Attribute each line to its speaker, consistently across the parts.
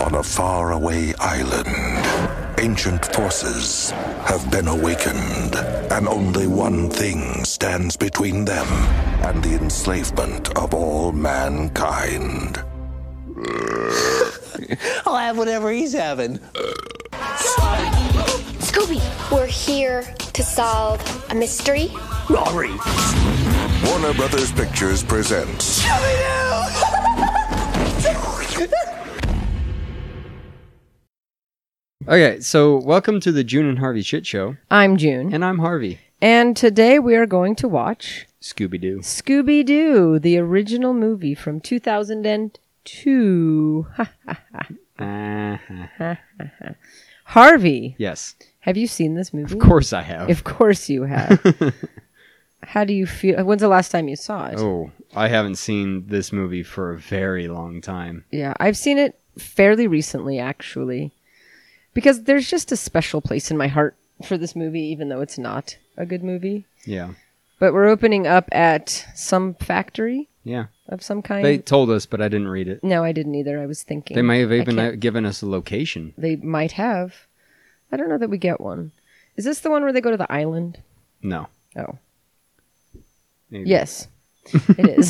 Speaker 1: On a faraway island, ancient forces have been awakened, and only one thing stands between them and the enslavement of all mankind.
Speaker 2: I'll have whatever he's having.
Speaker 3: Scooby, we're here to solve a mystery.
Speaker 2: Rory.
Speaker 1: Warner Brothers Pictures presents
Speaker 4: Okay, so welcome to the June and Harvey Shit Show,
Speaker 5: I'm June,
Speaker 4: and I'm Harvey.
Speaker 5: and today we are going to watch
Speaker 4: Scooby Doo.
Speaker 5: Scooby Doo, the original movie from 2002. Harvey,
Speaker 4: Yes,
Speaker 5: have you seen this movie?
Speaker 4: of course I have.
Speaker 5: Of course you have. How do you feel? When's the last time you saw it?
Speaker 4: oh, I haven't seen this movie for a very long time.
Speaker 5: Yeah, I've seen it fairly recently, actually, because there's just a special place in my heart for this movie, even though it's not a good movie.
Speaker 4: Yeah,
Speaker 5: But we're opening up at some factory
Speaker 4: yeah.
Speaker 5: of some kind.
Speaker 4: They told us, but I didn't read it.
Speaker 5: No, I didn't either. I was thinking
Speaker 4: They may have
Speaker 5: I
Speaker 4: even
Speaker 5: can't-
Speaker 4: uh, given us a location.
Speaker 5: they might have. I don't know that we get one. Is this the one where they go to the island?
Speaker 4: No.
Speaker 5: Oh,
Speaker 4: Maybe.
Speaker 5: yes, it is.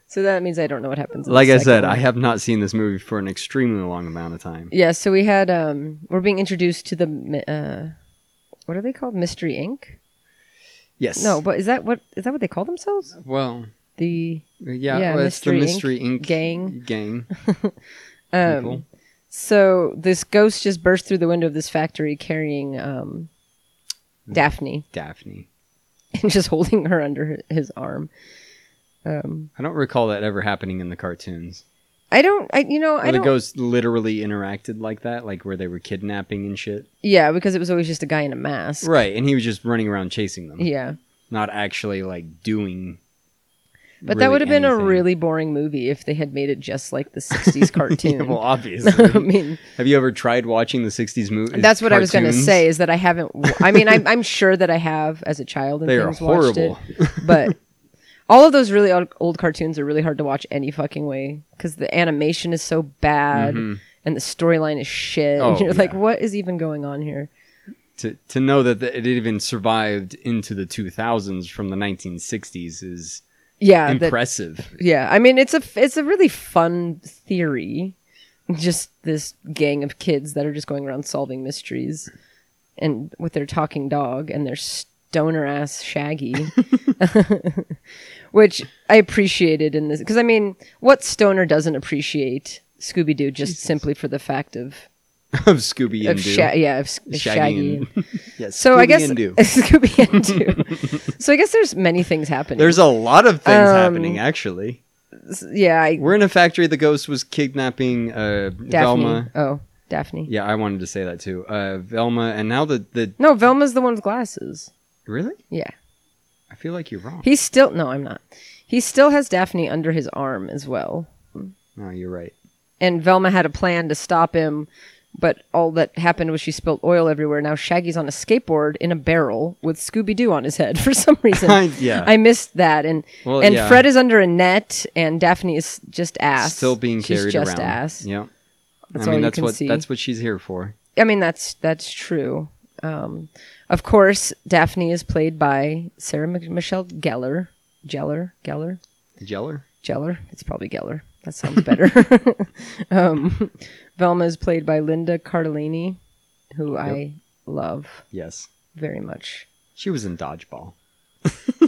Speaker 5: so that means I don't know what happens. in the
Speaker 4: Like I
Speaker 5: second
Speaker 4: said, I
Speaker 5: one.
Speaker 4: have not seen this movie for an extremely long amount of time.
Speaker 5: yeah. So we had um, we're being introduced to the mi- uh, what are they called? Mystery Inc.
Speaker 4: Yes.
Speaker 5: No, but is that what is that what they call themselves?
Speaker 4: Well,
Speaker 5: The
Speaker 4: yeah,
Speaker 5: Yeah,
Speaker 4: well, it's the Mystery
Speaker 5: Mystery Inc.
Speaker 4: Inc.
Speaker 5: gang.
Speaker 4: Gang. people.
Speaker 5: um, so this ghost just burst through the window of this factory carrying um,
Speaker 4: Hmm.
Speaker 5: Daphne
Speaker 4: Daphne.
Speaker 5: and just holding her under hi- his arm.
Speaker 4: I don't recall that ever happening in the cartoons.
Speaker 5: I don't. I you know I
Speaker 4: Where the
Speaker 5: don't.
Speaker 4: ghosts literally interacted like that, like where they were kidnapping and shit.
Speaker 5: yeah, because it was always just a guy in a mask.
Speaker 4: Right, and he was just running around chasing them,
Speaker 5: Yeah,
Speaker 4: not actually like doing.
Speaker 5: but that
Speaker 4: really
Speaker 5: would have been a
Speaker 4: anything.
Speaker 5: really boring movie if they had made it just like the '60s cartoon.
Speaker 4: Yeah, well,
Speaker 5: I
Speaker 4: obviously.
Speaker 5: mean,
Speaker 4: have you ever tried watching the '60s movies?
Speaker 5: that's what I was going to
Speaker 4: cartoons?
Speaker 5: say is that I haven't. w- I mean, I'm, I'm sure that I have as a child. And
Speaker 4: They are
Speaker 5: things watched it,
Speaker 4: horrible.
Speaker 5: but all of those really old, old cartoons are really hard to watch any fucking way because the animation is so bad and the storyline is shit. and
Speaker 4: Mm-hmm. Oh,
Speaker 5: you're like,
Speaker 4: yeah.
Speaker 5: what is even going on here?
Speaker 4: To to know that the, it even survived into the 2000s from the 1960s is
Speaker 5: Yeah, Uh, that-
Speaker 4: impressive.
Speaker 5: Yeah, I mean it's a it's a really fun theory. Just this gang of kids that are just going around solving mysteries, and with their talking dog and their stoner ass Shaggy, which I appreciated in this because I mean, what stoner doesn't appreciate Scooby Doo just simply for the fact of
Speaker 4: of Scooby
Speaker 5: of
Speaker 4: and Doo.
Speaker 5: Sha- yeah of, S- of Shaggy. and-
Speaker 4: yes,
Speaker 5: so I
Speaker 4: Scooby
Speaker 5: guess
Speaker 4: and Doo.
Speaker 5: Scooby and Doo. so I guess there's many things happening.
Speaker 4: there's a lot of things
Speaker 5: Um,
Speaker 4: happening actually.
Speaker 5: yeah, I,
Speaker 4: We're in a factory. The ghost was kidnapping uh,
Speaker 5: Daphne.
Speaker 4: Velma.
Speaker 5: Oh, Daphne.
Speaker 4: Yeah, I wanted to say that too. Uh, Velma, and now the the
Speaker 5: No, Velma's the one with glasses.
Speaker 4: really.
Speaker 5: Yeah.
Speaker 4: I feel like you're wrong.
Speaker 5: He's still no, I'm not. He still has Daphne under his arm as well.
Speaker 4: No, you're right.
Speaker 5: And Velma had a plan to stop him, but all that happened was she spilled oil everywhere. Now Shaggy's on a skateboard in a barrel with Scooby Doo on his head for some reason.
Speaker 4: I- yeah.
Speaker 5: I missed that. And
Speaker 4: Well,
Speaker 5: and
Speaker 4: yeah.
Speaker 5: Fred is under a net and Daphne is just ass.
Speaker 4: Still being
Speaker 5: She's
Speaker 4: carried
Speaker 5: just
Speaker 4: around.
Speaker 5: ass.
Speaker 4: Yep.
Speaker 5: That's
Speaker 4: I mean,
Speaker 5: all you
Speaker 4: that's
Speaker 5: can
Speaker 4: what
Speaker 5: see.
Speaker 4: that's what she's here for.
Speaker 5: I mean that's that's true. Um, of course, Daphne is played by Sarah Mich- Michelle Gellar. Geller? Geller?
Speaker 4: Jeller.
Speaker 5: Geller. It's probably Geller. That sounds better. um, Velma is played by Linda Cardellini, who I love
Speaker 4: Yes.
Speaker 5: very much.
Speaker 4: She was in dodgeball.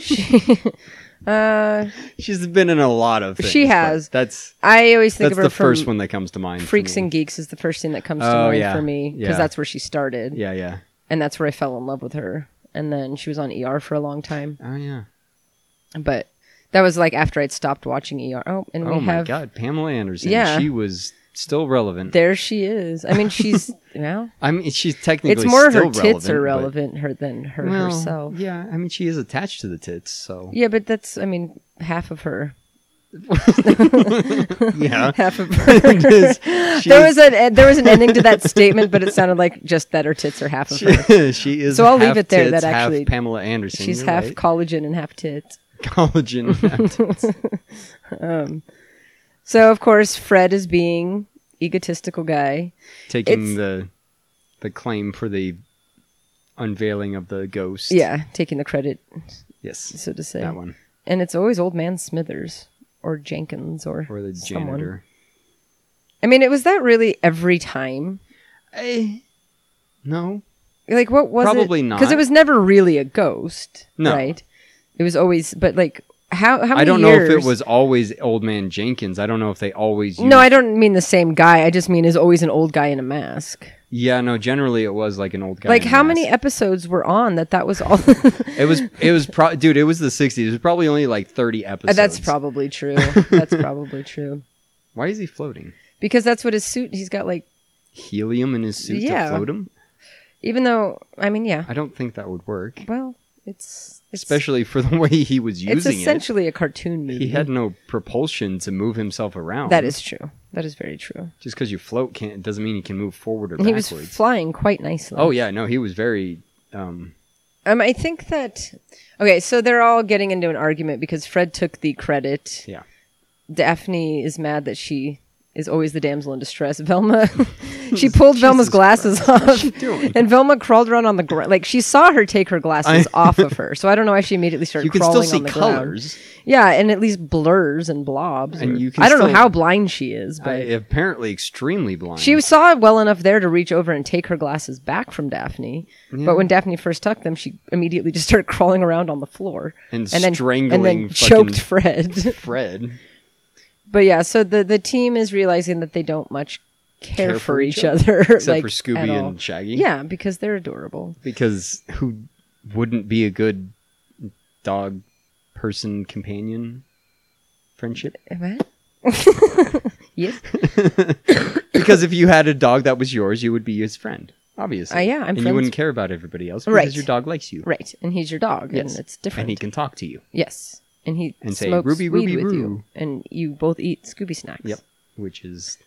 Speaker 5: She, uh,
Speaker 4: She's been in a lot of. Things,
Speaker 5: She
Speaker 4: but
Speaker 5: has.
Speaker 4: That's
Speaker 5: I always think
Speaker 4: that's
Speaker 5: of her
Speaker 4: the first
Speaker 5: from
Speaker 4: one that comes to mind. for
Speaker 5: Freaks
Speaker 4: me.
Speaker 5: and Geeks is the first thing that comes to
Speaker 4: Oh,
Speaker 5: mind
Speaker 4: yeah.
Speaker 5: for me because
Speaker 4: Yeah.
Speaker 5: that's where she started,
Speaker 4: Yeah, yeah.
Speaker 5: and that's where I fell in love with her. And then she was on ER for a long time,
Speaker 4: Oh yeah.
Speaker 5: but that was like after I'd stopped watching ER. Oh, and we
Speaker 4: Oh my
Speaker 5: have
Speaker 4: God, Pamela Anderson.
Speaker 5: Yeah.
Speaker 4: She was still relevant.
Speaker 5: there she is. I mean, she's well.
Speaker 4: I mean, she's technically
Speaker 5: It's more her
Speaker 4: still
Speaker 5: tits are
Speaker 4: relevant,
Speaker 5: relevant her than her
Speaker 4: but- Well,
Speaker 5: herself.
Speaker 4: Yeah, I mean, she is attached to the tits, so
Speaker 5: Yeah, but that's I mean half of her.
Speaker 4: yeah.
Speaker 5: Half of her. there was an eh, there was an ending to that statement, but it sounded like just that her tits are half of her.
Speaker 4: she, she is.
Speaker 5: So I'll leave
Speaker 4: half
Speaker 5: it there,
Speaker 4: Tits,
Speaker 5: that
Speaker 4: half
Speaker 5: actually-
Speaker 4: Pamela Anderson.
Speaker 5: She's
Speaker 4: you're
Speaker 5: half
Speaker 4: right.
Speaker 5: collagen and half tits.
Speaker 4: collagen. half tits.
Speaker 5: So of course Fred is being egotistical guy.
Speaker 4: taking
Speaker 5: It's-
Speaker 4: the the claim for the unveiling of the ghost.
Speaker 5: Yeah, taking the credit,
Speaker 4: Yes.
Speaker 5: so to say.
Speaker 4: That one.
Speaker 5: And it's always old man Smithers or Jenkins or
Speaker 4: Or the
Speaker 5: someone.
Speaker 4: janitor.
Speaker 5: I mean, it was that really every time.
Speaker 4: Eh, No.
Speaker 5: Like, what was it?
Speaker 4: Probably not.
Speaker 5: because it was never really a ghost,
Speaker 4: No.
Speaker 5: right? It was always, but like, how how many
Speaker 4: I don't know if
Speaker 5: years-
Speaker 4: it was always old man Jenkins. I don't know if they always used
Speaker 5: No, I don't mean the same guy. I just mean is always an old guy in a mask.
Speaker 4: Yeah, no, generally it was like an old guy.
Speaker 5: like
Speaker 4: in a
Speaker 5: how
Speaker 4: mask.
Speaker 5: many episodes were on that that was all
Speaker 4: It was it was pro- dude, it was the 60s. It was probably only like 30 episodes.
Speaker 5: Uh, That's probably true. That's probably true.
Speaker 4: Why is he floating?
Speaker 5: Because that's what his suit he's got like
Speaker 4: Helium in his suit
Speaker 5: Yeah.
Speaker 4: to float him?
Speaker 5: even though I mean, yeah.
Speaker 4: I don't think that would work,
Speaker 5: Well, it's it's
Speaker 4: especially for the way he was
Speaker 5: it's
Speaker 4: using it.
Speaker 5: essentially a cartoon movie.
Speaker 4: He had no propulsion to move himself around.
Speaker 5: that is true. That is very true.
Speaker 4: just because you float can't doesn't mean you can move forward or
Speaker 5: He
Speaker 4: backwards.
Speaker 5: was flying quite nicely.
Speaker 4: oh yeah, no, he was very. Um,
Speaker 5: Um, I think that okay, so they're all getting into an argument because Fred took the credit.
Speaker 4: Yeah.
Speaker 5: Daphne is mad that she is always the damsel in distress. Velma, she pulled Velma's glasses off, and Velma crawled around on the ground. Like she saw her take her glasses off of her, so I don't know why she immediately started
Speaker 4: you can
Speaker 5: crawling
Speaker 4: still see
Speaker 5: on the ground.
Speaker 4: colors.
Speaker 5: Yeah, and at least blurs and blobs.
Speaker 4: And
Speaker 5: or-
Speaker 4: you can
Speaker 5: I don't know
Speaker 4: still-
Speaker 5: how blind she is, but
Speaker 4: I, apparently, extremely blind.
Speaker 5: she saw it well enough there to reach over and take her glasses back from Daphne. But when Daphne first tucked them, she immediately just started crawling around on the floor
Speaker 4: And
Speaker 5: then, and
Speaker 4: strangling
Speaker 5: then
Speaker 4: fucking-
Speaker 5: choked Fred.
Speaker 4: Fred.
Speaker 5: but yeah, so the the team is realizing that they don't much care, for, each, other,
Speaker 4: except
Speaker 5: like,
Speaker 4: for
Speaker 5: at
Speaker 4: Scooby
Speaker 5: all.
Speaker 4: and Shaggy.
Speaker 5: Yeah, because they're adorable.
Speaker 4: because who wouldn't be a good dog person companion friendship?
Speaker 5: What? yes.
Speaker 4: Because if you had a dog that was yours, you would be his friend, obviously.
Speaker 5: Uh, yeah, I'm
Speaker 4: and
Speaker 5: friends-
Speaker 4: you wouldn't care about everybody else because
Speaker 5: Right.
Speaker 4: your dog likes you,
Speaker 5: Right, and he's your dog,
Speaker 4: Yes.
Speaker 5: and it's different.
Speaker 4: and he can talk to you.
Speaker 5: yes, and he
Speaker 4: And say,
Speaker 5: smokes
Speaker 4: "Ruby,
Speaker 5: weed
Speaker 4: Ruby,
Speaker 5: with you,
Speaker 4: Roo."
Speaker 5: and you both eat Scooby snacks.
Speaker 4: Yep, which is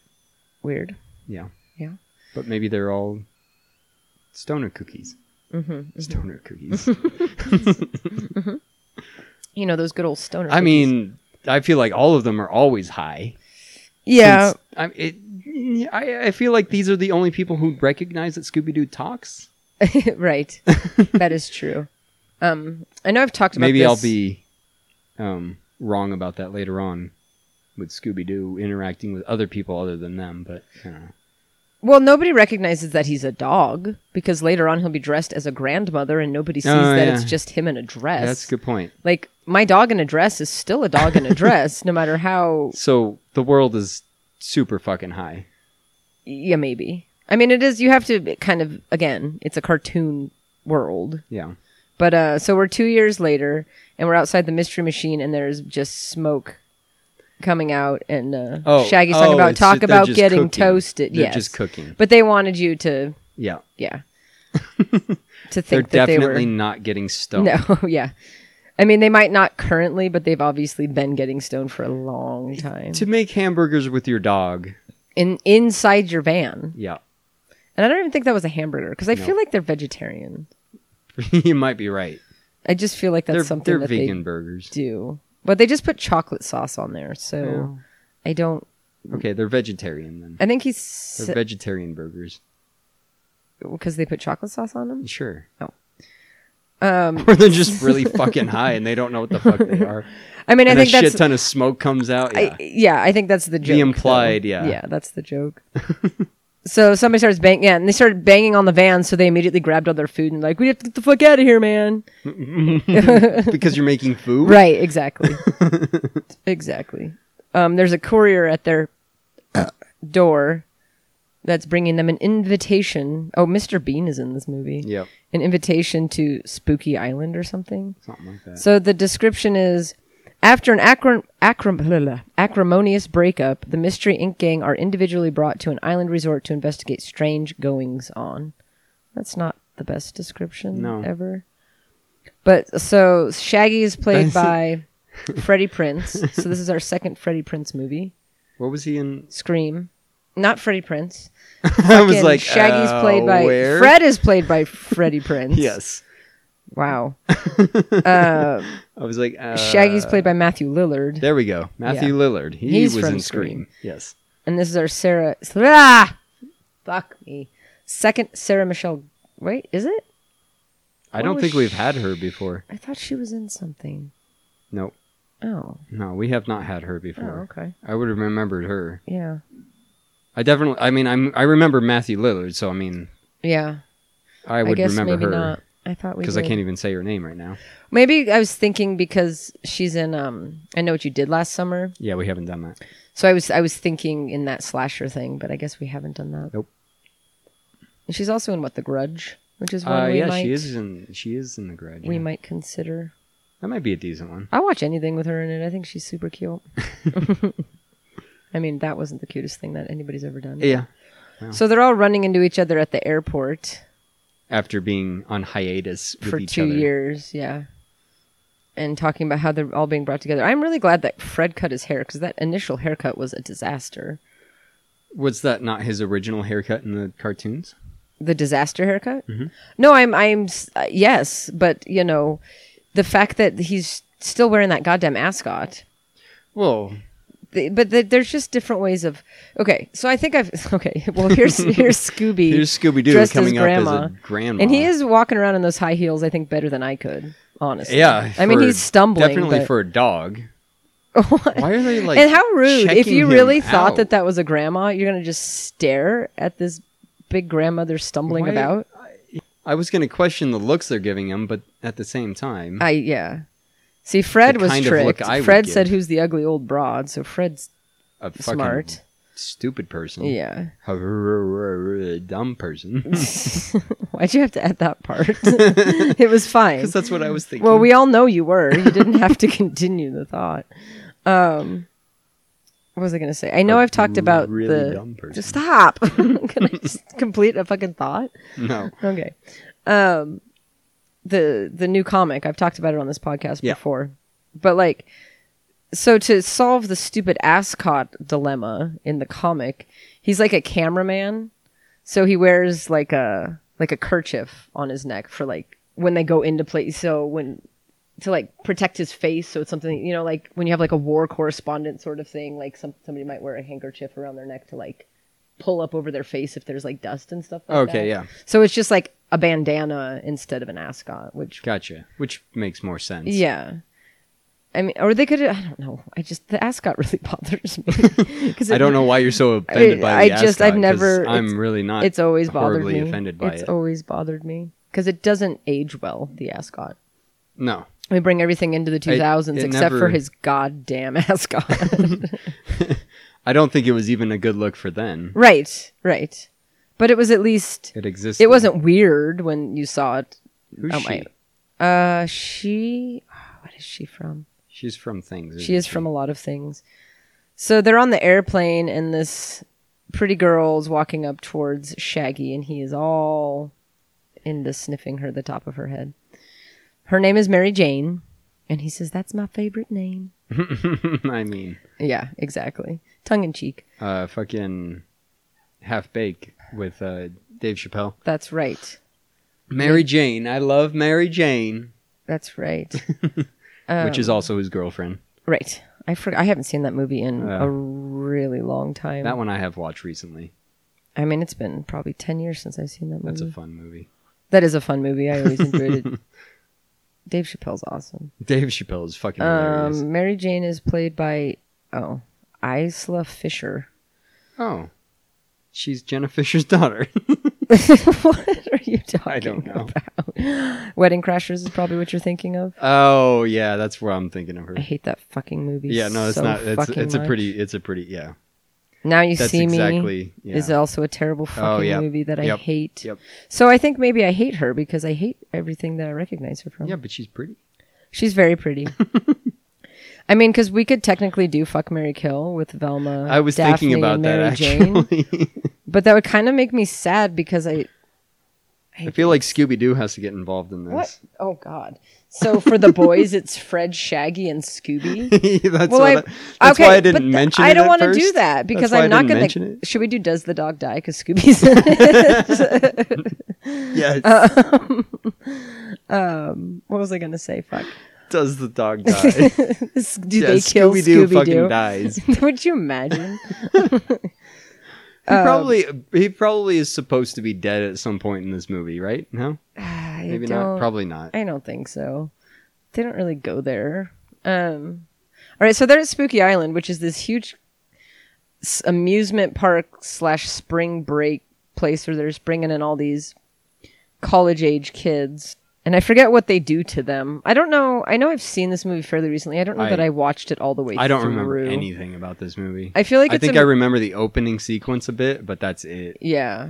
Speaker 5: Weird.
Speaker 4: Yeah.
Speaker 5: Yeah.
Speaker 4: But maybe they're all stoner cookies. Mm-hmm, stoner cookies.
Speaker 5: You know those good old stoner.
Speaker 4: I
Speaker 5: cookies.
Speaker 4: mean, I feel like all of them are always high.
Speaker 5: yeah,
Speaker 4: Since- I, it, I, I feel like these are the only people who recognize that Scooby Doo talks.
Speaker 5: right. that is true. Um, I know I've talked about
Speaker 4: Maybe
Speaker 5: this.
Speaker 4: I'll be um, wrong about that later on with Scooby Doo interacting with other people other than them, but I don't know.
Speaker 5: Well, nobody recognizes that he's a dog because later on he'll be dressed as a grandmother, and nobody sees
Speaker 4: Oh,
Speaker 5: that
Speaker 4: yeah.
Speaker 5: it's just him in a dress.
Speaker 4: that's a good point.
Speaker 5: Like my dog in a dress is still a dog in a dress, no matter how.
Speaker 4: So the world is super fucking high.
Speaker 5: Yeah, maybe. I mean, it is. You have to kind of again. It's a cartoon world,
Speaker 4: Yeah.
Speaker 5: but uh, so we're two years later, and we're outside the mystery machine, and there's just smoke coming out, and uh,
Speaker 4: Oh,
Speaker 5: Shaggy's
Speaker 4: oh,
Speaker 5: talking about
Speaker 4: it's
Speaker 5: talk
Speaker 4: just- they're
Speaker 5: about
Speaker 4: just
Speaker 5: getting
Speaker 4: cooking.
Speaker 5: toasted.
Speaker 4: They're
Speaker 5: yes,
Speaker 4: just cooking.
Speaker 5: But they wanted you to,
Speaker 4: Yeah.
Speaker 5: yeah, to
Speaker 4: They're
Speaker 5: think that
Speaker 4: definitely
Speaker 5: they
Speaker 4: not getting
Speaker 5: were.
Speaker 4: stoned.
Speaker 5: No, yeah. I mean, they might not currently, but they've obviously been getting stoned for a long time.
Speaker 4: To make hamburgers with your dog.
Speaker 5: In inside your van,
Speaker 4: Yeah.
Speaker 5: and I don't even think that was a hamburger because I feel like they're vegetarian.
Speaker 4: you might be right.
Speaker 5: I just feel like that's
Speaker 4: they're
Speaker 5: something
Speaker 4: they're
Speaker 5: that
Speaker 4: vegan
Speaker 5: they
Speaker 4: burgers.
Speaker 5: do, but they just put chocolate sauce on there, so I don't.
Speaker 4: Okay, they're vegetarian then.
Speaker 5: I think he's
Speaker 4: Oh. They're vegetarian burgers.
Speaker 5: because they put chocolate sauce on them.
Speaker 4: Sure.
Speaker 5: Oh.
Speaker 4: Um, or they're just really fucking high and they don't know what the fuck they are.
Speaker 5: I mean,
Speaker 4: and
Speaker 5: I
Speaker 4: a
Speaker 5: think
Speaker 4: shit
Speaker 5: that's
Speaker 4: ton of smoke comes out. Yeah.
Speaker 5: I, yeah, I think that's the joke.
Speaker 4: implied,
Speaker 5: though.
Speaker 4: yeah.
Speaker 5: Yeah, that's the joke. so somebody starts banging, yeah, and they started banging on the van, so they immediately grabbed all their food and, like, we have to get the fuck out of here, man.
Speaker 4: because you're making food.
Speaker 5: Right, exactly. exactly. Um, there's a courier at their
Speaker 4: Uh.
Speaker 5: door that's bringing them an invitation. Oh, Mr. Bean is in this movie.
Speaker 4: Yep.
Speaker 5: An invitation to Spooky Island or something.
Speaker 4: Something like that.
Speaker 5: So the description is after an acrim- acrim- blah, blah, acrimonious breakup, the Mystery Inc. gang are individually brought to an island resort to investigate strange goings on. That's not the best description
Speaker 4: No.
Speaker 5: ever. But so Shaggy is played by Freddie Prince. So this is our second Freddie Prince movie.
Speaker 4: What was he in?
Speaker 5: Scream. Not Freddie Prince.
Speaker 4: I was
Speaker 5: Fucking
Speaker 4: like,
Speaker 5: Shaggy's played
Speaker 4: uh,
Speaker 5: by
Speaker 4: where?
Speaker 5: Fred is played by Freddie Prince.
Speaker 4: Yes.
Speaker 5: Wow. uh,
Speaker 4: I was like, uh,
Speaker 5: Shaggy's played by Matthew Lillard,
Speaker 4: There we go, Matthew Lillard. He
Speaker 5: He's
Speaker 4: was
Speaker 5: from
Speaker 4: in Scream. Yes,
Speaker 5: and this is our Sarah. Ah! Fuck me. Second Sarah Michelle. Wait, is it?
Speaker 4: I don't
Speaker 5: was
Speaker 4: think we've
Speaker 5: sh-
Speaker 4: had her before.
Speaker 5: I thought she was in something.
Speaker 4: No,
Speaker 5: Oh.
Speaker 4: no, we have not had her
Speaker 5: Oh,
Speaker 4: before.
Speaker 5: okay.
Speaker 4: I would have remembered her.
Speaker 5: Yeah.
Speaker 4: I definitely. I mean, I'm. I remember Matthew Lillard, so I mean,
Speaker 5: Yeah.
Speaker 4: I
Speaker 5: I,
Speaker 4: would
Speaker 5: guess
Speaker 4: remember
Speaker 5: maybe
Speaker 4: her
Speaker 5: not. I thought we
Speaker 4: because
Speaker 5: because
Speaker 4: I can't even say her name right now.
Speaker 5: Maybe I was thinking because she's in. Um, I know what you did last summer.
Speaker 4: Yeah, we haven't done that.
Speaker 5: So I was I was thinking in that slasher thing, but I guess we haven't done that.
Speaker 4: Nope.
Speaker 5: And she's also in what the Grudge, which is one
Speaker 4: Uh,
Speaker 5: we
Speaker 4: yeah,
Speaker 5: might
Speaker 4: she is in. She is in the Grudge.
Speaker 5: we
Speaker 4: yeah.
Speaker 5: might consider.
Speaker 4: That might be a decent one.
Speaker 5: I watch anything with her in it. I think she's super cute. I mean, that wasn't the cutest thing that anybody's ever done.
Speaker 4: Yeah.
Speaker 5: So they're all running into each other at the airport
Speaker 4: After being on hiatus with
Speaker 5: for
Speaker 4: each
Speaker 5: two
Speaker 4: other.
Speaker 5: years, yeah, and talking about how they're all being brought together. I'm really glad that Fred cut his hair because that initial haircut was a disaster.
Speaker 4: Was that not his original haircut in the cartoons?
Speaker 5: the disaster haircut
Speaker 4: Mm-hmm.
Speaker 5: no i'm i'm s- uh, yes but you know the fact that he's still wearing that goddamn ascot
Speaker 4: Well,
Speaker 5: the, but the, there's just different ways of okay so i think i've okay well here's here's scooby
Speaker 4: here's Scooby Doo
Speaker 5: dressed
Speaker 4: coming
Speaker 5: as
Speaker 4: up as
Speaker 5: grandma
Speaker 4: a grandma,
Speaker 5: and he is walking around in those high heels i think better than i could honestly
Speaker 4: Yeah,
Speaker 5: i mean
Speaker 4: for-
Speaker 5: he's stumbling
Speaker 4: Definitely
Speaker 5: but-
Speaker 4: for a dog. Why are they like?
Speaker 5: and how rude if
Speaker 4: checking
Speaker 5: you
Speaker 4: him
Speaker 5: really thought
Speaker 4: out?
Speaker 5: that that was a grandma you're gonna just stare at this big grandmother stumbling
Speaker 4: Why-
Speaker 5: about
Speaker 4: I was going to question the looks they're giving him, but at the same time,
Speaker 5: I yeah. See, Fred
Speaker 4: The
Speaker 5: was
Speaker 4: kind of look
Speaker 5: tricked.
Speaker 4: I would
Speaker 5: Fred said,
Speaker 4: give.
Speaker 5: "Who's the ugly old broad?" So Fred's
Speaker 4: a fucking
Speaker 5: smart.
Speaker 4: stupid person.
Speaker 5: yeah.
Speaker 4: a dumb person.
Speaker 5: Why'd you have to add that part? it was fine.
Speaker 4: Because that's what I was thinking.
Speaker 5: Well, we all know you were. You didn't have to continue the thought. Um, what was I going to say? I know i I've talked about
Speaker 4: really
Speaker 5: the.
Speaker 4: dumb person.
Speaker 5: Just stop. Can I just complete a fucking thought?
Speaker 4: no.
Speaker 5: Okay. Um, the the new comic I've talked about it on this podcast
Speaker 4: Yeah.
Speaker 5: before, but like, so to solve the stupid ascot dilemma in the comic, he's like a cameraman, so he wears like a like a kerchief on his neck for like when they go into place. So when to like protect his face, so it's something you know, like when you have like a war correspondent sort of thing, like some somebody might wear a handkerchief around their neck to like pull up over their face if there's like dust and stuff like that.
Speaker 4: Okay, yeah,
Speaker 5: So it's just like a bandana instead of an ascot, which
Speaker 4: gotcha. Which makes more sense.
Speaker 5: yeah. I mean, or they could. I don't know. I just the ascot really bothers me because
Speaker 4: I don't know why you're so offended by
Speaker 5: I
Speaker 4: the
Speaker 5: just-
Speaker 4: ascot,
Speaker 5: I've
Speaker 4: 'cause
Speaker 5: never- it's-
Speaker 4: I'm really not.
Speaker 5: It's always bothered
Speaker 4: horribly
Speaker 5: me.
Speaker 4: offended by
Speaker 5: it's
Speaker 4: it.
Speaker 5: always bothered me because it doesn't age well. The ascot.
Speaker 4: no,
Speaker 5: We bring everything into the 2000s
Speaker 4: it
Speaker 5: except for
Speaker 4: never-
Speaker 5: his goddamn ascot.
Speaker 4: I don't think it was even a good look for then.
Speaker 5: right, right. But it was at least
Speaker 4: It existed.
Speaker 5: it wasn't weird when you saw it.
Speaker 4: Who's
Speaker 5: oh,
Speaker 4: she?
Speaker 5: my- Uh, she. oh, What is she from?
Speaker 4: She's from things.
Speaker 5: She is from a lot of things. So they're on the airplane, and this pretty girl is walking up towards Shaggy, and he is all into sniffing her the top of her head. Her name is Mary Jane, and he says, That's my favorite name.
Speaker 4: I mean,
Speaker 5: Yeah, exactly. Tongue in cheek.
Speaker 4: uh, fucking half baked with uh, Dave Chappelle.
Speaker 5: That's right.
Speaker 4: Mary Jane. I love Mary Jane,
Speaker 5: That's right.
Speaker 4: which
Speaker 5: Um,
Speaker 4: is also his girlfriend.
Speaker 5: right. I forgot. I haven't seen that movie in
Speaker 4: Yeah.
Speaker 5: a really long time.
Speaker 4: That one I have watched recently.
Speaker 5: I mean, it's been probably 10 years since I've seen that movie.
Speaker 4: That's a fun movie.
Speaker 5: that is a fun movie. I always enjoyed it. Dave Chappelle's awesome.
Speaker 4: Dave Chappelle is fucking hilarious.
Speaker 5: Um, Mary Jane is played by oh Isla Fisher.
Speaker 4: Oh, she's Jenna Fisher's daughter.
Speaker 5: what are you talking
Speaker 4: I don't know.
Speaker 5: about? Wedding Crashers is probably what you're thinking of.
Speaker 4: Oh yeah, that's where I'm thinking of her.
Speaker 5: I hate that fucking movie.
Speaker 4: Yeah, no, it's
Speaker 5: so
Speaker 4: not. It's
Speaker 5: fucking
Speaker 4: it's a
Speaker 5: much.
Speaker 4: pretty. It's a pretty. Yeah.
Speaker 5: Now you
Speaker 4: That's
Speaker 5: see me
Speaker 4: exactly- yeah.
Speaker 5: is also a terrible fucking
Speaker 4: yeah.
Speaker 5: movie that I
Speaker 4: Yep.
Speaker 5: hate.
Speaker 4: Yep.
Speaker 5: So I think maybe I hate her because I hate everything that I recognize her from.
Speaker 4: Yeah, but she's pretty.
Speaker 5: She's very pretty. I mean, because we could technically do fuck Mary Kill with Velma.
Speaker 4: I was
Speaker 5: Daphne,
Speaker 4: thinking about
Speaker 5: and
Speaker 4: that
Speaker 5: Mary Jane.
Speaker 4: actually.
Speaker 5: But that would kind of make me sad because I
Speaker 4: I feel like Scooby Doo has to get involved in this.
Speaker 5: what? Oh God! So for the boys, it's Fred, Shaggy, and Scooby.
Speaker 4: that's what I, that's why I didn't
Speaker 5: but th-
Speaker 4: mention it.
Speaker 5: I don't
Speaker 4: want
Speaker 5: wanna
Speaker 4: to
Speaker 5: do that because I'm not going to. Should we do Does the Dog Die? Because Scooby's in
Speaker 4: Yes.
Speaker 5: Uh, What was I going to say? Fuck.
Speaker 4: Does the dog die?
Speaker 5: This- Do
Speaker 4: yeah,
Speaker 5: they kill
Speaker 4: Scooby Doo
Speaker 5: Scooby
Speaker 4: fucking
Speaker 5: Doo?
Speaker 4: dies.
Speaker 5: Would you imagine?
Speaker 4: He
Speaker 5: Um,
Speaker 4: probably he probably is supposed to be dead at some point in this movie, right? No,
Speaker 5: I
Speaker 4: maybe
Speaker 5: don't-
Speaker 4: not. Probably not.
Speaker 5: I don't think so. They don't really go there. Um, all right, so they're at Spooky Island, which is this huge s- amusement park slash spring break place where they're just bringing in all these college age kids. And I forget what they do to them. I don't know. I know I've seen this movie fairly recently. I don't know
Speaker 4: I-
Speaker 5: that I watched it all the way.
Speaker 4: I don't
Speaker 5: through.
Speaker 4: remember anything about this movie.
Speaker 5: I feel like
Speaker 4: I
Speaker 5: it's
Speaker 4: think
Speaker 5: a-
Speaker 4: I remember the opening sequence a bit, but that's it.
Speaker 5: Yeah.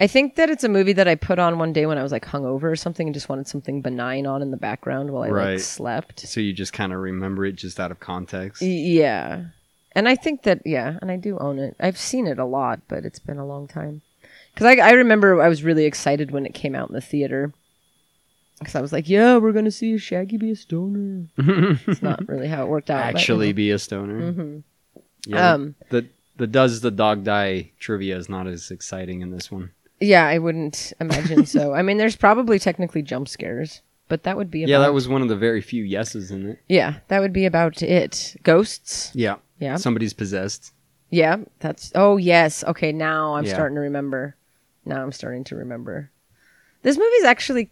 Speaker 5: I think that it's a movie that I put on one day when I was like hungover or something and just wanted something benign on in the background while I like
Speaker 4: Right.
Speaker 5: slept.
Speaker 4: So you just kind of remember it just out of context.
Speaker 5: Y- Yeah. And I think that, yeah, and I do own it. I've seen it a lot, but it's been a long time. Because I, I remember I was really excited when it came out in the theater. Because I was like, yeah, we're going to see Shaggy be a stoner. it's not really how it worked out. but,
Speaker 4: Actually,
Speaker 5: you
Speaker 4: be a stoner. Mm-hmm.
Speaker 5: Um,
Speaker 4: the the does the dog die trivia is not as exciting in this one.
Speaker 5: know. yeah, I wouldn't imagine so. I mean, there's probably technically jump scares, but that would be about
Speaker 4: Yeah, that was one of the very few yeses in it.
Speaker 5: Yeah, that would be about it. Ghosts.
Speaker 4: Yeah,
Speaker 5: Yeah.
Speaker 4: Somebody's possessed.
Speaker 5: Yeah, that's. Oh yes. Okay, now I'm
Speaker 4: Yeah.
Speaker 5: starting to remember. Now I'm starting to remember. This movie's actually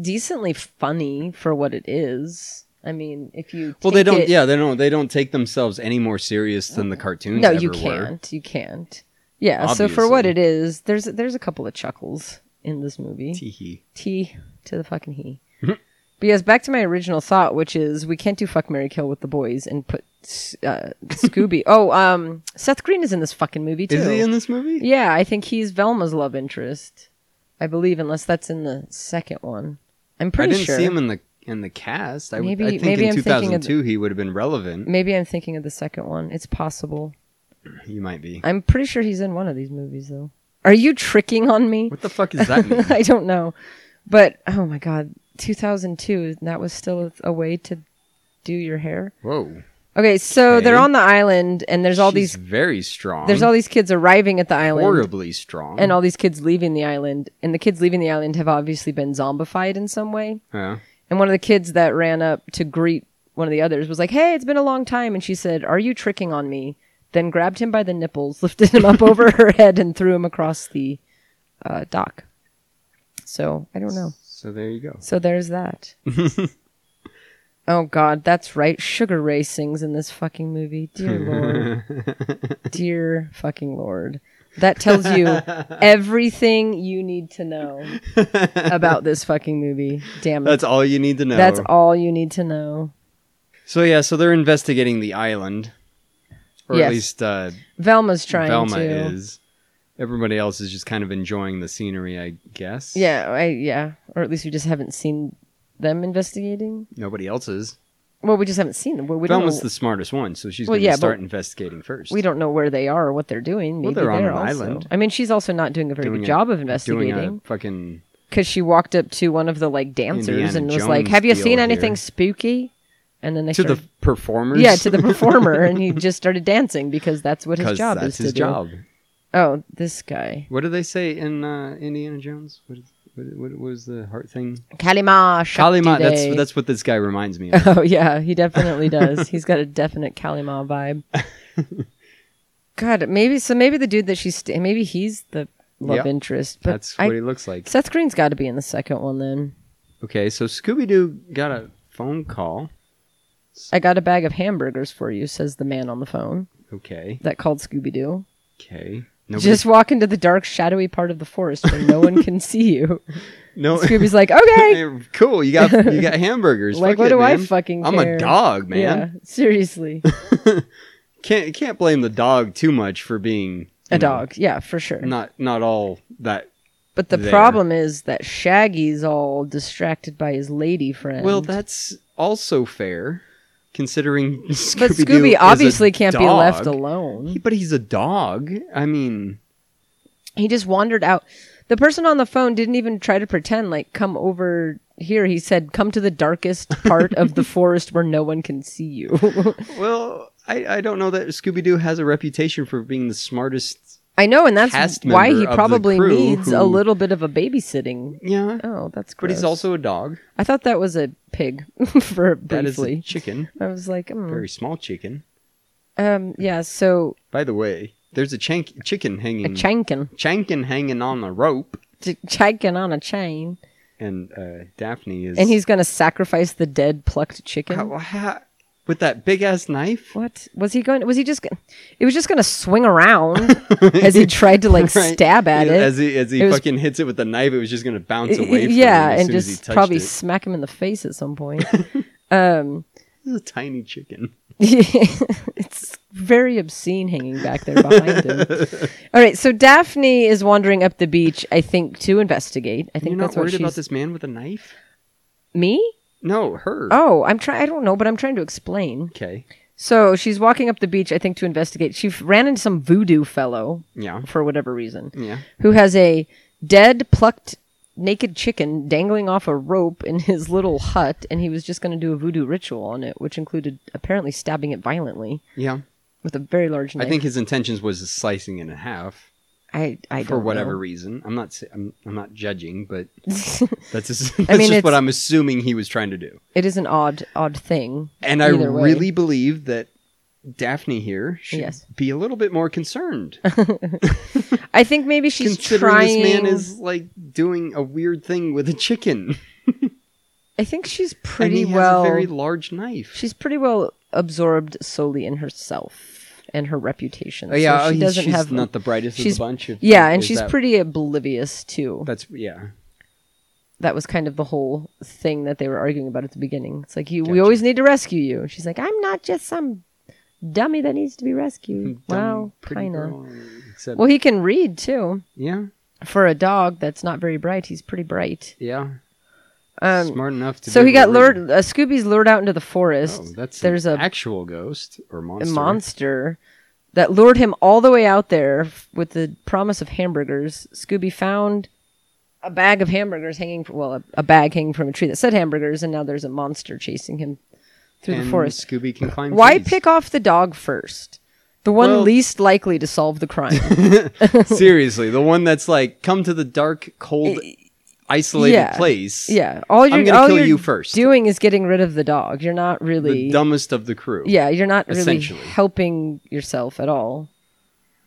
Speaker 5: decently funny for what it is. I mean, if you
Speaker 4: Well, they
Speaker 5: take
Speaker 4: don't.
Speaker 5: it- Mm.
Speaker 4: Yeah, they don't. They don't take themselves any more serious than the cartoons.
Speaker 5: No,
Speaker 4: ever
Speaker 5: you
Speaker 4: were.
Speaker 5: can't. You can't. Yeah. So for what
Speaker 4: Obviously.
Speaker 5: it is, there's there's a couple of chuckles in this movie.
Speaker 4: Teehee.
Speaker 5: T to the fucking he.
Speaker 4: Mm-hmm.
Speaker 5: but yes, back to my original thought, which is we can't do fuck Mary Kill with the boys and put uh, Scooby. oh, um, Seth Green is in this fucking movie too.
Speaker 4: Is he in this movie?
Speaker 5: yeah, I think he's Velma's love interest. I believe, unless that's in the second one. I'm
Speaker 4: I
Speaker 5: pretty
Speaker 4: didn't
Speaker 5: sure.
Speaker 4: see him in the in the cast. I, would-
Speaker 5: Maybe-
Speaker 4: I think
Speaker 5: maybe
Speaker 4: in
Speaker 5: I'm thinking of
Speaker 4: 2002 he would have been relevant.
Speaker 5: Maybe I'm thinking of the second one. It's possible.
Speaker 4: You might be.
Speaker 5: I'm pretty sure he's in one of these movies, though. Are you tricking on me?
Speaker 4: What the fuck does that mean?
Speaker 5: I don't know. But oh my god, 2002, that was still a- a way to do your hair.
Speaker 4: Whoa.
Speaker 5: Okay, so they're
Speaker 4: Okay.
Speaker 5: on the island and there's all
Speaker 4: She's
Speaker 5: these
Speaker 4: very strong.
Speaker 5: there's all these kids arriving at the island
Speaker 4: horribly strong.
Speaker 5: and all these kids leaving the island and the kids leaving the island have obviously been zombified in some way.
Speaker 4: yeah.
Speaker 5: And one of the kids that ran up to greet one of the others was like, "Hey, it's been a long time." And she said, "Are you tricking on me?" Then grabbed him by the nipples, lifted him up over her head and threw him across the uh, dock. So, I don't know.
Speaker 4: So there you go.
Speaker 5: So there's that. oh God, that's right. Sugar Ray sings in this fucking movie. Dear Lord. Dear fucking Lord. That tells you everything you need to know about this fucking movie. Damn it.
Speaker 4: That's all you need to know.
Speaker 5: That's all you need to know.
Speaker 4: So yeah, so they're investigating the island, or
Speaker 5: Yes.
Speaker 4: at least uh,
Speaker 5: Velma's trying
Speaker 4: Velma
Speaker 5: to.
Speaker 4: is. Everybody else is just kind of enjoying the scenery, I guess.
Speaker 5: Yeah, I, yeah. Or at least we just haven't seen them investigating.
Speaker 4: Nobody else is.
Speaker 5: Well, we just haven't seen them. Well, we don't
Speaker 4: Velma's
Speaker 5: know,
Speaker 4: the smartest one, so she's
Speaker 5: Well,
Speaker 4: going to
Speaker 5: yeah, but
Speaker 4: start investigating first.
Speaker 5: we don't know where they are or what they're doing.
Speaker 4: Well,
Speaker 5: Maybe
Speaker 4: they're on an
Speaker 5: also-
Speaker 4: island.
Speaker 5: I mean, she's also not doing a very
Speaker 4: Doing
Speaker 5: good
Speaker 4: a-
Speaker 5: job of
Speaker 4: doing
Speaker 5: investigating.
Speaker 4: a fucking
Speaker 5: because she walked up to one of the like dancers
Speaker 4: Indiana
Speaker 5: and was
Speaker 4: Jones
Speaker 5: like, "Have you
Speaker 4: deal
Speaker 5: seen anything
Speaker 4: here."
Speaker 5: spooky?" And then they
Speaker 4: to the
Speaker 5: started-
Speaker 4: performers.
Speaker 5: yeah to the performer, and he just started dancing because that's what his
Speaker 4: because
Speaker 5: job
Speaker 4: that's
Speaker 5: is
Speaker 4: his
Speaker 5: to
Speaker 4: job.
Speaker 5: do. Oh, this guy,
Speaker 4: What do they say in uh, Indiana Jones? What, is- what, what was the heart thing?
Speaker 5: Kalima Shakti
Speaker 4: Kalima. That's
Speaker 5: Day.
Speaker 4: that's what this guy reminds me of.
Speaker 5: Oh yeah, he definitely does. He's got a definite Kalima vibe. God, maybe so. Maybe the dude that she's sta- maybe he's the love
Speaker 4: Yep.
Speaker 5: interest, but
Speaker 4: that's
Speaker 5: I-
Speaker 4: what he looks like.
Speaker 5: Seth Green's got to be in the second one then.
Speaker 4: Okay, so Scooby Doo got a phone call.
Speaker 5: I got a bag of hamburgers for you, says the man on the phone
Speaker 4: Okay,
Speaker 5: that called Scooby Doo.
Speaker 4: okay. Nobody,
Speaker 5: Just walk into the dark, shadowy part of the forest where no one can see you.
Speaker 4: no.
Speaker 5: Scooby's like, okay,
Speaker 4: Oh. Hey, cool. You got you got hamburgers.
Speaker 5: Like,
Speaker 4: Fuck
Speaker 5: what
Speaker 4: it,
Speaker 5: do I
Speaker 4: man.
Speaker 5: fucking
Speaker 4: I'm
Speaker 5: care?
Speaker 4: a dog, man.
Speaker 5: yeah, seriously,
Speaker 4: Can't can't blame the dog too much for being you
Speaker 5: a
Speaker 4: know,
Speaker 5: dog, yeah, for sure.
Speaker 4: Not not all that.
Speaker 5: but the
Speaker 4: there.
Speaker 5: problem is that Shaggy's all distracted by his lady friend.
Speaker 4: Well, that's also fair, considering.
Speaker 5: but
Speaker 4: Scooby-Doo
Speaker 5: Scooby
Speaker 4: is a
Speaker 5: obviously can't be left
Speaker 4: dog.
Speaker 5: alone.
Speaker 4: He- But he's a dog. I mean,
Speaker 5: He just wandered out. The person on the phone didn't even try to pretend like come over here. He said, "Come to the darkest part of the forest where no one can see you."
Speaker 4: Well, I, I don't know that Scooby Doo has a reputation for being the smartest.
Speaker 5: I know, and that's
Speaker 4: Cast
Speaker 5: why
Speaker 4: member
Speaker 5: he
Speaker 4: of the
Speaker 5: probably
Speaker 4: crew
Speaker 5: needs a
Speaker 4: who-
Speaker 5: little bit of a babysitting.
Speaker 4: Yeah.
Speaker 5: Oh, that's
Speaker 4: But
Speaker 5: gross.
Speaker 4: he's also a dog.
Speaker 5: I thought that was a pig for
Speaker 4: That is a
Speaker 5: briefly.
Speaker 4: chicken.
Speaker 5: I was like, mm.
Speaker 4: Very small chicken.
Speaker 5: um, yeah. So
Speaker 4: By the way, there's a chank- chicken
Speaker 5: a
Speaker 4: hanging.
Speaker 5: chankin,
Speaker 4: Chankin hanging on the rope,
Speaker 5: Ch- chankin on a chain,
Speaker 4: and uh, Daphne is.
Speaker 5: and he's gonna sacrifice the dead plucked chicken.
Speaker 4: How- how- with that big ass knife.
Speaker 5: What was he going? Was he just? go- It was just going to swing around as he tried to like
Speaker 4: Right.
Speaker 5: stab at
Speaker 4: Yeah,
Speaker 5: it.
Speaker 4: As he as he
Speaker 5: It was-
Speaker 4: fucking hits it with the knife, it was just gonna bounce
Speaker 5: Y-
Speaker 4: away. From
Speaker 5: yeah,
Speaker 4: him as
Speaker 5: and
Speaker 4: soon as he
Speaker 5: just
Speaker 4: touched
Speaker 5: probably
Speaker 4: it.
Speaker 5: smack him in the face at some point.
Speaker 4: This is a tiny chicken.
Speaker 5: it's very obscene hanging back there behind him. All right, so Daphne is wandering up the beach, I think, to investigate. I think
Speaker 4: You're
Speaker 5: that's
Speaker 4: not
Speaker 5: what
Speaker 4: worried
Speaker 5: she's.
Speaker 4: about this man with a knife?
Speaker 5: Me?
Speaker 4: No, her.
Speaker 5: Oh, I'm trying. I don't know, but I'm trying to explain.
Speaker 4: Okay.
Speaker 5: So she's walking up the beach, I think, to investigate. She f- ran into some voodoo fellow
Speaker 4: Yeah.
Speaker 5: for whatever reason.
Speaker 4: Yeah.
Speaker 5: who has a dead plucked naked chicken dangling off a rope in his little hut and he was just going to do a voodoo ritual on it which included apparently stabbing it violently
Speaker 4: Yeah.
Speaker 5: with a very large knife
Speaker 4: I think his intentions was slicing it in half
Speaker 5: i, I
Speaker 4: for
Speaker 5: don't
Speaker 4: whatever
Speaker 5: know.
Speaker 4: reason. I'm not. sa- I'm, I'm not judging, but that's just, that's
Speaker 5: mean,
Speaker 4: just what
Speaker 5: it's-
Speaker 4: I'm assuming he was trying to do.
Speaker 5: it is an odd odd thing
Speaker 4: And I
Speaker 5: either way.
Speaker 4: really believe that Daphne here should
Speaker 5: Yes.
Speaker 4: be a little bit more concerned,
Speaker 5: i think maybe she's
Speaker 4: considering
Speaker 5: trying
Speaker 4: this man is like doing a weird thing with a chicken.
Speaker 5: i think she's
Speaker 4: and
Speaker 5: pretty
Speaker 4: he
Speaker 5: well
Speaker 4: has a very large knife.
Speaker 5: she's pretty well absorbed solely in herself and her reputation
Speaker 4: Oh, yeah,
Speaker 5: so
Speaker 4: oh,
Speaker 5: she
Speaker 4: he's-
Speaker 5: doesn't
Speaker 4: she's
Speaker 5: have
Speaker 4: not the brightest
Speaker 5: she's-
Speaker 4: of the bunch. Of,
Speaker 5: yeah and
Speaker 4: is
Speaker 5: she's
Speaker 4: that-
Speaker 5: pretty oblivious too
Speaker 4: That's yeah.
Speaker 5: that was kind of the whole thing that they were arguing about at the beginning. It's like you, we always need to rescue you. She's like, I'm not just some dummy that needs to be rescued.
Speaker 4: Dumb,
Speaker 5: well,
Speaker 4: pretty
Speaker 5: kind of.
Speaker 4: girl, Except,
Speaker 5: Well, he can read too.
Speaker 4: yeah,
Speaker 5: For a dog that's not very bright, he's pretty bright.
Speaker 4: yeah.
Speaker 5: Um,
Speaker 4: Smart enough to.
Speaker 5: so
Speaker 4: be
Speaker 5: he got
Speaker 4: able to read.
Speaker 5: lured. Uh, Scooby's lured out into the forest.
Speaker 4: Oh, that's
Speaker 5: There's
Speaker 4: an
Speaker 5: a
Speaker 4: actual ghost or
Speaker 5: a
Speaker 4: monster.
Speaker 5: monster that lured him all the way out there f- with the promise of hamburgers. Scooby found a bag of hamburgers hanging, fr- well, a, a bag hanging from a tree that said hamburgers, and now there's a monster chasing him through
Speaker 4: and
Speaker 5: the forest.
Speaker 4: Scooby can climb.
Speaker 5: Why
Speaker 4: trees.
Speaker 5: pick off the dog first? The one
Speaker 4: Well-
Speaker 5: least likely to solve the crime.
Speaker 4: Seriously, the one that's like come to the dark, cold, isolated
Speaker 5: yeah.
Speaker 4: place.
Speaker 5: yeah, all you're,
Speaker 4: gonna
Speaker 5: all
Speaker 4: kill
Speaker 5: you're
Speaker 4: you first.
Speaker 5: doing is getting rid of the dog. You're not really,
Speaker 4: the dumbest of the crew.
Speaker 5: yeah, you're not really
Speaker 4: essentially.
Speaker 5: helping yourself at all.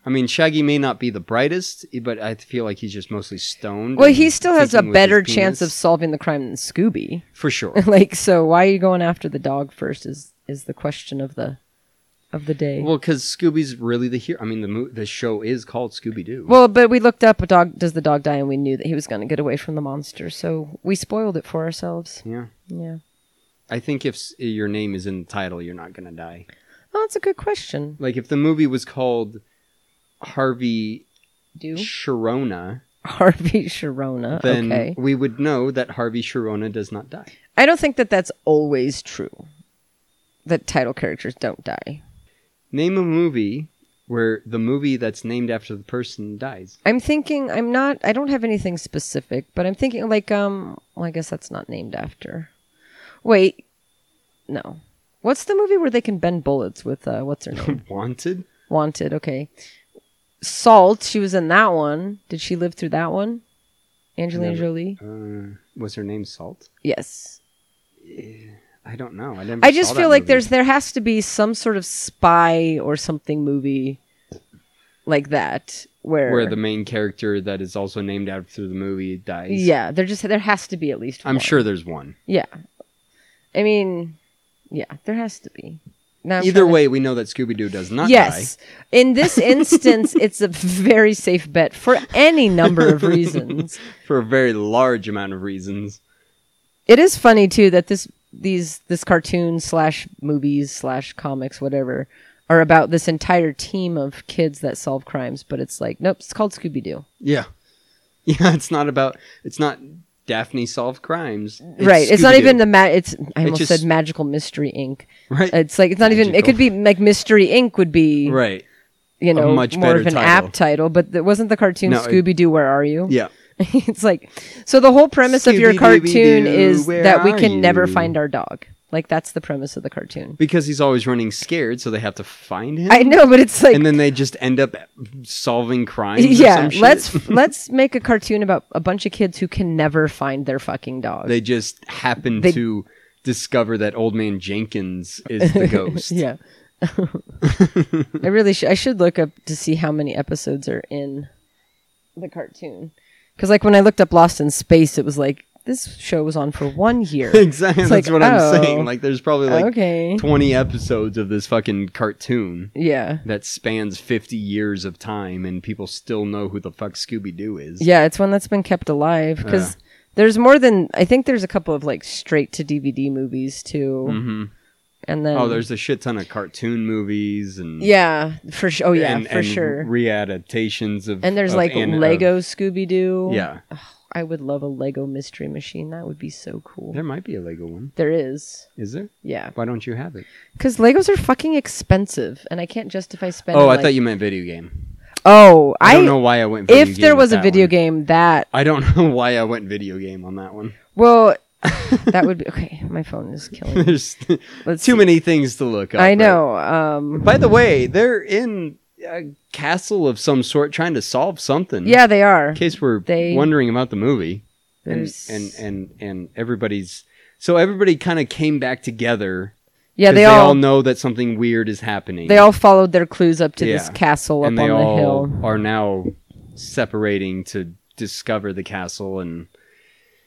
Speaker 4: I mean, Shaggy may not be the brightest, eh, but I feel like he's just mostly stoned.
Speaker 5: Well,
Speaker 4: and
Speaker 5: he still has a
Speaker 4: thinking with his
Speaker 5: better chance of
Speaker 4: penis.
Speaker 5: solving the crime than Scooby.
Speaker 4: for sure.
Speaker 5: like so why are you going after the dog first is is the question of the of the day well,
Speaker 4: Well, because Scooby's really the hero. I mean, the mo- the show is called Scooby Doo.
Speaker 5: but we looked up a dog does the dog die and we knew that he was going to get away from the monster so we spoiled it for ourselves
Speaker 4: yeah,
Speaker 5: yeah
Speaker 4: I think if s- eh, your name is in the title, you're not gonna die.
Speaker 5: oh that's a good question
Speaker 4: Like if the movie was called Harvey
Speaker 5: do
Speaker 4: Sharona,
Speaker 5: harvey sharona
Speaker 4: then
Speaker 5: okay
Speaker 4: we would know that Harvey Sharona does not die.
Speaker 5: i don't think that that's always true that title characters don't die
Speaker 4: Name a movie where the movie that's named after the person dies.
Speaker 5: i'm thinking i'm not i don't have anything specific but i'm thinking like um well i guess that's not named after wait no what's the movie where they can bend bullets with uh what's her name
Speaker 4: Wanted?
Speaker 5: wanted okay salt she was in that one did she live through that one angelina
Speaker 4: Never.
Speaker 5: jolie
Speaker 4: Uh, was her name Salt?
Speaker 5: yes
Speaker 4: I don't know. I never.
Speaker 5: i just
Speaker 4: saw that
Speaker 5: feel like
Speaker 4: movie.
Speaker 5: there's there has to be some sort of spy or something movie like that where,
Speaker 4: where the main character that is also named after the movie dies.
Speaker 5: yeah there just there has to be at least
Speaker 4: I'm
Speaker 5: one.
Speaker 4: sure there's one.
Speaker 5: Yeah. I mean, yeah, there has to be. Now I'm
Speaker 4: Either
Speaker 5: trying to-
Speaker 4: way, we know that Scooby Doo does not
Speaker 5: yes. In this instance, it's a very safe bet for any number of reasons.
Speaker 4: die for a very large amount of reasons.
Speaker 5: It is funny too that this these this cartoon slash movies slash comics whatever are about this entire team of kids that solve crimes, but it's like nope, it's called Scooby Doo.
Speaker 4: Yeah. Yeah, it's not about it's not Daphne solved crimes.
Speaker 5: right. It's not
Speaker 4: Scooby-Doo.
Speaker 5: even the ma- it's I almost
Speaker 4: just-
Speaker 5: said Magical Mystery Inc.
Speaker 4: Right.
Speaker 5: It's like it's not even it
Speaker 4: Magical.
Speaker 5: could be like Mystery Inc. would be
Speaker 4: Right.
Speaker 5: you know
Speaker 4: much
Speaker 5: more
Speaker 4: better
Speaker 5: of an
Speaker 4: title.
Speaker 5: app title but it wasn't the cartoon
Speaker 4: No, it-
Speaker 5: scooby-doo where are you
Speaker 4: Yeah.
Speaker 5: it's like so the whole premise of your cartoon
Speaker 4: Scooby-Dooby-Doo,
Speaker 5: is
Speaker 4: where
Speaker 5: that we
Speaker 4: are
Speaker 5: can never
Speaker 4: you?
Speaker 5: find our dog. Like that's the premise of the cartoon.
Speaker 4: because he's always running scared, so they have to find him.
Speaker 5: I know, but it's like
Speaker 4: and then they just end up solving crimes. or
Speaker 5: yeah,
Speaker 4: some shit.
Speaker 5: let's let's make a cartoon about a bunch of kids who can never find their fucking dog.
Speaker 4: They just happen
Speaker 5: They-
Speaker 4: to discover that old man Jenkins is the ghost.
Speaker 5: yeah. I really should I should look up to see how many episodes are in the cartoon. Cuz like when I looked up Lost in Space it was like this show was on for 1 year.
Speaker 4: Exactly.
Speaker 5: It's
Speaker 4: That's
Speaker 5: like,
Speaker 4: what
Speaker 5: oh,
Speaker 4: I'm saying. Like, there's probably like
Speaker 5: okay.
Speaker 4: 20 episodes of this fucking cartoon
Speaker 5: yeah.
Speaker 4: that spans 50 years of time, and people still know who the fuck Scooby Doo is.
Speaker 5: Yeah, it's one that's been kept alive because there's more than I think there's a couple of like straight to DVD movies too, mm-hmm. and then
Speaker 4: Oh, there's a shit ton of cartoon movies and
Speaker 5: yeah for sure. Oh yeah,
Speaker 4: and,
Speaker 5: for
Speaker 4: and
Speaker 5: sure.
Speaker 4: readaptations of
Speaker 5: and there's
Speaker 4: of
Speaker 5: like
Speaker 4: an-
Speaker 5: Lego
Speaker 4: of-
Speaker 5: Scooby Doo.
Speaker 4: yeah,
Speaker 5: I would love a Lego Mystery Machine. That would be so cool.
Speaker 4: there might be a Lego one.
Speaker 5: there is.
Speaker 4: Is there?
Speaker 5: Yeah,
Speaker 4: Why don't you have it?
Speaker 5: because Legos are fucking expensive, and I can't justify spending.
Speaker 4: Oh, I
Speaker 5: like-
Speaker 4: thought you meant video game.
Speaker 5: Oh,
Speaker 4: I,
Speaker 5: I,
Speaker 4: don't know why I went. Video
Speaker 5: if
Speaker 4: game
Speaker 5: there
Speaker 4: with
Speaker 5: was a
Speaker 4: that
Speaker 5: video
Speaker 4: one.
Speaker 5: game that
Speaker 4: I don't know why I went video game on that one.
Speaker 5: well, that would be okay. My phone is killing. me.
Speaker 4: There's
Speaker 5: Let's
Speaker 4: too
Speaker 5: see.
Speaker 4: many things to look up.
Speaker 5: I
Speaker 4: right?
Speaker 5: know. Um,
Speaker 4: By the way, they're in a castle of some sort trying to solve something.
Speaker 5: yeah, they are.
Speaker 4: In case we're
Speaker 5: They-
Speaker 4: wondering about the movie. And,
Speaker 5: There's-
Speaker 4: and and and everybody's so everybody kind of came back together.
Speaker 5: Yeah,
Speaker 4: 'cause
Speaker 5: they, all,
Speaker 4: know that something weird is happening.
Speaker 5: they all followed their clues up to this
Speaker 4: Yeah.
Speaker 5: castle up
Speaker 4: and they
Speaker 5: on
Speaker 4: all
Speaker 5: the hill
Speaker 4: are now separating to discover the castle and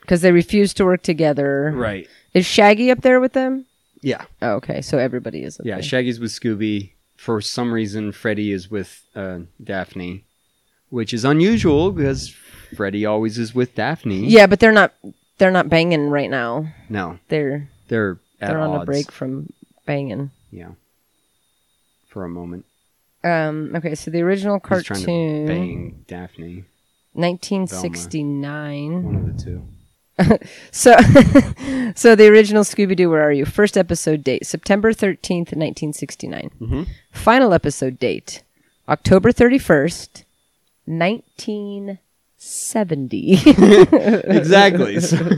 Speaker 5: because they refused to work together.
Speaker 4: right.
Speaker 5: Is Shaggy up there with them?
Speaker 4: Yeah,
Speaker 5: Oh, okay, so everybody is. Up
Speaker 4: yeah.
Speaker 5: there.
Speaker 4: Shaggy's with Scooby. For some reason, Freddy is with uh, Daphne, which is unusual because Freddy always is with Daphne.
Speaker 5: yeah, but they're not. They're not banging right now.
Speaker 4: No,
Speaker 5: They're
Speaker 4: they're at
Speaker 5: they're on
Speaker 4: odds.
Speaker 5: a break from banging.
Speaker 4: Yeah. For a moment,
Speaker 5: Um. Okay, so the original
Speaker 4: he's trying to
Speaker 5: cartoon,
Speaker 4: bang Daphne.
Speaker 5: nineteen sixty nine.
Speaker 4: One of the two.
Speaker 5: So, so the original Scooby Doo, where are you? First episode date September thirteenth, nineteen
Speaker 4: Mm-hmm.
Speaker 5: Final episode date October thirty first, nineteen seventy.
Speaker 4: exactly. So,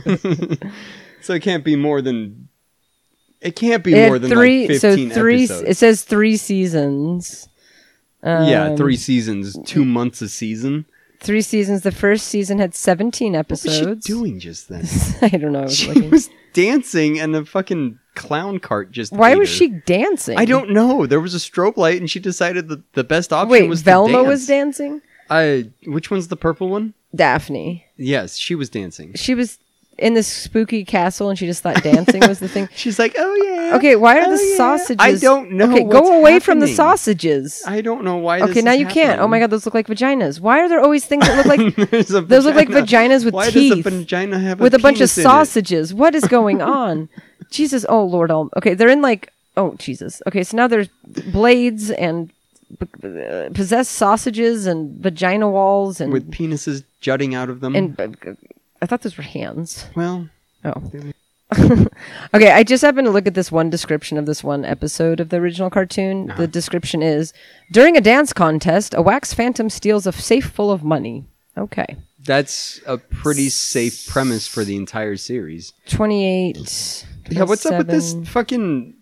Speaker 4: so it can't be more than. It can't be more than
Speaker 5: three.
Speaker 4: like
Speaker 5: so
Speaker 4: fifteen
Speaker 5: three.
Speaker 4: episodes.
Speaker 5: It says three seasons.
Speaker 4: yeah,
Speaker 5: Um, e-,
Speaker 4: three seasons, two months a season.
Speaker 5: Three seasons. The first season had seventeen
Speaker 4: What was
Speaker 5: episodes.
Speaker 4: she doing just then?
Speaker 5: I don't know. I was
Speaker 4: She
Speaker 5: looking.
Speaker 4: was dancing, and the fucking clown cart just.
Speaker 5: Why
Speaker 4: ate
Speaker 5: was
Speaker 4: her.
Speaker 5: she dancing?
Speaker 4: I don't know. There was a strobe light, and she decided that the best option
Speaker 5: Wait,
Speaker 4: was
Speaker 5: Velma
Speaker 4: to dance.
Speaker 5: was dancing.
Speaker 4: I. Which one's the purple one?
Speaker 5: Daphne.
Speaker 4: Yes, she was dancing.
Speaker 5: She was in this spooky castle, and she just thought dancing was the thing.
Speaker 4: She's like, oh yeah.
Speaker 5: Okay, why are
Speaker 4: oh,
Speaker 5: the
Speaker 4: yeah."
Speaker 5: sausages?
Speaker 4: I don't know.
Speaker 5: Okay,
Speaker 4: what's
Speaker 5: go away from the
Speaker 4: happening.
Speaker 5: sausages.
Speaker 4: I don't know why.
Speaker 5: Okay,
Speaker 4: this
Speaker 5: now
Speaker 4: is
Speaker 5: you can't. Oh
Speaker 4: happening.
Speaker 5: my god, those look like vaginas. Why are there always things that look like
Speaker 4: There's a
Speaker 5: Those look like
Speaker 4: vagina.
Speaker 5: vaginas with
Speaker 4: Why
Speaker 5: teeth,
Speaker 4: does a vagina have a
Speaker 5: with a bunch of
Speaker 4: penis in it?
Speaker 5: sausages? What is going on? Jesus, oh Lord, all okay. They're in like oh Jesus. Okay, so now there's blades and b- b- uh, possessed sausages and vagina walls and
Speaker 4: with penises jutting out of them?
Speaker 5: and b- b- I thought those were hands.
Speaker 4: well,
Speaker 5: Oh. okay, I just happened to look at this one description of this one episode of the original cartoon.
Speaker 4: Uh-huh.
Speaker 5: The description is During a dance contest, a wax phantom steals a safe full of money. Okay.
Speaker 4: that's a pretty safe premise for the entire series.
Speaker 5: 28.
Speaker 4: Yeah, what's up with this
Speaker 5: 27.
Speaker 4: fucking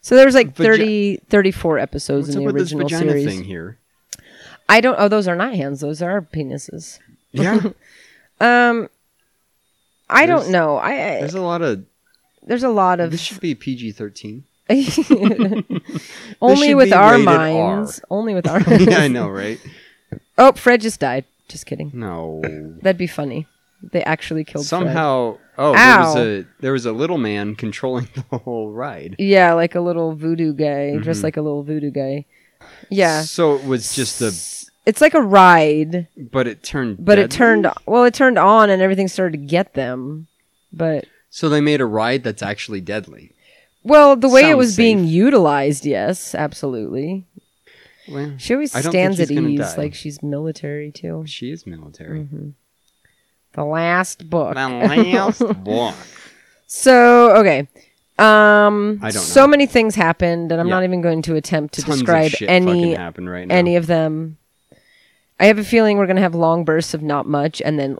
Speaker 5: So there's like
Speaker 4: vagi-
Speaker 5: 30, 34 episodes
Speaker 4: what's
Speaker 5: in
Speaker 4: up with
Speaker 5: the
Speaker 4: this
Speaker 5: original
Speaker 4: vagina
Speaker 5: series.
Speaker 4: thing here?
Speaker 5: I don't. Oh, those are not hands. Those are penises.
Speaker 4: Yeah,
Speaker 5: I
Speaker 4: There's-
Speaker 5: don't know. I, I
Speaker 4: there's a lot of.
Speaker 5: there's a lot of
Speaker 4: This should be PG thirteen.
Speaker 5: only
Speaker 4: should
Speaker 5: with
Speaker 4: be
Speaker 5: our
Speaker 4: rated R.
Speaker 5: minds. Only with our.
Speaker 4: yeah, I know, right?
Speaker 5: Oh, Fred just died. Just kidding.
Speaker 4: No.
Speaker 5: That'd be funny. They actually killed Fred.
Speaker 4: Somehow, oh, there was
Speaker 5: Ow.
Speaker 4: a there was a little man controlling the whole ride.
Speaker 5: Yeah, like a little voodoo guy, dressed
Speaker 4: Mm-hmm.
Speaker 5: like a little voodoo guy. Yeah,
Speaker 4: So it was just a,
Speaker 5: it's like a ride,
Speaker 4: but it turned.
Speaker 5: but it
Speaker 4: deadly?
Speaker 5: turned well. It turned on, and everything started to get them. But
Speaker 4: So they made a ride that's actually deadly.
Speaker 5: well, the way it
Speaker 4: Sounds
Speaker 5: was being
Speaker 4: safe.
Speaker 5: utilized, yes, absolutely.
Speaker 4: Well,
Speaker 5: She always
Speaker 4: I don't think
Speaker 5: stands at
Speaker 4: she's gonna
Speaker 5: ease,
Speaker 4: die.
Speaker 5: like she's military too.
Speaker 4: she is military.
Speaker 5: Mm-hmm. The last book.
Speaker 4: last walk.
Speaker 5: So okay. Um
Speaker 4: I don't know.
Speaker 5: so many things happened and I'm
Speaker 4: Yeah.
Speaker 5: not even going to attempt to
Speaker 4: Tons
Speaker 5: describe
Speaker 4: of shit fucking
Speaker 5: any
Speaker 4: happened right now.
Speaker 5: any of them. I have a feeling we're gonna have long bursts of not much, and then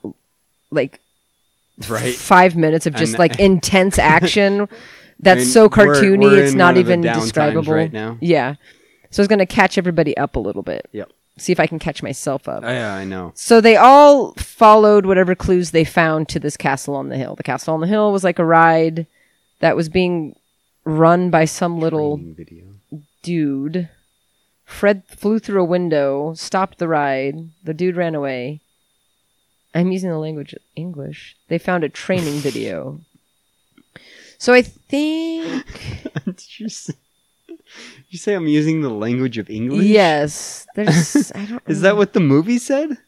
Speaker 5: like
Speaker 4: right?
Speaker 5: five minutes of just
Speaker 4: And-
Speaker 5: like intense action that's
Speaker 4: mean,
Speaker 5: so
Speaker 4: we're-
Speaker 5: cartoony
Speaker 4: we're
Speaker 5: it's
Speaker 4: in
Speaker 5: not
Speaker 4: one of the
Speaker 5: even
Speaker 4: downtimes
Speaker 5: describable
Speaker 4: right now.
Speaker 5: yeah so it's going to catch everybody up a little bit
Speaker 4: Yep.
Speaker 5: see if i can catch myself up
Speaker 4: I, Oh, I know.
Speaker 5: so they all followed whatever clues they found to this castle on the hill the castle on the hill was like a ride that was being run by some little
Speaker 4: Video.
Speaker 5: dude fred flew through a window stopped the ride the dude ran away i'm using the language of english they found a training video so i think
Speaker 4: Did you say, did you say I'm using the language of English?
Speaker 5: yes there's i don't
Speaker 4: Is that what the movie said?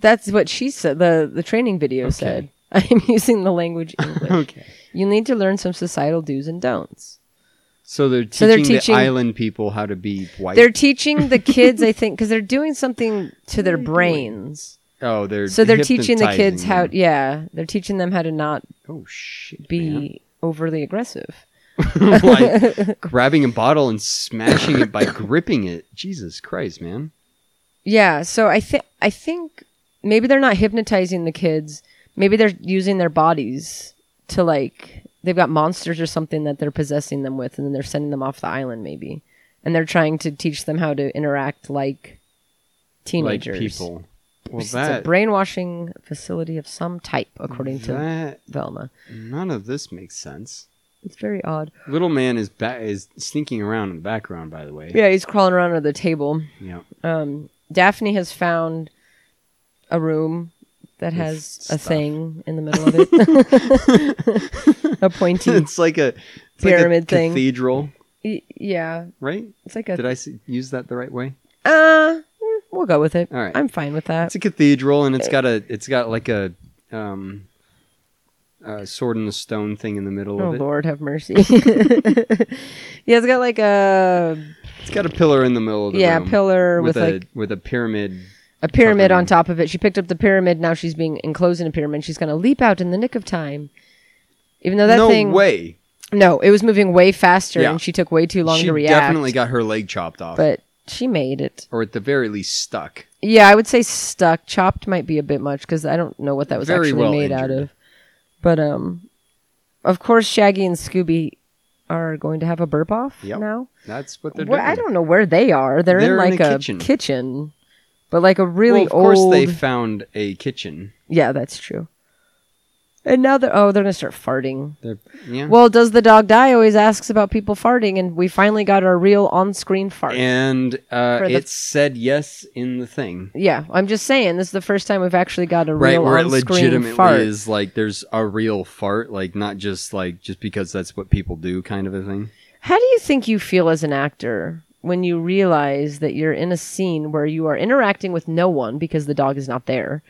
Speaker 5: that's what she said the the training video said i'm using the language english
Speaker 4: Okay.
Speaker 5: you need to learn some societal do's and don'ts
Speaker 4: So they're teaching,
Speaker 5: So they're teaching-
Speaker 4: the island people how to be white.
Speaker 5: they're teaching the kids i think because they're doing something to their brains
Speaker 4: oh, they're
Speaker 5: so they're teaching the kids how
Speaker 4: hypnotizing
Speaker 5: yeah they're teaching them how to not
Speaker 4: them. Oh shit!
Speaker 5: be
Speaker 4: man.
Speaker 5: overly aggressive
Speaker 4: like grabbing a bottle and smashing it by gripping it. Jesus Christ, man!
Speaker 5: yeah so i think i think maybe they're not hypnotizing the kids maybe they're using their bodies to like they've got monsters or something that they're possessing them with and then they're sending them off the island maybe and they're trying to teach them how to interact like teenagers
Speaker 4: Like people. Well,
Speaker 5: it's a
Speaker 4: that,
Speaker 5: brainwashing facility of some type according to
Speaker 4: that
Speaker 5: Velma.
Speaker 4: none of this makes sense.
Speaker 5: It's very odd.
Speaker 4: Little man is ba- is sneaking around in the background. By the way,
Speaker 5: Yeah, he's crawling around under the table.
Speaker 4: yeah.
Speaker 5: Um, Daphne has found a room that has a
Speaker 4: stuff.
Speaker 5: thing in the middle of it. a pointy.
Speaker 4: it's like a it's like a
Speaker 5: Pyramid thing.
Speaker 4: cathedral,
Speaker 5: y- Yeah,
Speaker 4: right?
Speaker 5: it's like
Speaker 4: Did
Speaker 5: a.
Speaker 4: I s- use that the right way?
Speaker 5: Uh, mm, we'll go with it.
Speaker 4: All right.
Speaker 5: I'm fine with
Speaker 4: It's
Speaker 5: that.
Speaker 4: a cathedral, and it's got a it's got like a um, uh, sword in the stone thing in the middle
Speaker 5: Oh
Speaker 4: of it.
Speaker 5: Lord, have mercy. yeah, it's got like a
Speaker 4: It's got a pillar in the middle of the
Speaker 5: yeah
Speaker 4: room
Speaker 5: pillar with,
Speaker 4: a
Speaker 5: like
Speaker 4: with a pyramid.
Speaker 5: a pyramid
Speaker 4: covered
Speaker 5: on
Speaker 4: in-
Speaker 5: top of it. She picked up the pyramid. Now she's being enclosed in a pyramid. She's going to leap out in the nick of time. Even though that
Speaker 4: no
Speaker 5: thing,
Speaker 4: way.
Speaker 5: no, it was moving way faster,
Speaker 4: Yeah.
Speaker 5: and she took way too long
Speaker 4: she
Speaker 5: to react.
Speaker 4: definitely got her leg chopped off,
Speaker 5: but she made it.
Speaker 4: or at the very least stuck.
Speaker 5: Yeah, I would say stuck. Chopped might be a bit much because I don't know what that was
Speaker 4: Very
Speaker 5: actually
Speaker 4: well
Speaker 5: made out
Speaker 4: injured.
Speaker 5: of. But um, of course, Shaggy and Scooby are going to have a burp off
Speaker 4: Yep.
Speaker 5: now.
Speaker 4: That's what they're
Speaker 5: Well,
Speaker 4: doing.
Speaker 5: I don't know where they are. They're,
Speaker 4: They're in
Speaker 5: in like
Speaker 4: a
Speaker 5: a
Speaker 4: kitchen.
Speaker 5: kitchen. but like a really
Speaker 4: well, of course
Speaker 5: old.
Speaker 4: they found a kitchen.
Speaker 5: Yeah, that's true. And now they're oh, they're gonna start farting.
Speaker 4: They're, yeah.
Speaker 5: Well, does the dog die? Always asks about people farting, and we finally got our real on-screen fart.
Speaker 4: and uh,
Speaker 5: For the-
Speaker 4: it said yes in the thing.
Speaker 5: yeah, I'm just saying this is the first time we've actually got a
Speaker 4: Right,
Speaker 5: real
Speaker 4: where it
Speaker 5: on-screen
Speaker 4: legitimately
Speaker 5: fart.
Speaker 4: is like there's a real fart, like not just like just because that's what people do, kind of a thing.
Speaker 5: How do you think you feel as an actor when you realize that you're in a scene where you are interacting with no one because the dog is not there,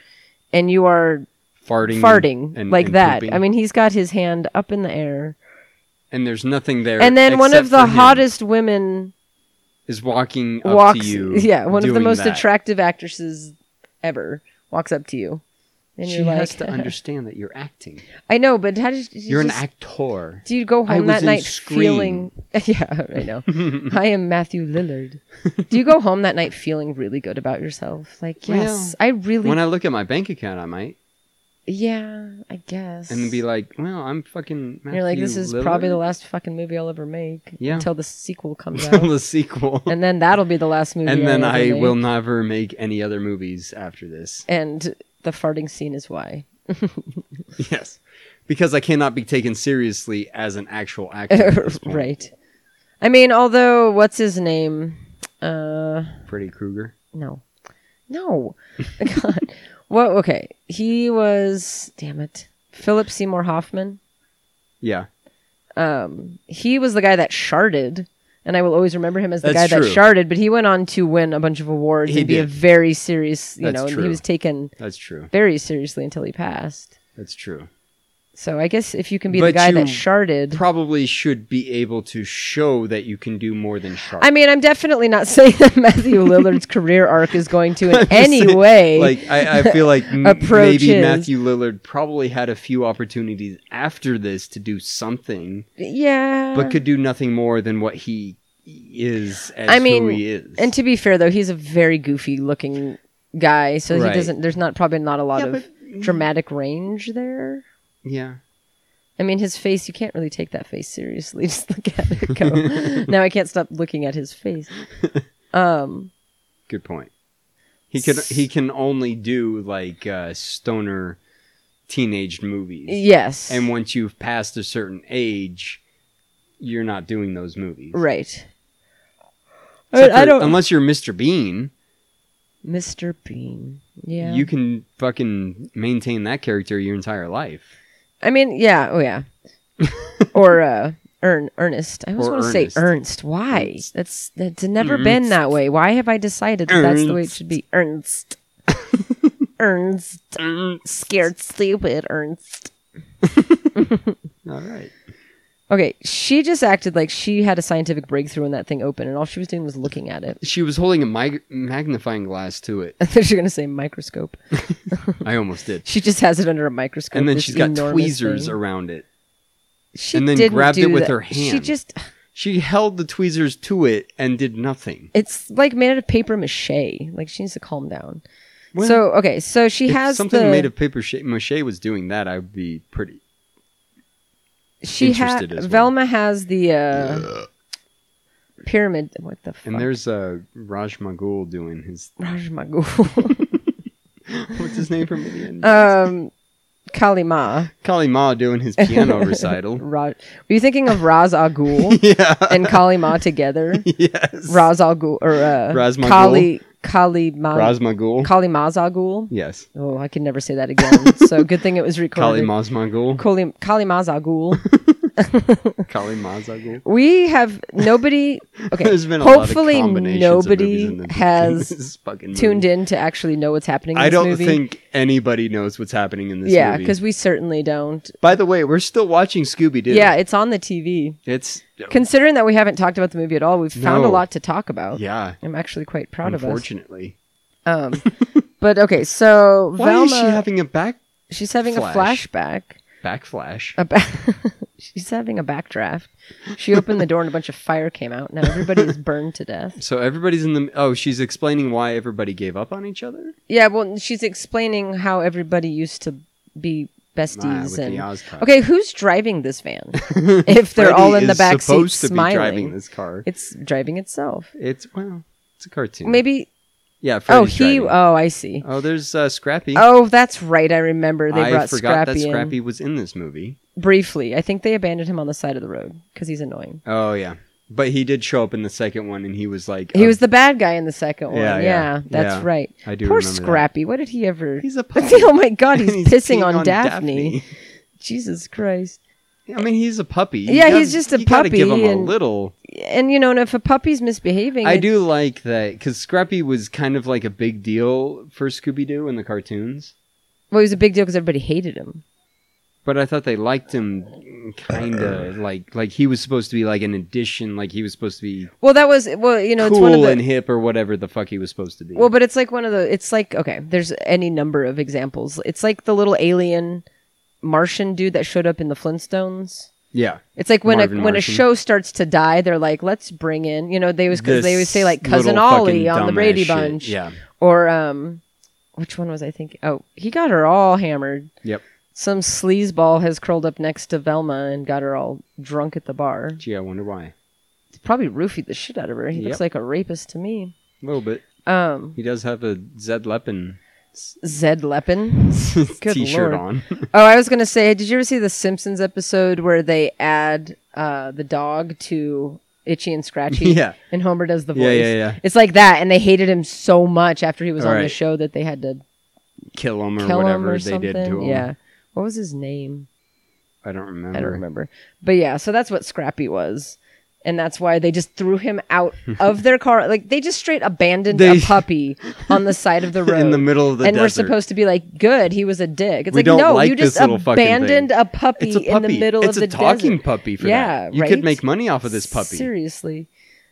Speaker 5: and you are
Speaker 4: Farting, and-
Speaker 5: farting
Speaker 4: and-
Speaker 5: like
Speaker 4: and
Speaker 5: that?
Speaker 4: pooping.
Speaker 5: I mean, he's got his hand up in the air,
Speaker 4: and there's nothing there.
Speaker 5: and then one
Speaker 4: except
Speaker 5: of the
Speaker 4: for him
Speaker 5: hottest women
Speaker 4: is walking up
Speaker 5: walks
Speaker 4: to you.
Speaker 5: yeah one of the
Speaker 4: doing
Speaker 5: most
Speaker 4: that.
Speaker 5: attractive actresses ever walks up to you and
Speaker 4: She
Speaker 5: you're like
Speaker 4: has to understand that you're acting.
Speaker 5: i know but how did you
Speaker 4: You're
Speaker 5: just-
Speaker 4: an actor.
Speaker 5: do you go
Speaker 4: I
Speaker 5: home
Speaker 4: was
Speaker 5: that
Speaker 4: in
Speaker 5: night
Speaker 4: Scream.
Speaker 5: feeling yeah i know i am matthew lillard do you go home that night feeling really good about yourself like
Speaker 4: Well,
Speaker 5: yes i really
Speaker 4: When I look at my bank account, I might
Speaker 5: yeah i guess
Speaker 4: and be like, "Well, I'm fucking."
Speaker 5: you're like this
Speaker 4: Matthew
Speaker 5: is probably the
Speaker 4: Lillard."
Speaker 5: last fucking movie i'll ever make
Speaker 4: Yeah.
Speaker 5: until the sequel comes
Speaker 4: Till
Speaker 5: out
Speaker 4: the sequel, and,
Speaker 5: and then that'll be the last movie I
Speaker 4: then
Speaker 5: ever
Speaker 4: I
Speaker 5: make.
Speaker 4: will never make any other movies after this.
Speaker 5: and the farting scene is why
Speaker 4: Yes. Because I cannot be taken seriously as an actual actor. at this point.
Speaker 5: right. I mean, although what's his name? Uh,
Speaker 4: Freddy Krueger.
Speaker 5: no, no, God. What? Okay, he was. Damn it, Philip Seymour Hoffman.
Speaker 4: Yeah.
Speaker 5: Um, he was the guy that sharded, and I will always remember him as the
Speaker 4: That's
Speaker 5: guy
Speaker 4: true.
Speaker 5: that sharded. But he went on to win a bunch of awards
Speaker 4: He
Speaker 5: and be a
Speaker 4: did.
Speaker 5: very serious, you
Speaker 4: That's
Speaker 5: know, and
Speaker 4: true.
Speaker 5: he was taken
Speaker 4: That's true.
Speaker 5: very seriously until he passed.
Speaker 4: That's true.
Speaker 5: So I guess if you can be the
Speaker 4: But
Speaker 5: guy that
Speaker 4: you
Speaker 5: sharded,
Speaker 4: Probably should be able to show that you can do more than sharp.
Speaker 5: I mean, I'm definitely not saying that Matthew Lillard's career arc is going to in any way.
Speaker 4: Like I, I feel like m-
Speaker 5: Approach
Speaker 4: maybe
Speaker 5: is-
Speaker 4: Matthew Lillard probably had a few opportunities after this to do something,
Speaker 5: yeah.
Speaker 4: but could do nothing more than what he is as
Speaker 5: I mean,
Speaker 4: who he is.
Speaker 5: and to be fair, though, he's a very goofy looking guy, so
Speaker 4: Right.
Speaker 5: he doesn't. There's not probably not a lot
Speaker 4: Yeah,
Speaker 5: of dramatic range there.
Speaker 4: Yeah.
Speaker 5: I mean, his face, you can't really take that face seriously. Just look at it go. now I can't stop looking at his face. Um,
Speaker 4: Good point. He could he can only do like uh, stoner teenaged movies.
Speaker 5: yes.
Speaker 4: And once you've passed a certain age, you're not doing those movies.
Speaker 5: right. I,
Speaker 4: Except
Speaker 5: I
Speaker 4: for-
Speaker 5: don't.
Speaker 4: unless you're Mr. Bean,
Speaker 5: Mr. Bean. Yeah.
Speaker 4: you can fucking maintain that character your entire life.
Speaker 5: I mean, yeah. Oh, yeah. or uh, Ern, Ernest. I always
Speaker 4: Or
Speaker 5: want to say
Speaker 4: Ernest. Mm-hmm.
Speaker 5: Ernst. Why? That's that's never been that way. Why have I decided that that's the way it should be? Ernst. Ernst. Mm-hmm. Scared stupid Ernst.
Speaker 4: All right.
Speaker 5: Okay, she just acted like she had a scientific breakthrough when that thing opened, and all she was doing was looking at it.
Speaker 4: She was holding a mig- magnifying glass to it.
Speaker 5: I thought you were gonna say microscope.
Speaker 4: I almost did.
Speaker 5: She just has it under a microscope.
Speaker 4: And then
Speaker 5: this
Speaker 4: she's got
Speaker 5: enormous
Speaker 4: tweezers
Speaker 5: thing.
Speaker 4: around it.
Speaker 5: She
Speaker 4: and then
Speaker 5: didn't
Speaker 4: grabbed it
Speaker 5: do
Speaker 4: with
Speaker 5: that.
Speaker 4: her
Speaker 5: She
Speaker 4: hand.
Speaker 5: just
Speaker 4: She held the tweezers to it and did nothing.
Speaker 5: it's like made out of paper mache. Like she needs to calm down. so okay, so she
Speaker 4: If
Speaker 5: has
Speaker 4: something
Speaker 5: the,
Speaker 4: made of paper sh- mache was doing that, I'd be pretty.
Speaker 5: she has
Speaker 4: interested as well.
Speaker 5: Velma has the uh, pyramid. What the fuck?
Speaker 4: And there's uh, Raj Magul doing his
Speaker 5: Raj Magul.
Speaker 4: what's his name from Indian?
Speaker 5: um, Kalima.
Speaker 4: Kali Ma doing his piano recital.
Speaker 5: Raj. Were you thinking of Raz Agul
Speaker 4: Yeah.
Speaker 5: and Kalima together?
Speaker 4: yes.
Speaker 5: Raz Al Ghul or uh,
Speaker 4: Raz Magul?
Speaker 5: Kali Kali Ma-
Speaker 4: Raj Magul.
Speaker 5: Kali Mazagul.
Speaker 4: yes.
Speaker 5: Oh, I can never say that again. so good thing it was
Speaker 4: Kali
Speaker 5: recorded.
Speaker 4: Maz Magul.
Speaker 5: Kali Kali Mazagul.
Speaker 4: Kali Mazagul.
Speaker 5: we have nobody. Okay,
Speaker 4: There's been a
Speaker 5: hopefully
Speaker 4: lot of combinations
Speaker 5: nobody
Speaker 4: of movies in the-
Speaker 5: has
Speaker 4: this fucking movie.
Speaker 5: tuned in to actually know what's happening. In
Speaker 4: I
Speaker 5: this
Speaker 4: don't
Speaker 5: movie.
Speaker 4: think anybody knows what's happening in this
Speaker 5: Yeah,
Speaker 4: movie.
Speaker 5: because we certainly don't.
Speaker 4: by the way, we're still watching Scooby Doo.
Speaker 5: Yeah, it's on the TV.
Speaker 4: it's
Speaker 5: Considering that we haven't talked about the movie at all, we've found a
Speaker 4: No.
Speaker 5: lot to talk about.
Speaker 4: yeah.
Speaker 5: I'm actually quite proud of us.
Speaker 4: Unfortunately,
Speaker 5: Um, but okay, so
Speaker 4: why
Speaker 5: Velma,
Speaker 4: is she having a back
Speaker 5: she's having
Speaker 4: Flash.
Speaker 5: a flashback.
Speaker 4: backflash?
Speaker 5: a ba- she's having a backdraft. She opened the door and a bunch of fire came out. Now everybody is burned to death.
Speaker 4: So everybody's in the. Oh, she's explaining why everybody gave up on each other.
Speaker 5: Yeah, well, she's explaining how everybody used to be
Speaker 4: Ah,
Speaker 5: besties
Speaker 4: with the
Speaker 5: and
Speaker 4: Oscar.
Speaker 5: okay, who's driving this van? if they're all
Speaker 4: Freddy
Speaker 5: in the
Speaker 4: is
Speaker 5: back seat
Speaker 4: supposed to
Speaker 5: smiling,
Speaker 4: be driving this car.
Speaker 5: it's driving itself.
Speaker 4: It's well, it's a cartoon.
Speaker 5: Maybe.
Speaker 4: Yeah. Freddy's
Speaker 5: Oh, he.
Speaker 4: driving.
Speaker 5: Oh, I see.
Speaker 4: oh, there's uh, Scrappy.
Speaker 5: Oh, that's right. I remember they
Speaker 4: I
Speaker 5: brought
Speaker 4: forgot
Speaker 5: Scrappy,
Speaker 4: that
Speaker 5: in
Speaker 4: Scrappy was in this movie.
Speaker 5: briefly. I think they abandoned him on the side of the road because he's annoying.
Speaker 4: Oh yeah, but he did show up in the second one, and he was like,
Speaker 5: He
Speaker 4: a-
Speaker 5: was the bad guy in the second one.
Speaker 4: Oh. Yeah,
Speaker 5: Yeah,
Speaker 4: yeah,
Speaker 5: that's
Speaker 4: yeah.
Speaker 5: right.
Speaker 4: I do
Speaker 5: Poor
Speaker 4: remember that.
Speaker 5: Scrappy. What did he ever?
Speaker 4: He's a puppy.
Speaker 5: oh my god, he's,
Speaker 4: and
Speaker 5: pissing
Speaker 4: um, peeing
Speaker 5: on, Daphne. Jesus Christ!
Speaker 4: I mean, he's a puppy. You
Speaker 5: Yeah,
Speaker 4: gotta-
Speaker 5: he's just a
Speaker 4: you gotta give
Speaker 5: puppy
Speaker 4: him a
Speaker 5: and-
Speaker 4: little.
Speaker 5: And you know, and if a puppy's misbehaving,
Speaker 4: I
Speaker 5: it-
Speaker 4: do like that because Scrappy was kind of like a big deal for Scooby Doo in the cartoons,
Speaker 5: Well, it was a big deal because everybody hated him.
Speaker 4: but I thought they liked him kind of like like he was supposed to be like an addition, like he was supposed to be
Speaker 5: Well, that was well, you know, it's one of
Speaker 4: cool
Speaker 5: the
Speaker 4: and hip or whatever the fuck he was supposed to be.
Speaker 5: well, but it's like one of the. It's like okay, there's any number of examples. It's like the little alien Martian dude that showed up in the Flintstones.
Speaker 4: yeah,
Speaker 5: It's like when
Speaker 4: Marvin
Speaker 5: a when a
Speaker 4: Martian.
Speaker 5: show starts to die, they're like, let's bring in, you know, they was because they always say like
Speaker 4: This
Speaker 5: cousin
Speaker 4: little
Speaker 5: Ollie
Speaker 4: fucking
Speaker 5: on the
Speaker 4: dumbass
Speaker 5: Brady
Speaker 4: shit.
Speaker 5: Bunch,
Speaker 4: Yeah.
Speaker 5: or um, which one was I thinking? Oh, he got her all hammered.
Speaker 4: Yep.
Speaker 5: Some sleazeball has curled up next to Velma and got her all drunk at the bar.
Speaker 4: Gee, I wonder why.
Speaker 5: Probably roofied the shit out of her. He
Speaker 4: Yep.
Speaker 5: looks like a rapist to me.
Speaker 4: A little bit.
Speaker 5: Um,
Speaker 4: He does have a Zed Leppin
Speaker 5: Zed Leppin. Good
Speaker 4: t-shirt
Speaker 5: lord.
Speaker 4: on.
Speaker 5: Oh, I was gonna say, did you ever see the Simpsons episode where they add uh, the dog to Itchy and Scratchy?
Speaker 4: Yeah.
Speaker 5: And Homer does the voice.
Speaker 4: Yeah, yeah, yeah.
Speaker 5: It's like that, and they hated him so much after he was on the
Speaker 4: Alright.
Speaker 5: show that they had to
Speaker 4: Kill him or
Speaker 5: kill him
Speaker 4: whatever
Speaker 5: or
Speaker 4: they
Speaker 5: something.
Speaker 4: did to him.
Speaker 5: Yeah. What was his name?
Speaker 4: I don't remember.
Speaker 5: I don't remember. But yeah, so that's what Scrappy was. And that's why they just threw him out of their car. Like they just straight abandoned
Speaker 4: They-
Speaker 5: a puppy on the side of the road.
Speaker 4: In the middle of the
Speaker 5: And we're
Speaker 4: desert.
Speaker 5: supposed to be like, good, he was a dick. It's
Speaker 4: We
Speaker 5: like,
Speaker 4: don't
Speaker 5: no,
Speaker 4: like
Speaker 5: you
Speaker 4: this
Speaker 5: just
Speaker 4: little fucking thing.
Speaker 5: abandoned a puppy,
Speaker 4: It's a puppy.
Speaker 5: in the middle
Speaker 4: it's
Speaker 5: of the
Speaker 4: a talking
Speaker 5: desert.
Speaker 4: puppy for
Speaker 5: yeah,
Speaker 4: that. You
Speaker 5: right?
Speaker 4: could make money off of this puppy.
Speaker 5: Seriously.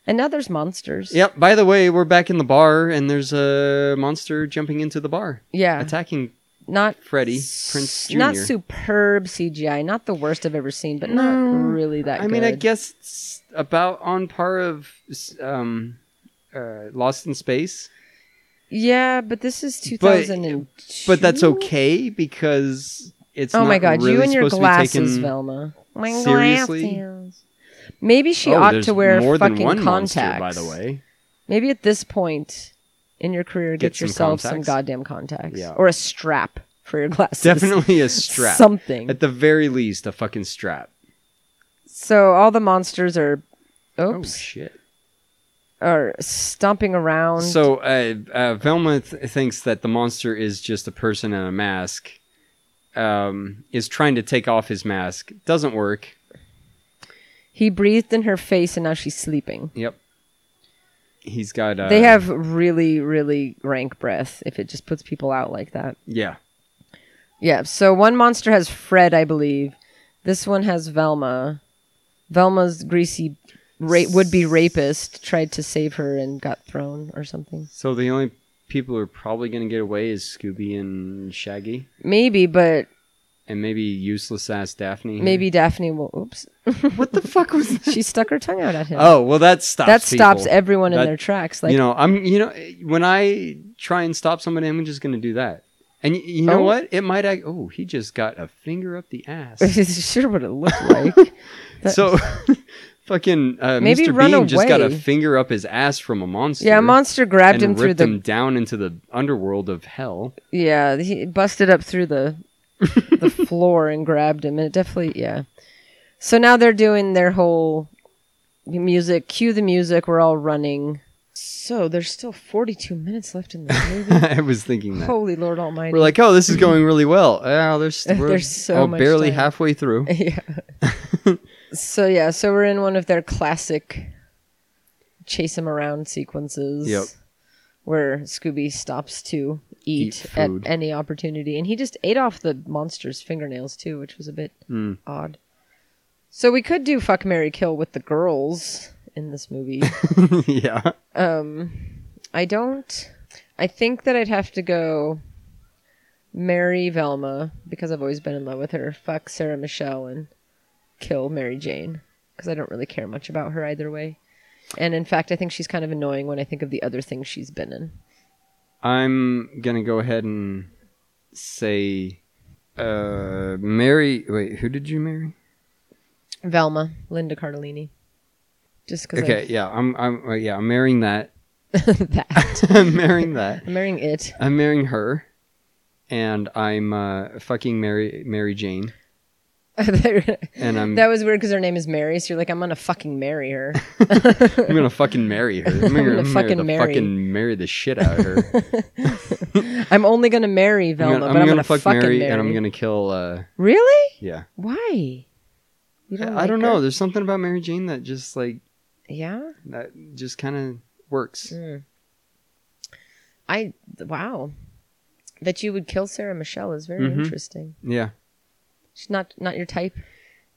Speaker 5: And now there's monsters.
Speaker 4: Yep. By the way, we're back in the bar, and there's a monster jumping into the bar,
Speaker 5: Yeah.
Speaker 4: attacking
Speaker 5: Not
Speaker 4: Freddy Prince Jr.
Speaker 5: not superb CGI, not the worst I've ever seen, but not really that
Speaker 4: I
Speaker 5: good.
Speaker 4: mean, I guess it's about on par of um, uh, Lost in Space.
Speaker 5: Yeah, but this is 2002.
Speaker 4: But that's okay because it's
Speaker 5: oh my
Speaker 4: not
Speaker 5: god,
Speaker 4: really
Speaker 5: you and your
Speaker 4: supposed to be
Speaker 5: glasses,
Speaker 4: taken-
Speaker 5: Velma. My
Speaker 4: seriously?
Speaker 5: glasses. Maybe she
Speaker 4: Oh,
Speaker 5: ought
Speaker 4: there's
Speaker 5: to wear
Speaker 4: more
Speaker 5: fucking
Speaker 4: than one
Speaker 5: contacts.
Speaker 4: monster, by the way.
Speaker 5: Maybe at this point in your career, get,
Speaker 4: Get some
Speaker 5: yourself some
Speaker 4: contacts?
Speaker 5: goddamn contacts
Speaker 4: Yeah.
Speaker 5: or a strap for your glasses.
Speaker 4: Definitely a strap.
Speaker 5: Something.
Speaker 4: At the very least, a fucking strap.
Speaker 5: So all the monsters are,
Speaker 4: Oh
Speaker 5: oops,
Speaker 4: shit.
Speaker 5: are stomping around.
Speaker 4: So uh, uh, Velma th- thinks that the monster is just a person in a mask. Um, is trying to take off his mask. Doesn't work.
Speaker 5: he breathed in her face, and now she's sleeping.
Speaker 4: Yep. He's got. Uh,
Speaker 5: they have really, really rank breath. If it just puts people out like that.
Speaker 4: Yeah.
Speaker 5: Yeah. So one monster has Fred, I believe. This one has Velma. Velma's greasy ra- would-be rapist tried to save her and got thrown or something.
Speaker 4: So the only people who are probably going to get away is Scooby and Shaggy,
Speaker 5: Maybe, but
Speaker 4: and maybe useless ass Daphne.
Speaker 5: maybe Daphne will. Oops.
Speaker 4: What the fuck was that?
Speaker 5: she stuck her tongue out at him.
Speaker 4: Oh well, that stops.
Speaker 5: that stops
Speaker 4: people.
Speaker 5: everyone in
Speaker 4: That-
Speaker 5: their tracks. Like,
Speaker 4: you know, I'm. You know, when I try and stop somebody, I'm just going to do that. And y- you know
Speaker 5: Oh.
Speaker 4: what? It might. Act, oh, he just got a finger up the ass.
Speaker 5: this is sure what it looked like. That-
Speaker 4: so, fucking uh,
Speaker 5: Maybe
Speaker 4: Mr.
Speaker 5: run
Speaker 4: Bean just got a
Speaker 5: away.
Speaker 4: finger up his ass from a monster.
Speaker 5: yeah, a monster grabbed
Speaker 4: and
Speaker 5: him through
Speaker 4: ripped
Speaker 5: the
Speaker 4: him down into the underworld of hell.
Speaker 5: yeah. He busted up through the the floor and grabbed him, and it definitely yeah. So now they're doing their whole music. Cue the music. We're all running. So there's still 42 minutes left in this movie.
Speaker 4: I was thinking that.
Speaker 5: Holy Lord Almighty!
Speaker 4: We're like, oh, this is going really well. Oh, there's we're
Speaker 5: There's so
Speaker 4: oh,
Speaker 5: much
Speaker 4: barely
Speaker 5: time.
Speaker 4: halfway through.
Speaker 5: yeah. so yeah, so we're in one of their classic chase him around sequences.
Speaker 4: Yep.
Speaker 5: Where Scooby stops to eat,
Speaker 4: Eat
Speaker 5: at
Speaker 4: food.
Speaker 5: any opportunity, and he just ate off the monster's fingernails too, which was a bit
Speaker 4: Hmm.
Speaker 5: odd. So we could do fuck Mary Kill with the girls in this movie.
Speaker 4: yeah.
Speaker 5: Um, I don't. I think that I'd have to go marry Velma because I've always been in love with her. Fuck Sarah Michelle and kill Mary Jane because I don't really care much about her either way. And in fact, I think she's kind of annoying when I think of the other things she's been in.
Speaker 4: I'm gonna go ahead and say, uh, Mary. Wait, who did you marry?
Speaker 5: Velma, Linda Cardellini. Just because
Speaker 4: Okay, yeah, I'm, I'm, uh, yeah, I'm marrying that.
Speaker 5: that.
Speaker 4: I'm marrying that.
Speaker 5: I'm marrying it.
Speaker 4: I'm marrying her, and I'm uh, fucking Mary, Mary Jane,
Speaker 5: that
Speaker 4: and I'm,
Speaker 5: was weird because her name is Mary, so you're like, I'm gonna fucking marry her.
Speaker 4: I'm gonna fucking marry her. I'm gonna,
Speaker 5: gonna
Speaker 4: marry
Speaker 5: fucking
Speaker 4: the
Speaker 5: marry.
Speaker 4: fucking marry the shit out of her.
Speaker 5: I'm only gonna marry
Speaker 4: I'm
Speaker 5: Velma,
Speaker 4: gonna,
Speaker 5: but I'm, gonna,
Speaker 4: fuck
Speaker 5: fucking
Speaker 4: Mary,
Speaker 5: marry.
Speaker 4: and I'm gonna kill. Uh,
Speaker 5: Really?
Speaker 4: yeah,
Speaker 5: Why? Oh You
Speaker 4: I
Speaker 5: like
Speaker 4: don't
Speaker 5: her?
Speaker 4: know. There's something about Mary Jane that just like
Speaker 5: Yeah.
Speaker 4: that just kind of works.
Speaker 5: I wow. That you would kill Sarah Michelle is very
Speaker 4: Mm-hmm.
Speaker 5: interesting.
Speaker 4: Yeah,
Speaker 5: She's not not your type.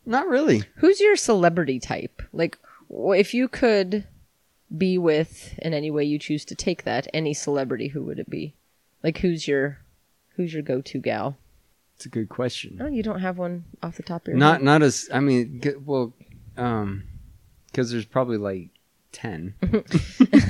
Speaker 4: not really.
Speaker 5: Who's your celebrity type? Like wh- if you could be with in any way you choose to take that any celebrity who would it be? Like who's your who's your go-to gal?
Speaker 4: It's a good question.
Speaker 5: Oh, you don't have one off the top of your
Speaker 4: not
Speaker 5: head.
Speaker 4: not as i mean g- well um because there's probably like 10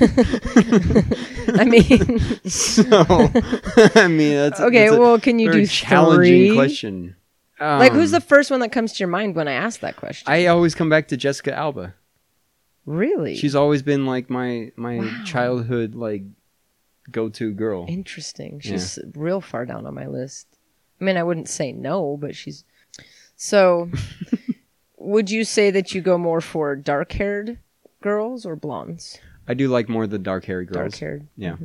Speaker 5: I mean,
Speaker 4: so i mean that's
Speaker 5: Okay,
Speaker 4: that's
Speaker 5: well, can you
Speaker 4: very
Speaker 5: do
Speaker 4: challenging
Speaker 5: three?
Speaker 4: question um,
Speaker 5: like who's the first one that comes to your mind when I ask that question?
Speaker 4: i always come back to jessica alba
Speaker 5: really?
Speaker 4: she's always been like my my
Speaker 5: Wow.
Speaker 4: childhood like go-to girl
Speaker 5: Interesting. She's real far down on my list. I mean, I wouldn't say no, but she's so. would you say that you go more for dark-haired girls or blondes?
Speaker 4: i do like more the dark hairy girls
Speaker 5: Dark-haired. Mm-hmm.
Speaker 4: yeah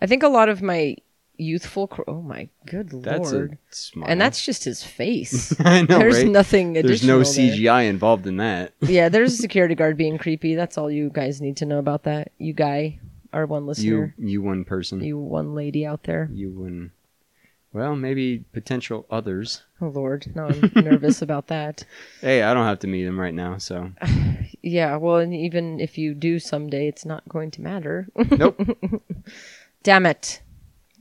Speaker 5: I think a lot of my youthful. Cr- oh my good
Speaker 4: that's
Speaker 5: lord!
Speaker 4: a smile
Speaker 5: And that's just his face.
Speaker 4: i know
Speaker 5: There's
Speaker 4: right
Speaker 5: nothing
Speaker 4: there's no
Speaker 5: additional. there.
Speaker 4: cgi involved in that
Speaker 5: yeah, there's a security guard being creepy. That's all you guys need to know about that. You guy, our one
Speaker 4: you Mm.
Speaker 5: listener,
Speaker 4: you one person
Speaker 5: you one lady out there.
Speaker 4: you and well maybe potential others
Speaker 5: Oh lord, now I'm nervous about that.
Speaker 4: hey i don't have to meet him right now so
Speaker 5: Yeah, well, and even if you do someday, it's not going to matter.
Speaker 4: nope
Speaker 5: Damn it!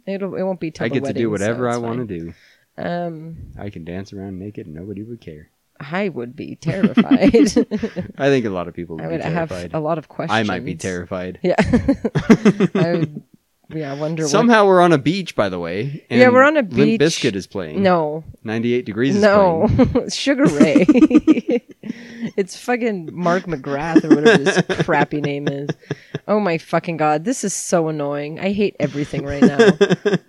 Speaker 5: It'll it won't be till
Speaker 4: i
Speaker 5: the
Speaker 4: get
Speaker 5: wedding,
Speaker 4: to do whatever i
Speaker 5: want
Speaker 4: want to do
Speaker 5: to. Um,
Speaker 4: i can dance around naked and nobody would care
Speaker 5: I would be terrified.
Speaker 4: i think a lot of people would
Speaker 5: I
Speaker 4: be
Speaker 5: would have
Speaker 4: terrified
Speaker 5: a lot of questions.
Speaker 4: i might be terrified
Speaker 5: Yeah, I would Yeah, I wonder.
Speaker 4: Somehow we're on a beach, by the way.
Speaker 5: Yeah, we're on a
Speaker 4: Limp
Speaker 5: beach.
Speaker 4: Biscuit is
Speaker 5: What,
Speaker 4: playing.
Speaker 5: no,
Speaker 4: 98 Degrees is
Speaker 5: no,
Speaker 4: playing.
Speaker 5: Sugar Ray. it's fucking Mark McGrath or whatever his crappy name is. Oh my fucking god, this is so annoying. I hate everything right now.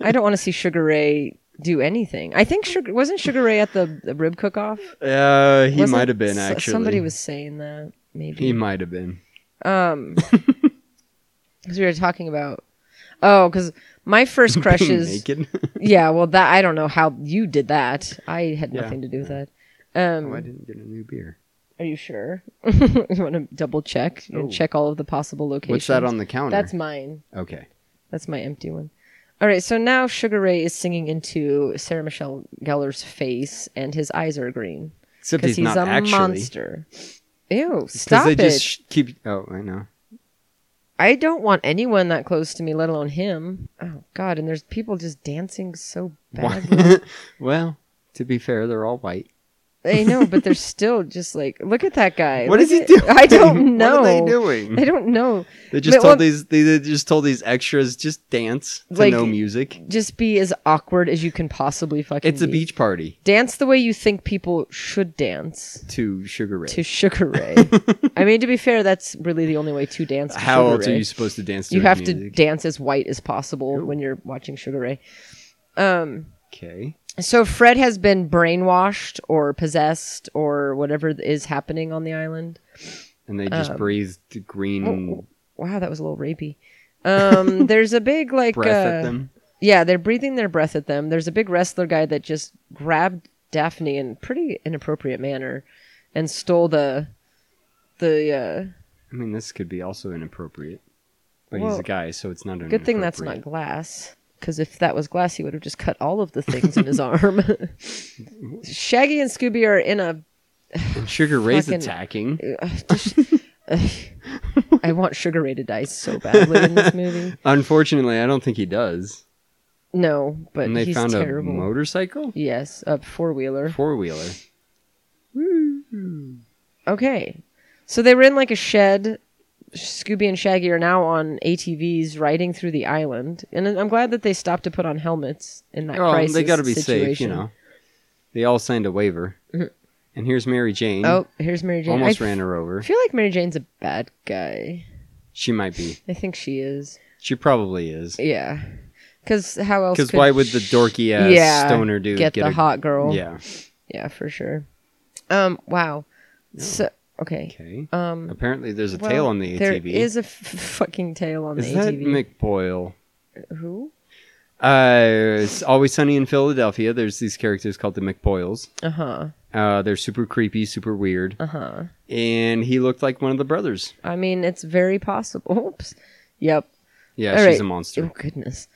Speaker 5: I don't want to see Sugar Ray do anything. I think Sugar wasn't Sugar Ray at the, the rib cook off.
Speaker 4: Uh, he might have been, actually.
Speaker 5: Somebody was saying that maybe.
Speaker 4: He might have been.
Speaker 5: Um, because we were talking about oh, because my first crush
Speaker 4: Being
Speaker 5: is
Speaker 4: naked.
Speaker 5: yeah. Well, that I don't know how you did that. I had
Speaker 4: Yeah.
Speaker 5: nothing to do with that. Um,
Speaker 4: oh, I didn't get a new beer.
Speaker 5: are you sure? you want to double check? You wanna
Speaker 4: Oh.
Speaker 5: Check all of the possible locations.
Speaker 4: What's that on the counter?
Speaker 5: That's mine.
Speaker 4: okay.
Speaker 5: That's my empty one. All right, so now Sugar Ray is singing into Sarah Michelle Gellar's face, and his eyes are green
Speaker 4: Except
Speaker 5: because
Speaker 4: he's,
Speaker 5: he's,
Speaker 4: not
Speaker 5: a
Speaker 4: actually.
Speaker 5: monster. Ew!
Speaker 4: 'Cause
Speaker 5: Stop
Speaker 4: they
Speaker 5: it.
Speaker 4: just sh- keep. Oh, I know.
Speaker 5: I don't want anyone that close to me, let alone him. Oh God! And there's people just dancing so badly.
Speaker 4: Why- well, to be fair, they're all white.
Speaker 5: I know, but they're still just like, look at that guy.
Speaker 4: What is
Speaker 5: Look
Speaker 4: he
Speaker 5: at-
Speaker 4: doing?
Speaker 5: I don't know.
Speaker 4: What are they doing?
Speaker 5: I don't know.
Speaker 4: They just
Speaker 5: But,
Speaker 4: told
Speaker 5: well,
Speaker 4: these. They, they just told these extras just dance to
Speaker 5: Like-
Speaker 4: no music.
Speaker 5: Just be as awkward as you can possibly fucking.
Speaker 4: It's a
Speaker 5: be.
Speaker 4: beach party
Speaker 5: Dance the way you think people should dance
Speaker 4: to Sugar Ray.
Speaker 5: to Sugar Ray. I mean, to be fair, that's really the only way to dance. To
Speaker 4: How
Speaker 5: Sugar
Speaker 4: else
Speaker 5: Ray.
Speaker 4: are you supposed to dance? to
Speaker 5: You
Speaker 4: his
Speaker 5: have to
Speaker 4: music?
Speaker 5: dance as white as possible when you're watching Sugar Ray.
Speaker 4: Okay.
Speaker 5: So Fred has been brainwashed or possessed or whatever is happening on the island.
Speaker 4: And they
Speaker 5: Um,
Speaker 4: just breathed green
Speaker 5: Wow, that was a little rapey. Um, there's a big like
Speaker 4: breath at
Speaker 5: uh,
Speaker 4: them.
Speaker 5: Yeah, they're breathing their breath at them. There's a big wrestler guy that just grabbed Daphne in pretty inappropriate manner and stole the the uh
Speaker 4: I mean, this could be also inappropriate. But he's
Speaker 5: Well,
Speaker 4: a guy, so it's not.
Speaker 5: good thing that's not
Speaker 4: inappropriate.
Speaker 5: glass because if that was glass he would have just cut all of the things in his arm. Shaggy and Scooby are in a
Speaker 4: And Sugar Ray's
Speaker 5: fucking-
Speaker 4: attacking.
Speaker 5: uh, I want Sugar Ray to die so badly in this movie.
Speaker 4: Unfortunately, I don't think he does.
Speaker 5: No, but
Speaker 4: And they
Speaker 5: he's
Speaker 4: found
Speaker 5: terrible.
Speaker 4: a motorcycle,
Speaker 5: Yes, a four wheeler.
Speaker 4: four wheeler.
Speaker 5: Okay. So they were in like a shed. Scooby and Shaggy are now on ATVs riding through the island. And I'm glad that they stopped to put on helmets in that
Speaker 4: Oh,
Speaker 5: crisis
Speaker 4: they got to be
Speaker 5: situation. Mm-hmm.
Speaker 4: safe, you know. They all signed a waiver. And here's Mary Jane.
Speaker 5: Oh, here's Mary Jane.
Speaker 4: almost
Speaker 5: I
Speaker 4: ran her over.
Speaker 5: feel like Mary Jane's a bad guy.
Speaker 4: She might be.
Speaker 5: I think she is.
Speaker 4: She probably is.
Speaker 5: Yeah. Because how else?
Speaker 4: Because
Speaker 5: could
Speaker 4: why would the
Speaker 5: sh-
Speaker 4: dorky ass
Speaker 5: Yeah,
Speaker 4: stoner dude
Speaker 5: get, the
Speaker 4: a-
Speaker 5: hot girl?
Speaker 4: Yeah.
Speaker 5: Yeah, for sure. Um. Wow. So okay.
Speaker 4: Okay.
Speaker 5: Um.
Speaker 4: Apparently, there's a
Speaker 5: well,
Speaker 4: tail on the ATV.
Speaker 5: There is a f- fucking tail on
Speaker 4: Is
Speaker 5: the
Speaker 4: that
Speaker 5: ATV.
Speaker 4: McBoyle?
Speaker 5: Who?
Speaker 4: Uh, it's always sunny in Philadelphia. There's these characters called the McBoyles.
Speaker 5: Uh huh.
Speaker 4: Uh, they're super creepy, super weird,
Speaker 5: Uh huh.
Speaker 4: and he looked like one of the brothers.
Speaker 5: I mean, it's very possible. Oops. Yep.
Speaker 4: Yeah,
Speaker 5: All
Speaker 4: she's
Speaker 5: right.
Speaker 4: a monster.
Speaker 5: Oh goodness.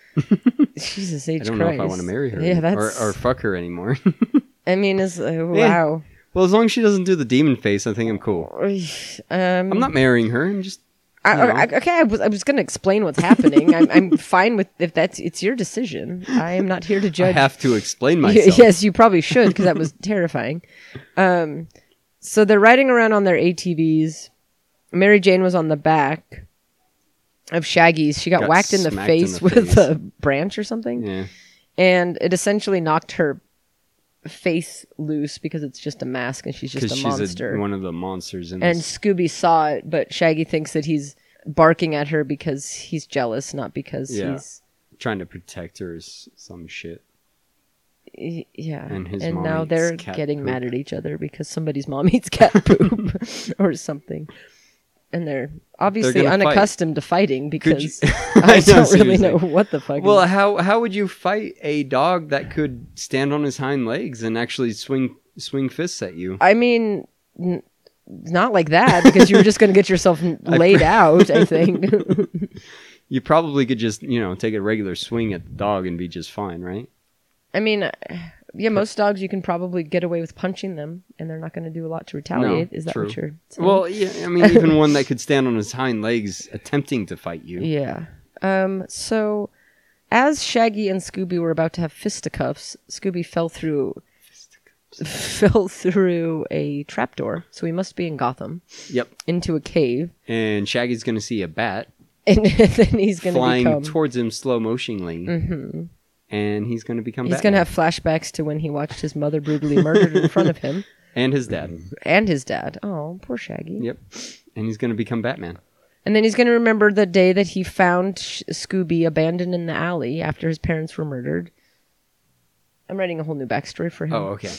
Speaker 5: Jesus H.
Speaker 4: I don't know
Speaker 5: Christ.
Speaker 4: if I want to marry her
Speaker 5: Yeah,
Speaker 4: or,
Speaker 5: that's.
Speaker 4: or fuck her anymore.
Speaker 5: I mean, it's uh, wow.
Speaker 4: well, as long as she doesn't do the demon face, I think I'm cool.
Speaker 5: Um,
Speaker 4: I'm not marrying her. I'm just
Speaker 5: I,
Speaker 4: you know.
Speaker 5: I- okay, I was, I was going to explain what's happening. I'm, I'm fine with if that's it's your decision. I am not here to
Speaker 4: I
Speaker 5: judge.
Speaker 4: have to explain
Speaker 5: Y-
Speaker 4: myself.
Speaker 5: yes, you probably should because that was terrifying. Um, so they're riding around on their ATVs. Mary Jane was on the back of Shaggy's. She got,
Speaker 4: Got
Speaker 5: whacked in the
Speaker 4: smacked in
Speaker 5: face
Speaker 4: the
Speaker 5: with
Speaker 4: face.
Speaker 5: a branch or something.
Speaker 4: Yeah.
Speaker 5: and it essentially knocked her face loose because it's just a mask and she's just a
Speaker 4: Because she's
Speaker 5: monster.
Speaker 4: a, one of the monsters in
Speaker 5: and
Speaker 4: this.
Speaker 5: Scooby saw it, but Shaggy thinks that he's barking at her because he's jealous, not because
Speaker 4: Yeah.
Speaker 5: he's
Speaker 4: Trying to protect her is some shit.
Speaker 5: y- yeah.
Speaker 4: And his mom
Speaker 5: now
Speaker 4: eats
Speaker 5: they're
Speaker 4: cat
Speaker 5: getting
Speaker 4: poop.
Speaker 5: mad at each other because somebody's mom eats cat poop or something. And they're obviously
Speaker 4: gonna fight.
Speaker 5: unaccustomed to fighting
Speaker 4: you-
Speaker 5: because
Speaker 4: I
Speaker 5: I
Speaker 4: know,
Speaker 5: don't really
Speaker 4: seriously.
Speaker 5: know what the fuck.
Speaker 4: Well,
Speaker 5: is-
Speaker 4: how how would you fight a dog that could stand on his hind legs and actually swing swing fists at you?
Speaker 5: I mean, n- not like that because you're just going to get yourself n- laid out. I think.
Speaker 4: You probably could just you know take a regular swing at the dog and be just fine, right?
Speaker 5: I mean, uh, yeah, most dogs you can probably get away with punching them, and they're not going to do a lot to retaliate. Is that
Speaker 4: true.
Speaker 5: what you're? saying?
Speaker 4: Well, yeah, I mean, even one that could stand on his hind legs attempting to fight you.
Speaker 5: yeah. Um. So, as Shaggy and Scooby were about to have fisticuffs, Scooby fell through. Fell through a trapdoor, so he must be in Gotham,
Speaker 4: Yep.
Speaker 5: into a cave.
Speaker 4: And Shaggy's gonna see a bat.
Speaker 5: and then he's going to
Speaker 4: flying
Speaker 5: become. Mm. Mm-hmm.
Speaker 4: towards him slow motionly, and he's going to become
Speaker 5: He's
Speaker 4: Batman.
Speaker 5: going to have flashbacks to when he watched his mother brutally murdered in front of him
Speaker 4: and his dad.
Speaker 5: and his dad. Oh, poor Shaggy.
Speaker 4: Yep, and he's going to become Batman.
Speaker 5: And then he's going to remember the day that he found Sh- Scooby abandoned in the alley after his parents were murdered. I'm writing a whole new backstory for him.
Speaker 4: Oh, okay,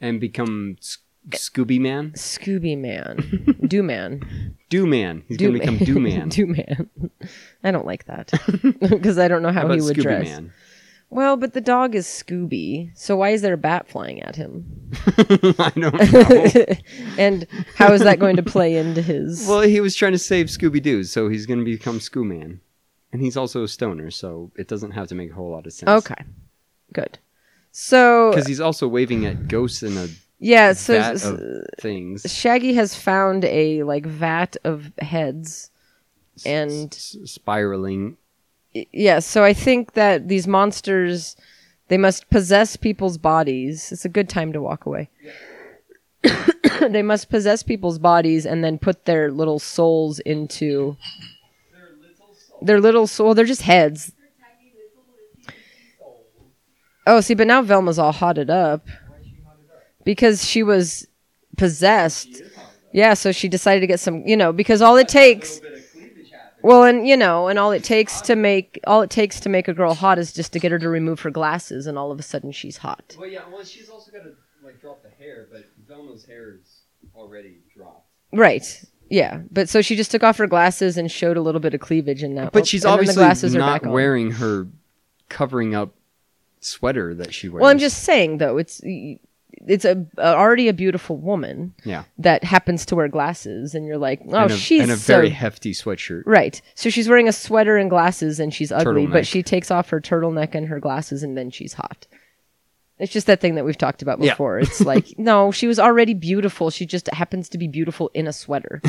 Speaker 4: and become Sc- Scooby Man,
Speaker 5: Scooby Man. Do Man.
Speaker 4: Do Man. He's going to become Do Man.
Speaker 5: Do Man. I don't like that because I don't know how,
Speaker 4: How about
Speaker 5: he would
Speaker 4: Scooby
Speaker 5: dress.
Speaker 4: Man?
Speaker 5: Well, but the dog is Scooby, so why is there a bat flying at him?
Speaker 4: I don't know.
Speaker 5: And how is that going to play into his?
Speaker 4: Oh. well, he was trying to save Scooby Doo, so he's going to become Scoo Man, and he's also a stoner, so it doesn't have to make a whole lot of sense.
Speaker 5: okay, good. So
Speaker 4: because he's also waving at ghosts and a
Speaker 5: yeah, so
Speaker 4: bat
Speaker 5: s-
Speaker 4: of things.
Speaker 5: Shaggy has found a like vat of heads, and
Speaker 4: s- spiraling.
Speaker 5: y- yeah, so I think that these monsters they must possess people's bodies. It's a good time to walk away. they must possess people's bodies and then put their little souls into their little soul. They're just heads. Oh, see, but now Velma's all hotted up because she was possessed. Yeah, so she decided to get some, you know, because all it takes. Well, and you know, and all it takes to make all it takes to make a girl hot is just to get her to remove her glasses, and all of a sudden she's hot.
Speaker 4: Well, yeah. Well, she's also got to like drop the hair, but Velma's hair is already dropped.
Speaker 5: Right. Yeah. But so she just took off her glasses and showed a little bit of cleavage in that.
Speaker 4: But she's
Speaker 5: and then
Speaker 4: obviously
Speaker 5: the glasses are
Speaker 4: not
Speaker 5: back on.
Speaker 4: wearing her covering up sweater that she wears.
Speaker 5: Well, I'm just saying though, it's it's a, already a beautiful woman
Speaker 4: yeah.
Speaker 5: that happens to wear glasses, and you're like, oh,
Speaker 4: and a,
Speaker 5: she's
Speaker 4: and a
Speaker 5: so
Speaker 4: very hefty sweatshirt.
Speaker 5: right. So she's wearing a sweater and glasses, and she's ugly,
Speaker 4: Turtleneck.
Speaker 5: but she takes off her turtleneck and her glasses, and then she's hot. It's just that thing that we've talked about
Speaker 4: Yeah.
Speaker 5: before. It's like, no, she was already beautiful. She just happens to be beautiful in a sweater.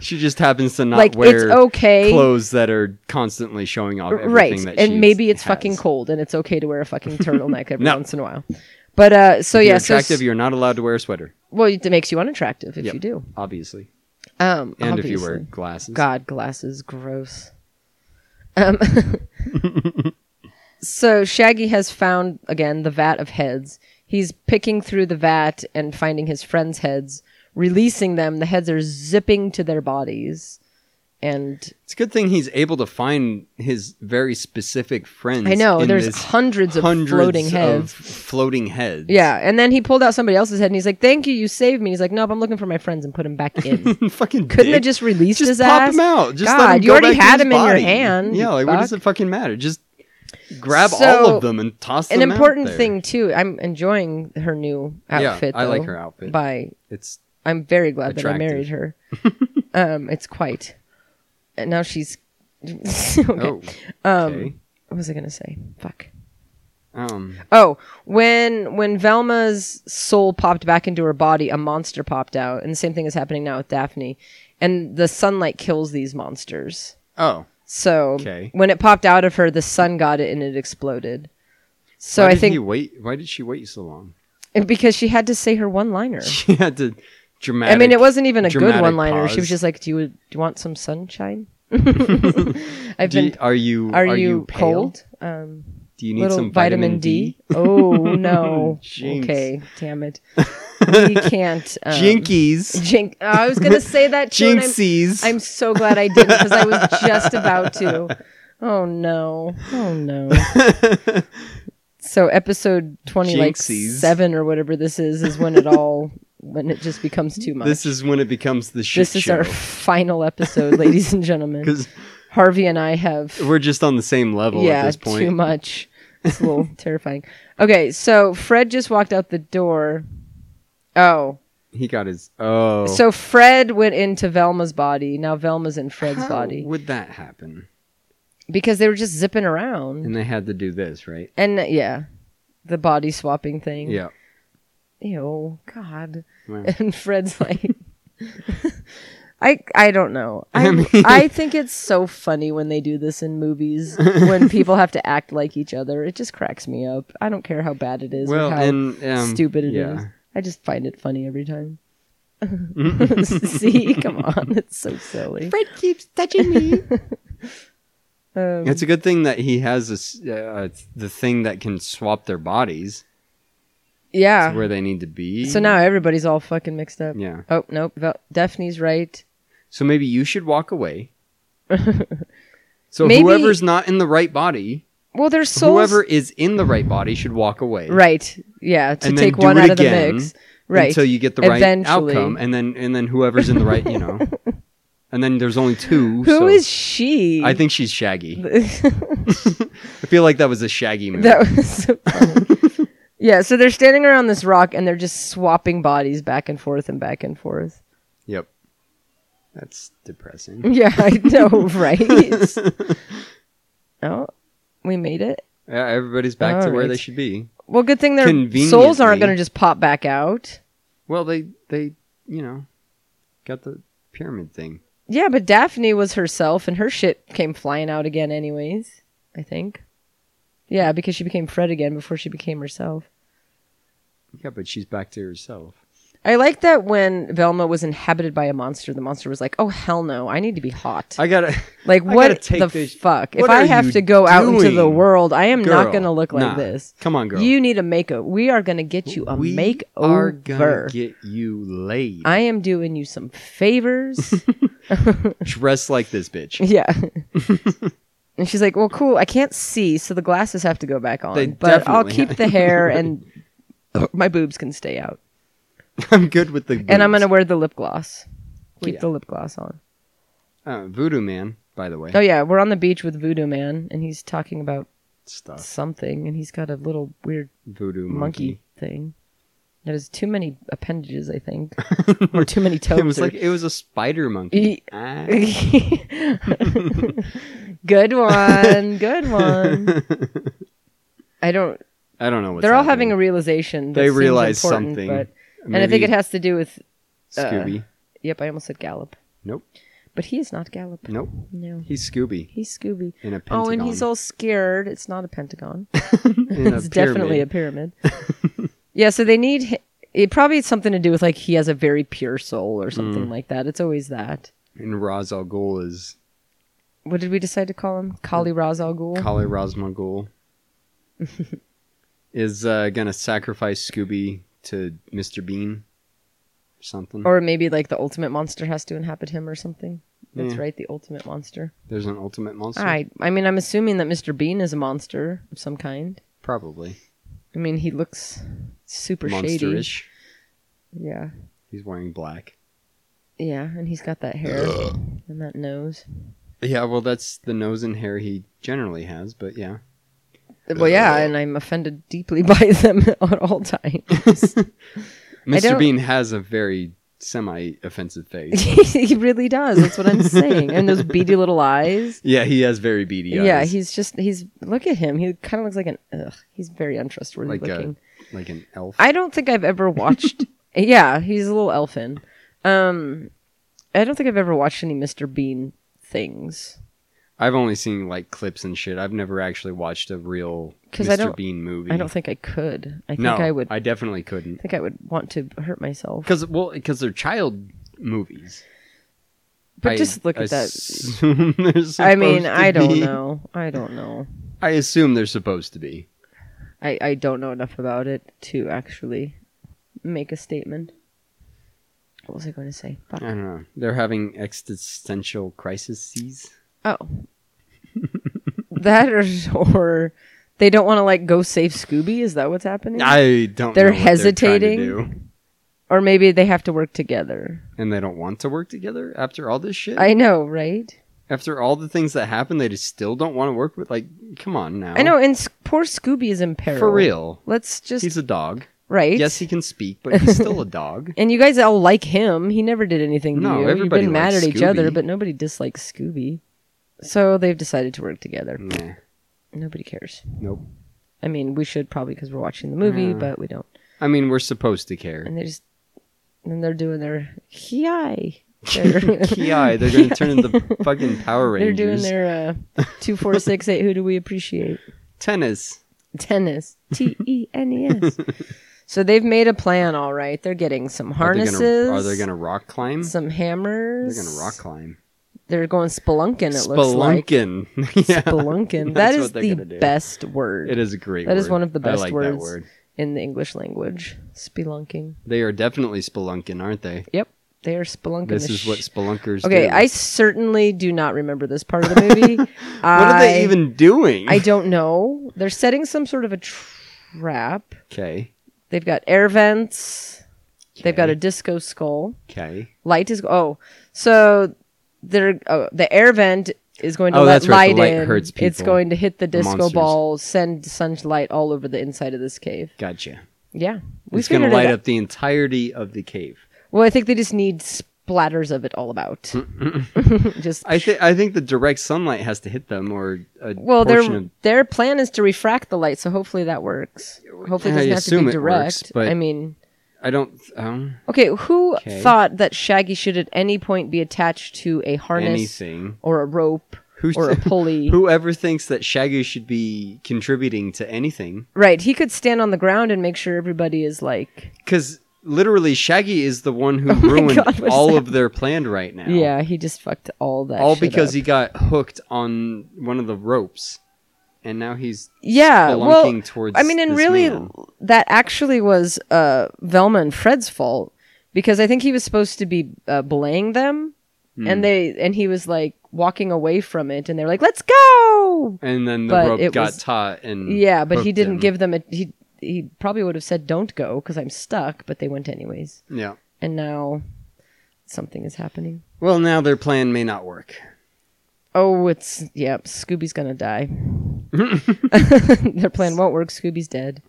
Speaker 4: She just happens to not
Speaker 5: Like, it's
Speaker 4: wear
Speaker 5: okay.
Speaker 4: clothes that are constantly showing off. Everything
Speaker 5: right
Speaker 4: that
Speaker 5: and
Speaker 4: she
Speaker 5: maybe it's
Speaker 4: has.
Speaker 5: fucking cold and it's okay to wear a fucking turtleneck every
Speaker 4: No.
Speaker 5: once in a while but uh so
Speaker 4: If
Speaker 5: yeah
Speaker 4: you're
Speaker 5: so
Speaker 4: attractive. you're not allowed to wear a sweater,
Speaker 5: well it makes you unattractive if
Speaker 4: Yep.
Speaker 5: you do
Speaker 4: obviously,
Speaker 5: um
Speaker 4: and if you wear
Speaker 5: obviously.
Speaker 4: glasses.
Speaker 5: god glasses gross um so shaggy has found again the vat of heads he's picking through the vat and finding his friends heads releasing them the heads are zipping to their bodies and
Speaker 4: It's a good thing he's able to find his very specific friends.
Speaker 5: I know,
Speaker 4: in
Speaker 5: there's
Speaker 4: this
Speaker 5: hundreds of
Speaker 4: hundreds
Speaker 5: floating
Speaker 4: of
Speaker 5: heads.
Speaker 4: floating heads.
Speaker 5: Yeah, and then he pulled out somebody else's head and he's like, "Thank you, you saved me." And he's like, "Nope, I'm looking for my friends and put him back in."
Speaker 4: fucking
Speaker 5: Couldn't
Speaker 4: dick.
Speaker 5: have just released
Speaker 4: just
Speaker 5: his
Speaker 4: pop
Speaker 5: ass?
Speaker 4: him out. Just
Speaker 5: God,
Speaker 4: let him
Speaker 5: you
Speaker 4: go
Speaker 5: already
Speaker 4: back
Speaker 5: had
Speaker 4: his
Speaker 5: him in your
Speaker 4: body.
Speaker 5: hand,
Speaker 4: Yeah,
Speaker 5: you
Speaker 4: like what does
Speaker 5: fuck.
Speaker 4: it fucking matter? Just grab all
Speaker 5: So,
Speaker 4: of them and toss them.
Speaker 5: An
Speaker 4: out
Speaker 5: important
Speaker 4: there.
Speaker 5: thing too. I'm enjoying her new
Speaker 4: Yeah,
Speaker 5: outfit.
Speaker 4: I like
Speaker 5: though,
Speaker 4: her outfit.
Speaker 5: By
Speaker 4: It's
Speaker 5: I'm very glad that I
Speaker 4: Attractive.
Speaker 5: married her. um, it's quite. And now she's. okay. Um,
Speaker 4: oh, okay.
Speaker 5: What was I gonna say? Fuck.
Speaker 4: Um,
Speaker 5: Oh, when when Velma's soul popped back into her body, a monster popped out, and the same thing is happening now with Daphne. And the sunlight kills these monsters.
Speaker 4: oh,
Speaker 5: So
Speaker 4: Okay.
Speaker 5: when it popped out of her, the sun got it and it exploded. So
Speaker 4: why
Speaker 5: I
Speaker 4: did he
Speaker 5: think
Speaker 4: wait. Why did she wait so long?
Speaker 5: because she had to say her one liner.
Speaker 4: She had to dramatic.
Speaker 5: I mean, it wasn't even a good
Speaker 4: dramatic
Speaker 5: one liner. She
Speaker 4: pause.
Speaker 5: was just like, "Do you, do you want some sunshine?" I've
Speaker 4: Do you-
Speaker 5: been.
Speaker 4: are you
Speaker 5: Are, you,
Speaker 4: pale?
Speaker 5: cold? Um,
Speaker 4: Do you need
Speaker 5: little
Speaker 4: some
Speaker 5: vitamin, D. Oh no!
Speaker 4: Jinx.
Speaker 5: Okay, damn it. We can't. Um,
Speaker 4: Jinkies,
Speaker 5: Jink. oh, I was gonna say that too. and I'm-
Speaker 4: jinxies.
Speaker 5: I'm, so glad I didn't because I was just about to. Oh no! Oh no! so episode twenty, like
Speaker 4: Jinxies.
Speaker 5: seven or whatever this is, is when it all when it just becomes too much.
Speaker 4: this is when it becomes the shit
Speaker 5: This is
Speaker 4: show.
Speaker 5: our final episode, ladies and gentlemen.
Speaker 4: 'Cause
Speaker 5: Harvey and I have
Speaker 4: we're just on the same level at
Speaker 5: yeah,
Speaker 4: this point.
Speaker 5: too much. It's a little terrifying. Okay, so Fred just walked out the door. Oh,
Speaker 4: He got his oh.
Speaker 5: so Fred went into Velma's body. Now Velma's in Fred's
Speaker 4: How
Speaker 5: body
Speaker 4: Would that happen?
Speaker 5: because they were just zipping around.
Speaker 4: And they had to do this, right?
Speaker 5: And uh, yeah, the body swapping thing.
Speaker 4: Yeah.
Speaker 5: Ew, God.
Speaker 4: Wow.
Speaker 5: And Fred's like, I I don't know. I I,
Speaker 4: mean-
Speaker 5: think it's so funny when they do this in movies when people have to act like each other. It just cracks me up. I don't care how bad it is.
Speaker 4: Well,
Speaker 5: or how
Speaker 4: and um,
Speaker 5: stupid it is.
Speaker 4: yeah.
Speaker 5: I just find it funny every time. See, come on, that's so silly.
Speaker 4: Fred keeps touching me.
Speaker 5: Um,
Speaker 4: it's a good thing that he has a s uh, the thing that can swap their bodies to
Speaker 5: Yeah.
Speaker 4: where they need to be.
Speaker 5: So now everybody's all fucking mixed up.
Speaker 4: yeah.
Speaker 5: Oh nope, Val- Daphne's right.
Speaker 4: So maybe you should walk away. so
Speaker 5: Maybe-
Speaker 4: whoever's not in the right body,
Speaker 5: Well, their souls.
Speaker 4: whoever is in the right body should walk away.
Speaker 5: Right. Yeah. To
Speaker 4: And then
Speaker 5: take
Speaker 4: do
Speaker 5: one
Speaker 4: it
Speaker 5: out of the
Speaker 4: again
Speaker 5: mix. Right.
Speaker 4: Until you get the right
Speaker 5: Eventually.
Speaker 4: outcome, and then and then whoever's in the right, you know. And then there's only two.
Speaker 5: Who is
Speaker 4: so
Speaker 5: she?
Speaker 4: I think she's Shaggy.
Speaker 5: that
Speaker 4: I feel like that was a Shaggy movie.
Speaker 5: was so funny. yeah. So they're standing around this rock and they're just swapping bodies back and forth and back and forth.
Speaker 4: Yep. That's depressing. E,
Speaker 5: Yeah, I know, right? oh, we made it.
Speaker 4: Yeah, everybody's back to where
Speaker 5: Alright.
Speaker 4: they should be.
Speaker 5: Well, good thing their souls
Speaker 4: Conveniently.
Speaker 5: aren't going to just pop back out.
Speaker 4: Well, they they you know got the pyramid thing.
Speaker 5: Yeah, but Daphne was herself, and her shit came flying out again, anyways. I think. Yeah, because she became Fred again before she became herself.
Speaker 4: Yeah, but she's back to herself.
Speaker 5: I like that when Velma was inhabited by a monster, the monster was like, "Oh hell no, I need to be hot."
Speaker 4: I gotta
Speaker 5: like
Speaker 4: I
Speaker 5: what
Speaker 4: gotta take
Speaker 5: the
Speaker 4: this-
Speaker 5: fuck? If
Speaker 4: what
Speaker 5: I
Speaker 4: are
Speaker 5: have
Speaker 4: you
Speaker 5: to go out into the
Speaker 4: doing,
Speaker 5: world, I am
Speaker 4: girl?
Speaker 5: not gonna look like
Speaker 4: Nah.
Speaker 5: this.
Speaker 4: Come on, girl.
Speaker 5: You need a makeup. We are gonna get you a
Speaker 4: we are gonna
Speaker 5: makeover.
Speaker 4: get you laid.
Speaker 5: I am doing you some favors.
Speaker 4: Dress like this bitch.
Speaker 5: yeah. and she's like, "Well, cool. I can't see, so the glasses have to go back on.
Speaker 4: They
Speaker 5: but I'll
Speaker 4: definitely
Speaker 5: keep
Speaker 4: have-
Speaker 5: the hair and my boobs can stay out.
Speaker 4: I'm good with the.
Speaker 5: And I'm
Speaker 4: boobs.
Speaker 5: gonna wear the lip gloss. Keep
Speaker 4: yeah.
Speaker 5: the lip gloss on.
Speaker 4: uh, voodoo man. By the way,
Speaker 5: Oh yeah, we're on the beach with Voodoo Man, and he's talking about
Speaker 4: stuff
Speaker 5: something, and he's got a little weird
Speaker 4: voodoo monkey.
Speaker 5: monkey, thing. That has too many appendages, I think, or too many toes.
Speaker 4: It was
Speaker 5: or-
Speaker 4: like it was a spider monkey. Ah.
Speaker 5: good one, good one. I don't.
Speaker 4: I don't know what
Speaker 5: they're all having a realization. That
Speaker 4: They
Speaker 5: seems
Speaker 4: realize
Speaker 5: important,
Speaker 4: something.
Speaker 5: but, and I think it has to do with. uh,
Speaker 4: Scooby.
Speaker 5: Yep, I almost said Gallop,
Speaker 4: nope.
Speaker 5: but he is not Gallop.
Speaker 4: Nope.
Speaker 5: No,
Speaker 4: He's Scooby
Speaker 5: he's Scooby.
Speaker 4: in a pentagon.
Speaker 5: Oh, and he's all scared. It's not a pentagon.
Speaker 4: in a
Speaker 5: it's definitely a
Speaker 4: pyramid.
Speaker 5: pyramid. yeah, so they need. hi- It probably has something to do with like he has a very pure soul or
Speaker 4: Mm.
Speaker 5: something like that. It's always that.
Speaker 4: And Ra's al Ghul is
Speaker 5: What did we decide to call him? Kali Raz Al Ghul.
Speaker 4: Mm. Kali Ra's al Ghul is uh, gonna sacrifice Scooby to Mr. Bean or something.
Speaker 5: or maybe like the ultimate monster has to inhabit him or something. That's
Speaker 4: Yeah.
Speaker 5: right, the ultimate monster.
Speaker 4: There's an ultimate monster.
Speaker 5: I I mean, I'm assuming that Mr. Bean is a monster of some kind.
Speaker 4: Probably
Speaker 5: I mean, he looks super shady.
Speaker 4: monsterish.
Speaker 5: Yeah.
Speaker 4: He's wearing black.
Speaker 5: Yeah, and he's got that hair and that nose.
Speaker 4: Yeah, well, that's the nose and hair he generally has, but yeah.
Speaker 5: Well, yeah, and I'm offended deeply by them at all times.
Speaker 4: Mr.
Speaker 5: don't-
Speaker 4: Bean has a very semi offensive face.
Speaker 5: he really does. That's what I'm saying. And those beady little eyes.
Speaker 4: yeah, he has very beady eyes.
Speaker 5: Yeah, he's just he's look at him. He kind of looks like an ugh. He's very untrustworthy
Speaker 4: like a,
Speaker 5: looking.
Speaker 4: like an elf.
Speaker 5: I I don't think I've ever watched. yeah, he's a little elfin. Um, I don't think I've ever watched any Mr. Bean things.
Speaker 4: I've only seen like clips and shit. I've never actually watched a real
Speaker 5: 'Cause I
Speaker 4: Mr.
Speaker 5: don't-
Speaker 4: Bean movie.
Speaker 5: I don't think I could. I think
Speaker 4: no,
Speaker 5: I would. I
Speaker 4: I definitely couldn't.
Speaker 5: think I would want to hurt myself.
Speaker 4: Because well, because they're child movies.
Speaker 5: But
Speaker 4: I
Speaker 5: just look at that.
Speaker 4: assume that. They're
Speaker 5: I mean,
Speaker 4: supposed to
Speaker 5: I don't
Speaker 4: be-
Speaker 5: know. I don't know.
Speaker 4: I assume they're supposed to be.
Speaker 5: I, I don't know enough about it to actually make a statement. What was I going to say? Fuck.
Speaker 4: I don't know. They're having existential crises.
Speaker 5: Oh. that or, or they don't want to like go save Scooby? Is that what's happening?
Speaker 4: I don't. know
Speaker 5: They're
Speaker 4: what trying to
Speaker 5: hesitating?
Speaker 4: do.
Speaker 5: or maybe they have to work together.
Speaker 4: and they don't want to work together after all this shit.
Speaker 5: I know, right?
Speaker 4: after all the things that happened, they just still don't want to work with. Like, come on now.
Speaker 5: I know, and s- poor Scooby is in peril.
Speaker 4: For real,
Speaker 5: Let's just
Speaker 4: he's a dog.
Speaker 5: right.
Speaker 4: Yes, he can speak, but he's still a dog.
Speaker 5: and you guys all like him. He never did anything to
Speaker 4: No,
Speaker 5: you. You've
Speaker 4: everybody
Speaker 5: been mad at
Speaker 4: likes
Speaker 5: each other,
Speaker 4: Scooby.
Speaker 5: but nobody dislikes Scooby. So they've decided to work together.
Speaker 4: Nah,
Speaker 5: Nobody cares.
Speaker 4: nope.
Speaker 5: I mean, we should probably because we're watching the movie,
Speaker 4: Mm.
Speaker 5: but we don't.
Speaker 4: I mean, we're supposed to care.
Speaker 5: And they just and they're doing their hi. They're,
Speaker 4: Ki, they're going to turn into fucking Power
Speaker 5: they're
Speaker 4: Rangers.
Speaker 5: doing their uh, two, four, six, eight. Who do we appreciate?
Speaker 4: tennis.
Speaker 5: Tennis. T E N E S. So they've made a plan, all right. They're getting some
Speaker 4: Are they gonna-
Speaker 5: harnesses.
Speaker 4: Are they going to rock climb?
Speaker 5: some hammers?
Speaker 4: They're going to rock climb.
Speaker 5: They're going spelunking. It looks like
Speaker 4: Spelunkin. yeah.
Speaker 5: spelunking. that
Speaker 4: That's
Speaker 5: is
Speaker 4: what they're
Speaker 5: the
Speaker 4: gonna do.
Speaker 5: best word.
Speaker 4: It is a great
Speaker 5: That
Speaker 4: word.
Speaker 5: is one of the best
Speaker 4: I like
Speaker 5: words
Speaker 4: that word.
Speaker 5: in the English language. Spelunking.
Speaker 4: They are definitely spelunking, aren't they?
Speaker 5: Yep, they are spelunking.
Speaker 4: This
Speaker 5: the
Speaker 4: is what
Speaker 5: sh-
Speaker 4: spelunkers
Speaker 5: Oh Okay,
Speaker 4: do.
Speaker 5: I certainly do not remember this part of the movie. what
Speaker 4: What are they even doing?
Speaker 5: I don't know. They're setting some sort of a trap.
Speaker 4: Okay.
Speaker 5: They've got air vents. They've got
Speaker 4: Okay.
Speaker 5: a disco skull.
Speaker 4: Okay.
Speaker 5: Light is oh, so they're oh, the air vent is going to
Speaker 4: Oh,
Speaker 5: let
Speaker 4: that's right,
Speaker 5: light,
Speaker 4: the light
Speaker 5: in.
Speaker 4: hurts
Speaker 5: It's
Speaker 4: people.
Speaker 5: going to hit the
Speaker 4: The
Speaker 5: disco
Speaker 4: monsters.
Speaker 5: ball, send sunlight all over the inside of this cave.
Speaker 4: Gotcha.
Speaker 5: Yeah, we
Speaker 4: it's going to
Speaker 5: figured it
Speaker 4: light
Speaker 5: out.
Speaker 4: up the entirety of the cave.
Speaker 5: Well, I think they just need splatters of it all about. just
Speaker 4: I think I think the direct sunlight has to hit them, or a
Speaker 5: well, their
Speaker 4: portion of
Speaker 5: their plan is to refract the light, so hopefully that works. Hopefully,
Speaker 4: I
Speaker 5: it doesn't have to
Speaker 4: assume
Speaker 5: be
Speaker 4: it
Speaker 5: direct.
Speaker 4: works, but-
Speaker 5: I mean,
Speaker 4: I don't um,
Speaker 5: okay, who
Speaker 4: Okay.
Speaker 5: thought that Shaggy should at any point be attached to a harness
Speaker 4: anything.
Speaker 5: or a rope
Speaker 4: Who-
Speaker 5: or a pulley?
Speaker 4: Whoever thinks that Shaggy should be contributing to anything,
Speaker 5: Right, he could stand on the ground and make sure everybody is like,
Speaker 4: because literally Shaggy is the one who
Speaker 5: Oh my
Speaker 4: ruined
Speaker 5: God, what is
Speaker 4: all
Speaker 5: that?
Speaker 4: of their plan right now.
Speaker 5: yeah, he just fucked all that.
Speaker 4: all
Speaker 5: shit
Speaker 4: because
Speaker 5: up.
Speaker 4: he got hooked on one of the ropes, and now he's
Speaker 5: yeah, well,
Speaker 4: spelunking towards
Speaker 5: I mean, and
Speaker 4: this
Speaker 5: really,
Speaker 4: man.
Speaker 5: that actually was uh, Velma and Fred's fault because I think he was supposed to be uh, belaying them,
Speaker 4: Hmm.
Speaker 5: and they and he was like walking away from it, and they're like, "Let's go!"
Speaker 4: and then the
Speaker 5: but
Speaker 4: rope
Speaker 5: it
Speaker 4: got
Speaker 5: was-
Speaker 4: taut and
Speaker 5: Yeah, but he
Speaker 4: Hmm. hooked
Speaker 5: didn't
Speaker 4: him.
Speaker 5: give them a he. He probably would have said, "Don't go," because I'm stuck, but they went anyways,
Speaker 4: Yeah.
Speaker 5: and now something is happening.
Speaker 4: Well, now their plan may not work.
Speaker 5: Oh, it's yep. Scooby's gonna die. Their plan won't work. Scooby's dead.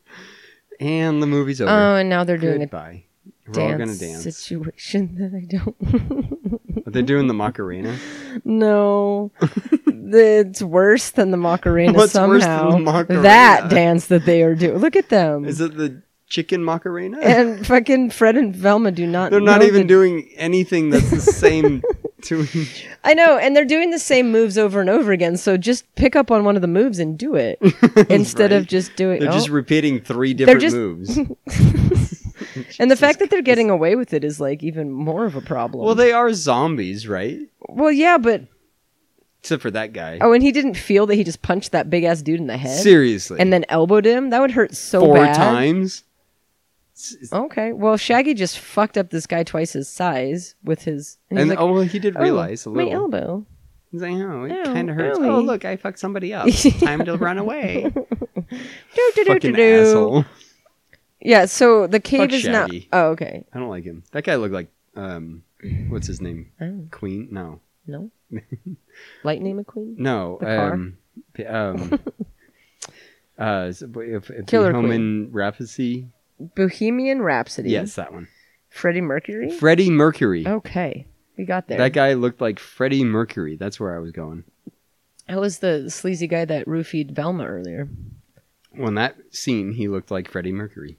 Speaker 4: And the movie's over.
Speaker 5: Oh, and now they're doing a
Speaker 4: Goodbye. We're all gonna
Speaker 5: dance,
Speaker 4: dance.
Speaker 5: situation that I don't
Speaker 4: Are they doing the Macarena?
Speaker 5: know. it's worse than the Macarena
Speaker 4: What's worse than
Speaker 5: somehow.
Speaker 4: the Macarena?
Speaker 5: That dance that they are doing. Look at them.
Speaker 4: Is it the chicken Macarena?
Speaker 5: and fucking Fred and Velma do not.
Speaker 4: They're not
Speaker 5: know
Speaker 4: even
Speaker 5: the-
Speaker 4: doing anything that's the same to each.
Speaker 5: I know, and they're doing the same moves over and over again. So just pick up on one of the moves and do it instead of
Speaker 4: Right.
Speaker 5: just doing.
Speaker 4: They're
Speaker 5: oh.
Speaker 4: just repeating three different
Speaker 5: just-
Speaker 4: moves.
Speaker 5: and the fact that they're getting away with it is like even more of a problem.
Speaker 4: well, they are zombies, right?
Speaker 5: Well, yeah, but
Speaker 4: Except for that guy.
Speaker 5: oh, and he didn't feel that he just punched that big ass dude in the head
Speaker 4: Seriously.
Speaker 5: and then elbowed him. That would hurt so
Speaker 4: four
Speaker 5: bad.
Speaker 4: times. S-
Speaker 5: Okay, well, Shaggy just fucked up this guy twice his size with his. And, he's
Speaker 4: And
Speaker 5: like,
Speaker 4: oh well, he did
Speaker 5: "Oh,
Speaker 4: realize a
Speaker 5: my
Speaker 4: little.
Speaker 5: elbow.
Speaker 4: He's like, oh, it
Speaker 5: Ow,
Speaker 4: kind of hurts.
Speaker 5: owie.
Speaker 4: Oh look, I fucked somebody up. Time to run away.
Speaker 5: Do, do, do,
Speaker 4: Fucking
Speaker 5: do, do.
Speaker 4: asshole.
Speaker 5: Yeah, so the cave
Speaker 4: Fuck
Speaker 5: is now.
Speaker 4: Shaggy.
Speaker 5: Oh, okay.
Speaker 4: I don't like him. That guy looked like um, what's his name?
Speaker 5: Oh.
Speaker 4: Queen? No,
Speaker 5: No. Lightning McQueen?
Speaker 4: no.
Speaker 5: The car?
Speaker 4: um, p- um, uh, is it- if, if
Speaker 5: Killer
Speaker 4: Beethoven Rhapsody.
Speaker 5: Bohemian Rhapsody.
Speaker 4: Yes, that one.
Speaker 5: Freddie Mercury?
Speaker 4: Freddie Mercury.
Speaker 5: okay. We got Oh, there.
Speaker 4: That guy looked like Freddie Mercury. That's where I was going.
Speaker 5: That was the sleazy guy that roofied Velma earlier.
Speaker 4: Well, in that scene, he looked like Freddie Mercury.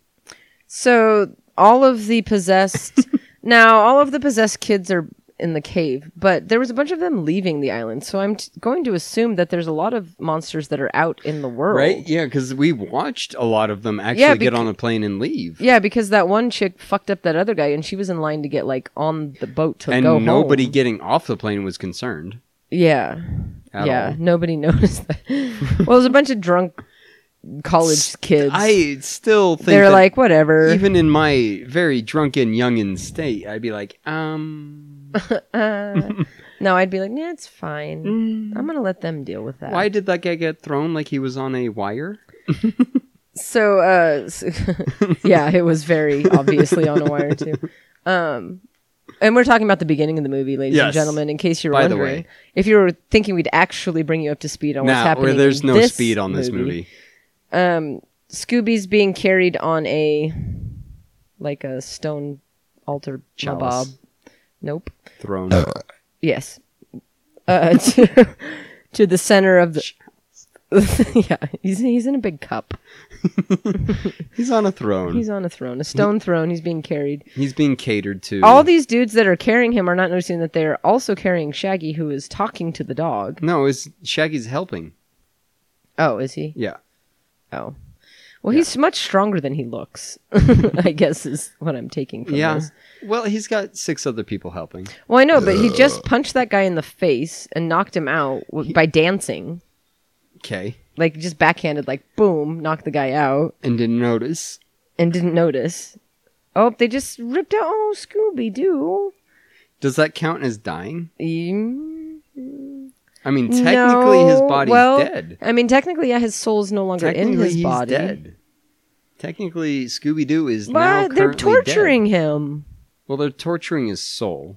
Speaker 5: So all of the possessed now all of the possessed kids are in the cave, but there was a bunch of them leaving the island. So I'm t- going to assume that there's a lot of monsters that are out in the world.
Speaker 4: Right? Yeah, because we watched a lot of them actually
Speaker 5: Yeah,
Speaker 4: get
Speaker 5: bec-
Speaker 4: on a plane and leave.
Speaker 5: Yeah, because that one chick fucked up that other guy, and she was in line to get like on the boat to
Speaker 4: and
Speaker 5: go
Speaker 4: nobody
Speaker 5: home.
Speaker 4: getting off the plane was concerned.
Speaker 5: yeah,
Speaker 4: At
Speaker 5: yeah.
Speaker 4: all.
Speaker 5: Nobody noticed that. well, it was a bunch of drunk college kids.
Speaker 4: I still think
Speaker 5: They're
Speaker 4: that
Speaker 5: like whatever.
Speaker 4: even in my very drunken youngin state, I'd be like, um,
Speaker 5: Uh, no, I'd be like, nah, it's fine. I'm gonna let them deal with that.
Speaker 4: Mm. why did that guy get thrown like he was on a wire?
Speaker 5: So, uh, s yeah, it was very obviously on a wire too. Um, and we're talking about the beginning of the movie, ladies and
Speaker 4: Yes.
Speaker 5: gentlemen. In case you're
Speaker 4: By the
Speaker 5: wondering,
Speaker 4: way.
Speaker 5: if you were thinking we'd actually bring you up to speed on what's
Speaker 4: Nah,
Speaker 5: happening,
Speaker 4: where there's
Speaker 5: in
Speaker 4: no
Speaker 5: this
Speaker 4: speed on this movie.
Speaker 5: Scooby's being carried on a like a stone altar
Speaker 4: Chalice.
Speaker 5: bob. Nope.
Speaker 4: Thrown.
Speaker 5: Yes. Uh, to, to the center of the. yeah, he's he's in a big cup.
Speaker 4: He's on a throne.
Speaker 5: He's
Speaker 4: He's,
Speaker 5: on a throne, a stone throne. He's being carried.
Speaker 4: being catered to.
Speaker 5: All these dudes that are carrying him are not noticing that they are also carrying Shaggy, who is talking to the dog.
Speaker 4: no, is Shaggy's helping?
Speaker 5: Oh, is he?
Speaker 4: Yeah.
Speaker 5: Oh. Well, he's much stronger than he looks. I guess is what I'm taking from
Speaker 4: yeah.
Speaker 5: this.
Speaker 4: Well, he's got six other people helping.
Speaker 5: Well, I know, but he just punched that guy in the face and knocked him out w- by dancing.
Speaker 4: Okay.
Speaker 5: Like just backhanded, like boom, knocked the guy out
Speaker 4: And didn't notice.
Speaker 5: and didn't notice. Oh, they just ripped out. Oh, Scooby Doo.
Speaker 4: Does that count as dying?
Speaker 5: Mm,
Speaker 4: I mean, technically his
Speaker 5: no.
Speaker 4: body's
Speaker 5: well,
Speaker 4: dead.
Speaker 5: I mean, technically, yeah, his soul's no longer
Speaker 4: Technically,
Speaker 5: in his
Speaker 4: he's
Speaker 5: body.
Speaker 4: dead. Technically, Scooby Doo is now
Speaker 5: But they're
Speaker 4: currently dead.
Speaker 5: torturing him.
Speaker 4: Well, they're torturing his soul,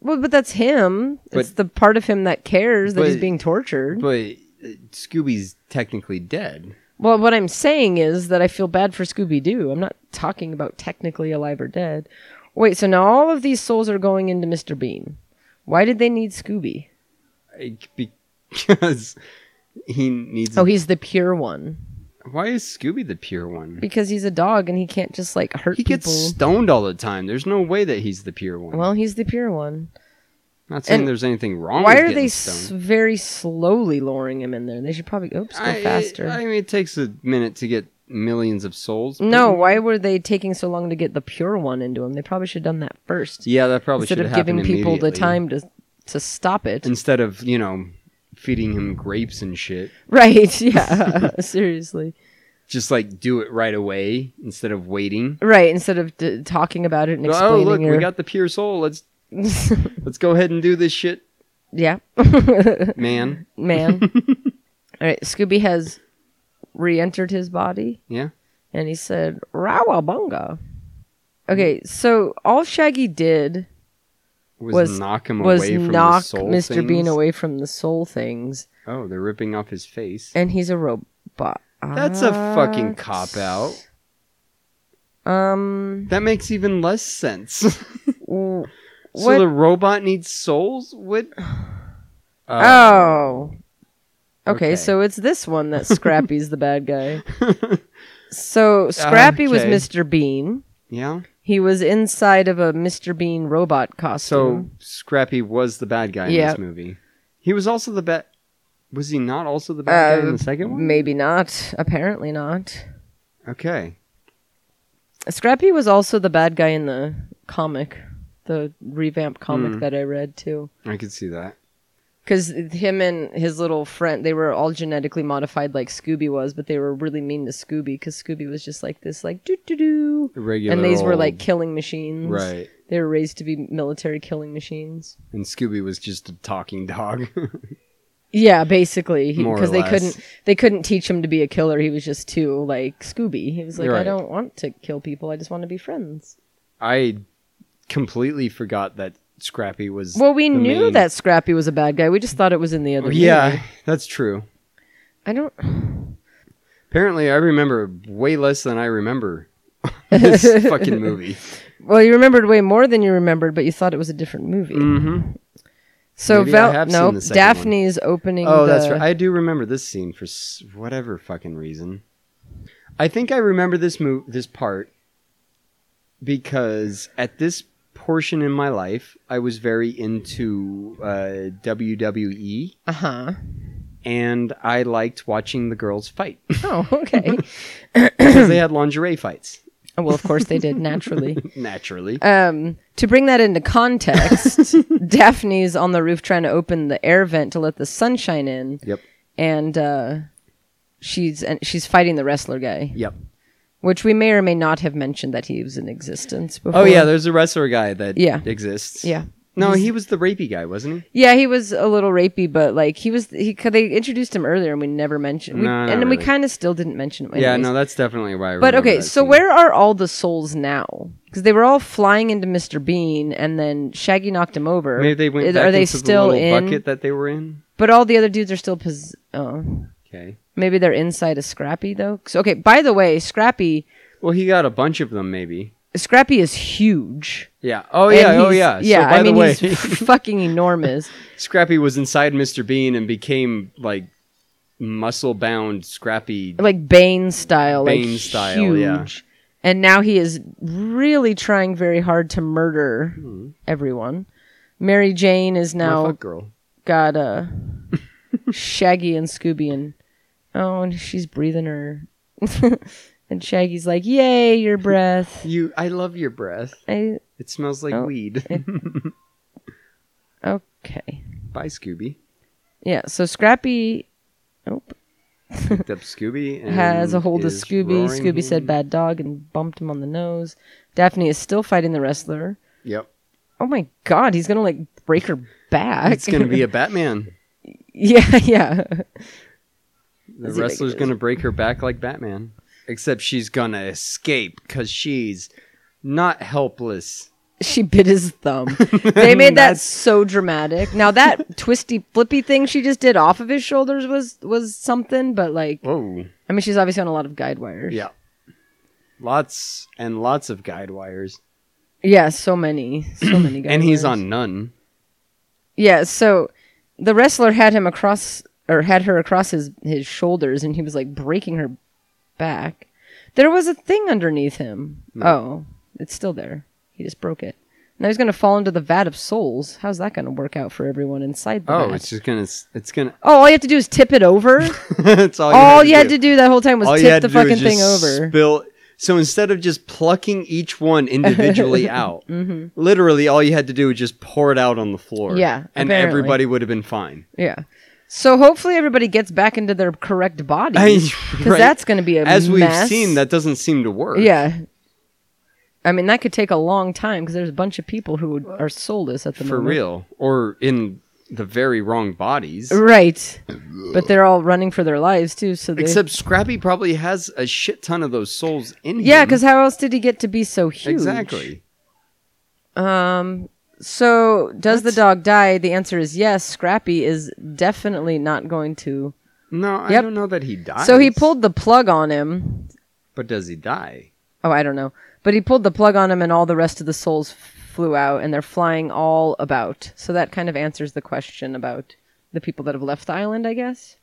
Speaker 5: Well, but that's him. it's
Speaker 4: But-
Speaker 5: the part of him that cares that he's
Speaker 4: but-
Speaker 5: being tortured.
Speaker 4: but uh, Scooby's technically dead.
Speaker 5: well, what I'm saying is that I feel bad for Scooby Doo. I'm not talking about technically alive or dead. Wait, so now all of these souls are going into Mr. Bean. Why did they need Scooby?
Speaker 4: Like, uh, Because he needs.
Speaker 5: Oh, he's the pure one
Speaker 4: Why is Scooby the pure one?
Speaker 5: because he's a dog and he can't just like hurt
Speaker 4: He gets
Speaker 5: people.
Speaker 4: stoned all the time. There's no way that he's the pure one.
Speaker 5: well, he's the pure one.
Speaker 4: not saying
Speaker 5: and
Speaker 4: there's anything wrong.
Speaker 5: Why
Speaker 4: with
Speaker 5: are
Speaker 4: getting
Speaker 5: they s-
Speaker 4: stoned.
Speaker 5: very slowly lowering him in there? They should probably oops go
Speaker 4: I-
Speaker 5: faster.
Speaker 4: I, mean, it takes a minute to get millions of souls. but-
Speaker 5: No, why were they taking so long to get the pure one into him? They probably should have done that first.
Speaker 4: Yeah, that probably
Speaker 5: Instead
Speaker 4: should
Speaker 5: of
Speaker 4: have
Speaker 5: giving
Speaker 4: happened
Speaker 5: people the
Speaker 4: immediately.
Speaker 5: time to to stop it.
Speaker 4: instead of you know feeding him grapes and shit.
Speaker 5: right, yeah. Seriously.
Speaker 4: Just like do it right away instead of waiting.
Speaker 5: Right, instead of d- talking about it and
Speaker 4: Oh
Speaker 5: explaining
Speaker 4: look,
Speaker 5: your...
Speaker 4: we got the pure soul. Let's let's go ahead and do this shit,
Speaker 5: Yeah,
Speaker 4: man.
Speaker 5: man. All right, Scooby has re-entered his body
Speaker 4: Yeah.
Speaker 5: and he said, "Rawabunga." Okay, so all Shaggy did
Speaker 4: Was,
Speaker 5: Was-
Speaker 4: knock him
Speaker 5: was
Speaker 4: away from
Speaker 5: knock
Speaker 4: the soul
Speaker 5: Mr. Bean
Speaker 4: things?
Speaker 5: away from the soul things,
Speaker 4: Oh, they're ripping off his face.
Speaker 5: and he's a robot.
Speaker 4: That's a
Speaker 5: Ah,
Speaker 4: fucking cop out.
Speaker 5: Um,
Speaker 4: That makes even less sense. so
Speaker 5: w- what?
Speaker 4: the robot needs souls? What? Uh,
Speaker 5: oh. Okay,
Speaker 4: Okay.
Speaker 5: so it's this one that Scrappy's the bad guy. So Scrappy was
Speaker 4: Okay.
Speaker 5: Mr. Bean.
Speaker 4: yeah.
Speaker 5: He was inside of a Mr. Bean robot
Speaker 4: So
Speaker 5: costume.
Speaker 4: Scrappy was the bad guy in
Speaker 5: Yeah.
Speaker 4: this movie. He was also the bad. Was he not also the bad guy in
Speaker 5: Uh,
Speaker 4: the second one?
Speaker 5: Maybe not. Apparently not.
Speaker 4: Okay.
Speaker 5: Scrappy was also the bad guy in the comic, the revamp comic
Speaker 4: Hmm.
Speaker 5: that I read too.
Speaker 4: I could see that.
Speaker 5: Because him and his little friend, they were all genetically modified like Scooby was, but they were really mean to Scooby because Scooby was just like this, like doo doo doo.
Speaker 4: The regular.
Speaker 5: And these were
Speaker 4: old-
Speaker 5: like killing machines.
Speaker 4: Right.
Speaker 5: They were raised to be military killing machines.
Speaker 4: And Scooby was just a talking dog.
Speaker 5: Yeah, basically,
Speaker 4: More or
Speaker 5: because they
Speaker 4: less.
Speaker 5: couldn't they couldn't teach him to be a killer. He was just too like Scooby. He was like, I
Speaker 4: Right.
Speaker 5: don't want to kill people. I just want to be friends.
Speaker 4: I completely forgot that Scrappy was.
Speaker 5: Well, we
Speaker 4: the
Speaker 5: knew
Speaker 4: main-
Speaker 5: that Scrappy was a bad guy. We just thought it was in the other.
Speaker 4: Yeah,
Speaker 5: movie.
Speaker 4: that's true.
Speaker 5: I don't.
Speaker 4: Apparently, I remember way less than I remember this fucking movie.
Speaker 5: Well, you remembered way more than you remembered, but you thought it was a different movie.
Speaker 4: Mm-hmm.
Speaker 5: So
Speaker 4: Maybe I
Speaker 5: Val,
Speaker 4: have seen
Speaker 5: no,
Speaker 4: the second one.
Speaker 5: Daphne's opening.
Speaker 4: Oh,
Speaker 5: the-
Speaker 4: that's right. I do remember this scene for s- whatever fucking reason. I think I remember this mo- this part because at this portion in my life, I was very into uh, WWE
Speaker 5: Uh huh.
Speaker 4: and I liked watching the girls fight
Speaker 5: Oh, okay.
Speaker 4: because they had lingerie fights
Speaker 5: Oh, well, of course they did naturally.
Speaker 4: naturally.
Speaker 5: Um, to bring that into context, Daphne's on the roof trying to open the air vent to let the sunshine in,
Speaker 4: yep.
Speaker 5: and uh, she's and she's fighting the wrestler guy,
Speaker 4: Yep.
Speaker 5: which we may or may not have mentioned that he was in existence before.
Speaker 4: Oh yeah, there's a wrestler guy that
Speaker 5: Yeah.
Speaker 4: exists.
Speaker 5: yeah.
Speaker 4: No, he was the rapey guy, wasn't he?
Speaker 5: Yeah, he was a little rapey, but like he was, he 'cause they introduced him earlier and we never mentioned, we,
Speaker 4: No, not
Speaker 5: and then we
Speaker 4: really.
Speaker 5: kind of still didn't mention him.
Speaker 4: Yeah,
Speaker 5: anyways.
Speaker 4: no, that's definitely why. I
Speaker 5: But
Speaker 4: remember
Speaker 5: okay,
Speaker 4: that
Speaker 5: so
Speaker 4: scene.
Speaker 5: where are all the souls now? Because they were all flying into Mr. Bean, and then Shaggy knocked him over.
Speaker 4: Maybe they went.
Speaker 5: Is-
Speaker 4: back
Speaker 5: are they
Speaker 4: into
Speaker 5: still
Speaker 4: the little
Speaker 5: in?
Speaker 4: bucket that they were in?
Speaker 5: But all the other dudes are still. Pos- oh,
Speaker 4: Okay.
Speaker 5: maybe they're inside of Scrappy though. So, okay, by the way, Scrappy,
Speaker 4: Well, he got a bunch of them, maybe.
Speaker 5: Scrappy is huge.
Speaker 4: Yeah. Oh
Speaker 5: And
Speaker 4: yeah. Oh
Speaker 5: he's-
Speaker 4: yeah.
Speaker 5: Yeah,
Speaker 4: so, by
Speaker 5: I mean
Speaker 4: the way,
Speaker 5: he's fucking enormous.
Speaker 4: Scrappy was inside Mr. Bean and became like muscle bound Scrappy.
Speaker 5: like Bane style,
Speaker 4: Bane
Speaker 5: like
Speaker 4: style,
Speaker 5: huge.
Speaker 4: yeah.
Speaker 5: And now he is really trying very hard to murder everyone. Mary Jane is
Speaker 4: My
Speaker 5: now
Speaker 4: Hmm, fuck girl.
Speaker 5: got uh, Shaggy and Scooby and oh, and she's breathing her and Shaggy's like, "Yay, your breath!"
Speaker 4: You, I love your breath.
Speaker 5: I
Speaker 4: It smells like
Speaker 5: Oh,
Speaker 4: weed.
Speaker 5: okay.
Speaker 4: Bye, Scooby.
Speaker 5: Yeah. So Scrappy
Speaker 4: Picked up Scooby and
Speaker 5: has a hold of
Speaker 4: is
Speaker 5: Scooby.
Speaker 4: roaring
Speaker 5: Scooby
Speaker 4: him.
Speaker 5: said bad dog and bumped him on the nose. Daphne is still fighting the wrestler.
Speaker 4: Yep.
Speaker 5: Oh my god, he's gonna like break her back.
Speaker 4: It's gonna be a Batman.
Speaker 5: yeah, yeah.
Speaker 4: The
Speaker 5: Is he
Speaker 4: wrestler's
Speaker 5: making this-
Speaker 4: gonna break her back like Batman, except she's gonna escape because she's not helpless.
Speaker 5: She bit his thumb. They made that
Speaker 4: That's-
Speaker 5: so dramatic. Now that twisty flippy thing she just did off of his shoulders was was something, but like
Speaker 4: Whoa.
Speaker 5: I mean she's obviously on a lot of guide wires.
Speaker 4: Yeah. Lots and lots of guide wires,
Speaker 5: Yeah, so many. So many guide
Speaker 4: and he's
Speaker 5: wires.
Speaker 4: on none.
Speaker 5: Yeah, so the wrestler had him across or had her across his his shoulders and he was like breaking her back. There was a thing underneath him.
Speaker 4: Hmm.
Speaker 5: Oh, it's still there. He just broke it. Now he's going to fall into the vat of souls. How's that going to work out for everyone inside the
Speaker 4: Oh,
Speaker 5: vat?
Speaker 4: it's just gonna. s- It's gonna.
Speaker 5: oh, all you have to do is tip it over.
Speaker 4: That's all.
Speaker 5: all
Speaker 4: you
Speaker 5: you had to do that whole time was
Speaker 4: All you
Speaker 5: tip
Speaker 4: had
Speaker 5: the
Speaker 4: to do
Speaker 5: fucking
Speaker 4: was
Speaker 5: thing
Speaker 4: just
Speaker 5: over.
Speaker 4: Spill. So instead of just plucking each one individually out, literally all you had to do was just pour it out on the floor.
Speaker 5: Mm-hmm. Yeah,
Speaker 4: and
Speaker 5: apparently.
Speaker 4: everybody would have been fine.
Speaker 5: yeah. So hopefully everybody gets back into their correct bodies because
Speaker 4: Right?
Speaker 5: that's going to be a
Speaker 4: as
Speaker 5: mess.
Speaker 4: we've seen that doesn't seem to work.
Speaker 5: Yeah. I mean, that could take a long time because there's a bunch of people who are soulless at the
Speaker 4: for
Speaker 5: moment.
Speaker 4: real, or in the very wrong bodies.
Speaker 5: Right. But they're all running for their lives too, so they
Speaker 4: Except Scrappy probably has a shit ton of those souls in
Speaker 5: Yeah,
Speaker 4: him.
Speaker 5: cuz how else did he get to be so huge?
Speaker 4: exactly.
Speaker 5: So, does the dog die? The answer is yes. Scrappy is definitely not going to.
Speaker 4: No, I
Speaker 5: Yep.
Speaker 4: don't know that he dies.
Speaker 5: So he pulled the plug on him.
Speaker 4: but does he die?
Speaker 5: Oh, I don't know. But he pulled the plug on him and all the rest of the souls flew out and they're flying all about. So that kind of answers the question about the people that have left the island, I guess.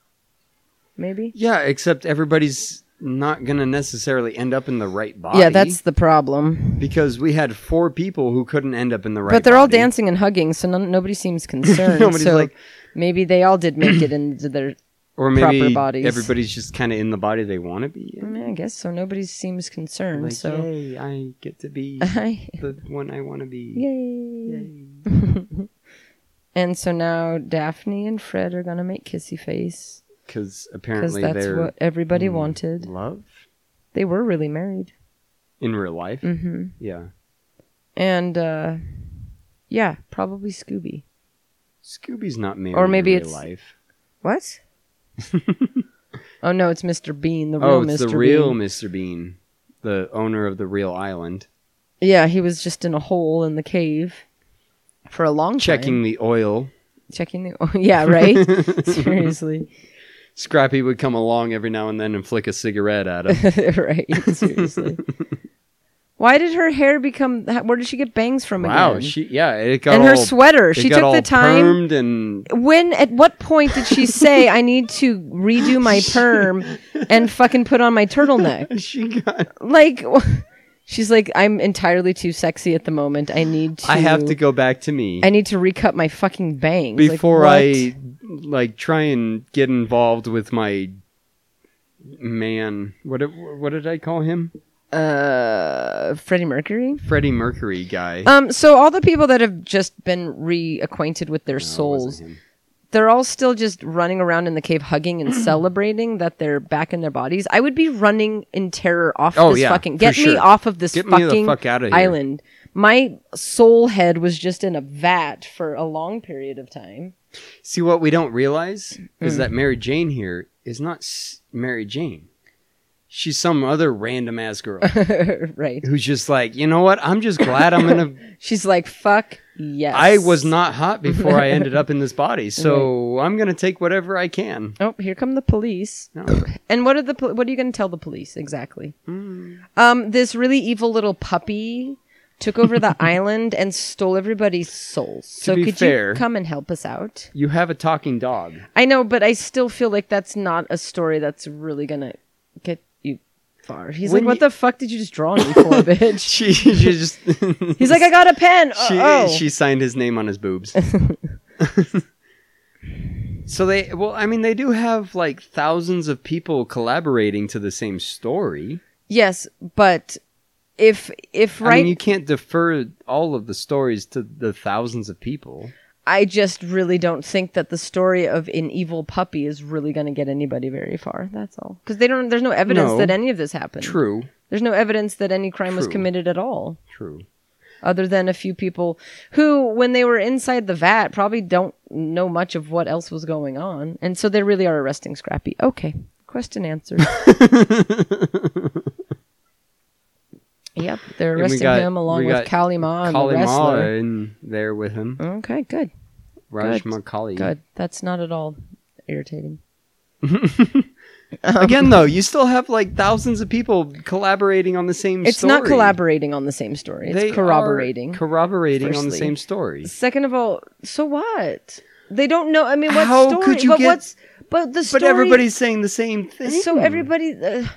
Speaker 5: Maybe?
Speaker 4: Yeah, except everybody's not gonna necessarily end up in the right body.
Speaker 5: Yeah, that's the problem.
Speaker 4: because we had four people who couldn't end up in the right.
Speaker 5: but they're all
Speaker 4: body.
Speaker 5: dancing and hugging, so none, nobody seems concerned.
Speaker 4: Nobody's
Speaker 5: so
Speaker 4: like-
Speaker 5: maybe they all did make it into their.
Speaker 4: or maybe
Speaker 5: proper bodies.
Speaker 4: Everybody's just kind of in the body they want to be.
Speaker 5: I,
Speaker 4: In.
Speaker 5: mean, I guess so. Nobody seems concerned.
Speaker 4: Like,
Speaker 5: Mm, so
Speaker 4: yay, I get to be
Speaker 5: I-
Speaker 4: the one I want to be.
Speaker 5: yay. and so now Daphne and Fred are gonna make kissy face
Speaker 4: Because
Speaker 5: because
Speaker 4: apparently
Speaker 5: that's
Speaker 4: they're Mm.
Speaker 5: what everybody wanted.
Speaker 4: love
Speaker 5: They were really married.
Speaker 4: in real life.
Speaker 5: Mm-hmm.
Speaker 4: Yeah,
Speaker 5: And uh, yeah, probably Scooby.
Speaker 4: Scooby's not married.
Speaker 5: Or maybe
Speaker 4: in real
Speaker 5: it's-
Speaker 4: life.
Speaker 5: What? oh no, it's Mr. Bean, the real
Speaker 4: Oh,
Speaker 5: Mr.
Speaker 4: it's the
Speaker 5: Bean.
Speaker 4: real Mr. Bean, the owner of the real island,
Speaker 5: Yeah, he was just in a hole in the cave for a long
Speaker 4: checking
Speaker 5: time.
Speaker 4: the oil.
Speaker 5: Checking the oh, yeah, right? seriously.
Speaker 4: Scrappy would come along every now and then and flick a cigarette at him.
Speaker 5: right, seriously. Why did her hair become ha- where did she get bangs from
Speaker 4: wow,
Speaker 5: again?
Speaker 4: she yeah, it got
Speaker 5: and her
Speaker 4: all-
Speaker 5: sweater.
Speaker 4: it
Speaker 5: She
Speaker 4: got
Speaker 5: took
Speaker 4: all
Speaker 5: the time.
Speaker 4: permed and
Speaker 5: When at what point did she say I need to redo my perm and fucking put on my turtleneck?
Speaker 4: she got.
Speaker 5: Like she's like I'm entirely too sexy at the moment. I need to
Speaker 4: I have to go back to me
Speaker 5: I need to recut my fucking bangs Like,
Speaker 4: before
Speaker 5: what?
Speaker 4: I like try and get involved with my man. What did- what did I call him?
Speaker 5: uh Freddie Mercury.
Speaker 4: Freddie Mercury guy.
Speaker 5: Um so all the people that have just been reacquainted with
Speaker 4: No,
Speaker 5: their
Speaker 4: it wasn't
Speaker 5: souls,
Speaker 4: him.
Speaker 5: they're all still just running around in the cave hugging
Speaker 4: Mm-hmm.
Speaker 5: and celebrating that they're back in their bodies. I would be running in terror off
Speaker 4: Oh,
Speaker 5: this
Speaker 4: yeah,
Speaker 5: fucking
Speaker 4: for
Speaker 5: get me
Speaker 4: sure.
Speaker 5: off of this
Speaker 4: Get me the
Speaker 5: fucking
Speaker 4: fuck outta here.
Speaker 5: island. My soul head was just in a vat for a long period of time.
Speaker 4: See what we don't realize is that Mary Jane here is not s- Mary Jane. She's some other random ass girl
Speaker 5: right.
Speaker 4: who's just like, you know what? I'm just glad I'm in a.
Speaker 5: She's like, "Fuck, yes."
Speaker 4: I was not hot before I ended up in this body, so I'm gonna take whatever I can.
Speaker 5: Oh, here come the police.
Speaker 4: No.
Speaker 5: And what are the pol- what are you going to tell the police exactly? Um, this really evil little puppy took over the island and stole everybody's souls. So
Speaker 4: be
Speaker 5: could
Speaker 4: fair-
Speaker 5: you come and help us out?
Speaker 4: You have a talking dog.
Speaker 5: I know, but I still feel like that's not a story that's really gonna get you far. He's
Speaker 4: When
Speaker 5: like, "What
Speaker 4: you-
Speaker 5: the fuck did you just draw me for, bitch?"
Speaker 4: She, she just.
Speaker 5: He's like, "I got a pen."
Speaker 4: she,
Speaker 5: Uh, oh,
Speaker 4: she signed his name on his boobs. So they well, I mean, they do have like thousands of people collaborating to the same story.
Speaker 5: Yes, but if if right
Speaker 4: I mean, you can't defer all of the stories to the thousands of people.
Speaker 5: I just really don't think that the story of an evil puppy is really going to get anybody very far. That's all. Because they don't. There's no evidence
Speaker 4: No.
Speaker 5: that any of this happened.
Speaker 4: True,
Speaker 5: There's no evidence that any crime was
Speaker 4: True.
Speaker 5: committed at all,
Speaker 4: true.
Speaker 5: other than a few people who, when they were inside the vat, probably don't know much of what else was going on, and so they really are arresting Scrappy. Okay, question answered. yep, they're
Speaker 4: And we
Speaker 5: arresting
Speaker 4: got-
Speaker 5: him along
Speaker 4: we
Speaker 5: with
Speaker 4: got
Speaker 5: Kali Ma and
Speaker 4: Kali Ma
Speaker 5: the wrestler.
Speaker 4: in there with him,
Speaker 5: Okay, good.
Speaker 4: Rajma Kali.
Speaker 5: Good. That's not at all irritating.
Speaker 4: Again, though, you still have like thousands of people collaborating on the same.
Speaker 5: It's
Speaker 4: story.
Speaker 5: not collaborating on the same story. It's
Speaker 4: They are
Speaker 5: corroborating.
Speaker 4: corroborating on the
Speaker 5: firstly.
Speaker 4: same story.
Speaker 5: Second of all, so what? They don't know. I mean, what
Speaker 4: How
Speaker 5: story?
Speaker 4: could you
Speaker 5: but
Speaker 4: get-
Speaker 5: what's but the story?
Speaker 4: But everybody's saying the same thing.
Speaker 5: so everybody. Uh,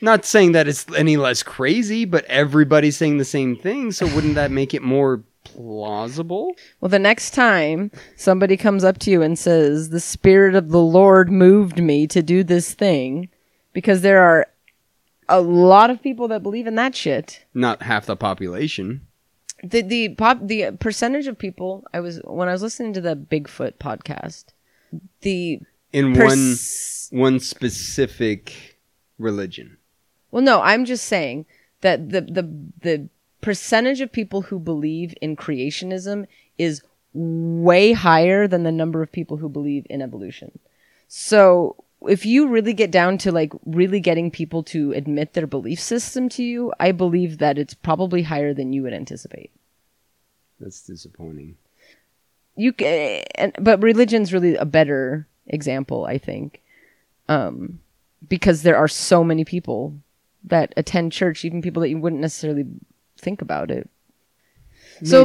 Speaker 4: Not saying that it's any less crazy, but everybody's saying the same thing. So wouldn't that make it more plausible?
Speaker 5: well, the next time somebody comes up to you and says, "The spirit of the Lord moved me to do this thing," because there are a lot of people that believe in that shit.
Speaker 4: Not half the population.
Speaker 5: the the pop the percentage of people I was when I was listening to the Bigfoot podcast, the
Speaker 4: in
Speaker 5: pers-
Speaker 4: one one specific religion.
Speaker 5: well, no, I'm just saying that the the the percentage of people who believe in creationism is way higher than the number of people who believe in evolution. So if you really get down to like really getting people to admit their belief system to you, I believe that it's probably higher than you would anticipate.
Speaker 4: That's disappointing.
Speaker 5: you c- eh, and, but religion's really a better example i think um because there are so many people that attend church even people that you wouldn't necessarily think about it so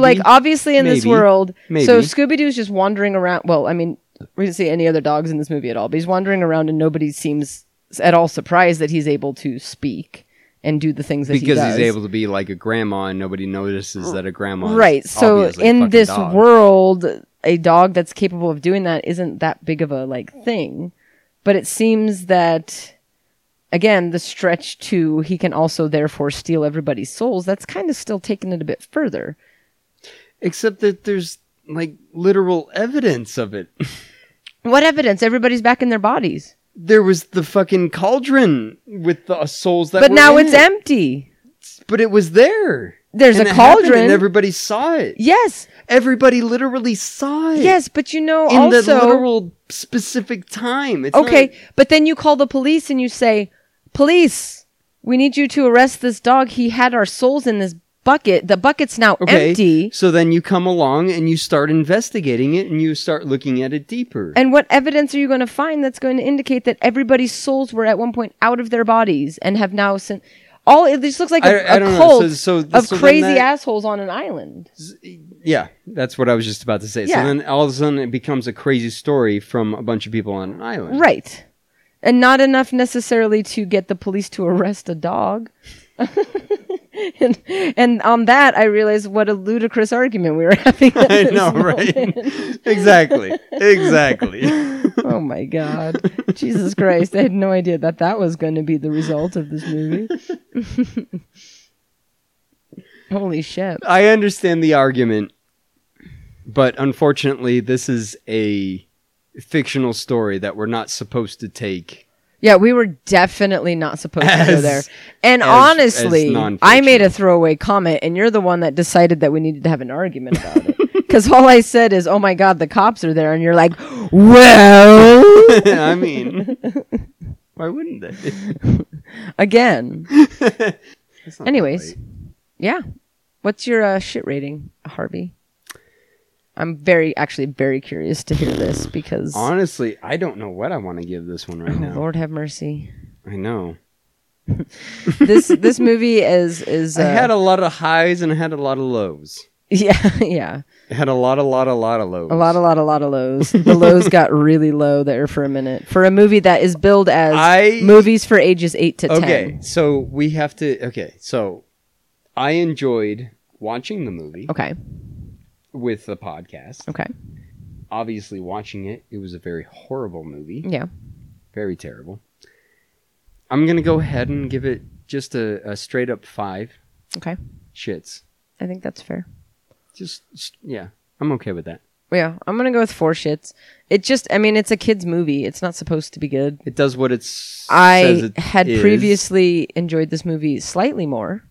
Speaker 4: Maybe.
Speaker 5: like obviously in this
Speaker 4: Maybe.
Speaker 5: world so
Speaker 4: Maybe.
Speaker 5: scooby-doo's just wandering around well i mean we didn't see any other dogs in this movie at all but he's wandering around and nobody seems at all surprised that he's able to speak and do the things that he
Speaker 4: because
Speaker 5: does
Speaker 4: he's able to be like a grandma and nobody notices that a grandma is
Speaker 5: right so
Speaker 4: obviously a
Speaker 5: in
Speaker 4: fucking
Speaker 5: this
Speaker 4: dog.
Speaker 5: world a dog that's capable of doing that isn't that big of a like thing but it seems that again the stretch to he can also therefore steal everybody's souls that's kind of still taking it a bit further
Speaker 4: except that there's like literal evidence of it.
Speaker 5: what evidence everybody's back in their bodies
Speaker 4: there was the fucking cauldron with the souls that
Speaker 5: but
Speaker 4: were
Speaker 5: now
Speaker 4: in
Speaker 5: it's
Speaker 4: it.
Speaker 5: empty
Speaker 4: but it was there.
Speaker 5: There's
Speaker 4: And
Speaker 5: a
Speaker 4: it happened
Speaker 5: cauldron.
Speaker 4: and everybody saw it.
Speaker 5: yes
Speaker 4: Everybody literally saw it.
Speaker 5: yes but you know
Speaker 4: in
Speaker 5: also
Speaker 4: the literal specific time. It's not-
Speaker 5: okay but then you call the police and you say police we need you to arrest this dog he had our souls in this bucket the bucket's now
Speaker 4: Okay.
Speaker 5: empty
Speaker 4: So then you come along and you start investigating it and you start looking at it deeper.
Speaker 5: and what evidence are you going to find that's going to indicate that everybody's souls were at one point out of their bodies and have now sent all it just looks like a
Speaker 4: I- I
Speaker 5: a
Speaker 4: don't know.
Speaker 5: cult
Speaker 4: So- so-
Speaker 5: of
Speaker 4: so then
Speaker 5: crazy
Speaker 4: that-
Speaker 5: assholes on an island
Speaker 4: yeah, that's what I was just about to say.
Speaker 5: Yeah.
Speaker 4: So then all of a sudden it becomes a crazy story from a bunch of people on an island.
Speaker 5: right and not enough necessarily to get the police to arrest a dog and, and on that i realized what a ludicrous argument we were having at
Speaker 4: I
Speaker 5: this
Speaker 4: know, right? exactly. Exactly.
Speaker 5: Oh my god. Jesus Christ. I had no idea that that was going to be the result of this movie. Holy shit.
Speaker 4: I understand the argument, but unfortunately, this is a fictional story that we're not supposed to take.
Speaker 5: Yeah, we were definitely not supposed to go
Speaker 4: As-
Speaker 5: there. And
Speaker 4: as- as
Speaker 5: honestly,
Speaker 4: non-fictional.
Speaker 5: I made a throwaway comment and you're the one that decided that we needed to have an argument about it. Cuz all I said is, "Oh my god, the cops are there." And you're like, "Well,
Speaker 4: I mean, why wouldn't they?
Speaker 5: again."
Speaker 4: It's not that
Speaker 5: Anyways,
Speaker 4: late.
Speaker 5: yeah. What's your uh, shit rating, Harvey? I'm very, actually, very curious to hear this because
Speaker 4: honestly, I don't know what I want to give this one right
Speaker 5: Oh,
Speaker 4: now.
Speaker 5: Lord have mercy,
Speaker 4: I know.
Speaker 5: this this movie is is uh,
Speaker 4: I had a lot of highs and I had a lot of lows.
Speaker 5: yeah yeah
Speaker 4: I had a lot, a lot, a lot of lows.
Speaker 5: a lot a lot a lot of lows. The lows got really low there for a minute for a movie that is billed as
Speaker 4: I-
Speaker 5: movies for ages eight to
Speaker 4: Okay,
Speaker 5: ten.
Speaker 4: so we have to. Okay, so I enjoyed watching the movie
Speaker 5: Okay,
Speaker 4: with the podcast.
Speaker 5: okay,
Speaker 4: obviously watching it, it was a very horrible movie.
Speaker 5: Yeah.
Speaker 4: Very terrible. I'm going to go ahead and give it just a, a straight up five
Speaker 5: Okay.
Speaker 4: shits.
Speaker 5: I think that's fair.
Speaker 4: Just, just- yeah, I'm okay with that.
Speaker 5: Yeah, I'm gonna go with four shits. It just, I mean, it's a kids' movie. It's not supposed to be good.
Speaker 4: It does what it's. says
Speaker 5: I
Speaker 4: it
Speaker 5: had
Speaker 4: is.
Speaker 5: previously enjoyed this movie slightly more,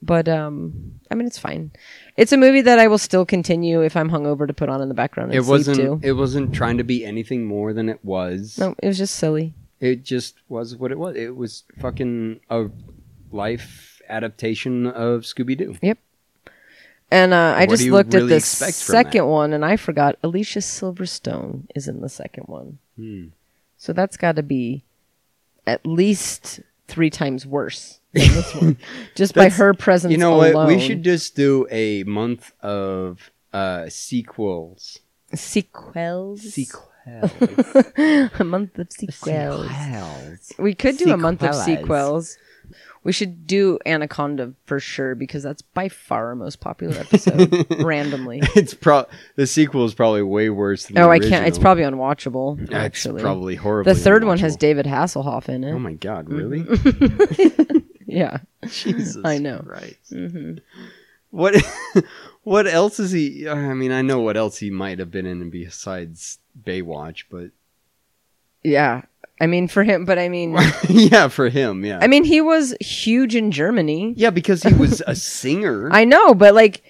Speaker 5: but um, I mean, it's fine. It's a movie that I will still continue if I'm hungover to put on in the background. And
Speaker 4: It
Speaker 5: sleep
Speaker 4: wasn't.
Speaker 5: To.
Speaker 4: It wasn't trying to be anything more than it was.
Speaker 5: No, it was just silly.
Speaker 4: It just was what it was. It was fucking a life adaptation of Scooby Doo.
Speaker 5: And uh, I
Speaker 4: What
Speaker 5: just
Speaker 4: do you
Speaker 5: looked
Speaker 4: really
Speaker 5: at the
Speaker 4: expect from
Speaker 5: second one, and I forgot Alicia Silverstone is in the second one.
Speaker 4: Hmm.
Speaker 5: So that's got to be at least three times worse than this one, just by
Speaker 4: That's-
Speaker 5: her presence.
Speaker 4: You know
Speaker 5: alone.
Speaker 4: what? We should just do a month of uh, sequels.
Speaker 5: sequels.
Speaker 4: Sequels.
Speaker 5: a month of sequels.
Speaker 4: Sequels.
Speaker 5: We could do a month of
Speaker 4: Sequelas.
Speaker 5: sequels. We should do Anaconda for sure because that's by far our most popular episode randomly.
Speaker 4: It's pro. The sequel is probably way worse than.
Speaker 5: Oh,
Speaker 4: the
Speaker 5: I can't. It's
Speaker 4: original.
Speaker 5: probably unwatchable.
Speaker 4: Yeah, it's
Speaker 5: Actually,
Speaker 4: probably horrible.
Speaker 5: the third one has David Hasselhoff in it.
Speaker 4: Oh my god! Really?
Speaker 5: Yeah,
Speaker 4: Jesus.
Speaker 5: I know.
Speaker 4: Right. Mm-hmm. What? what else is he? I mean, I know what else he might have been in besides Baywatch, but
Speaker 5: yeah. I mean, for him, but I mean,
Speaker 4: yeah, for him, yeah,
Speaker 5: I mean, he was huge in Germany.
Speaker 4: yeah, because he was a singer.
Speaker 5: I know, but like,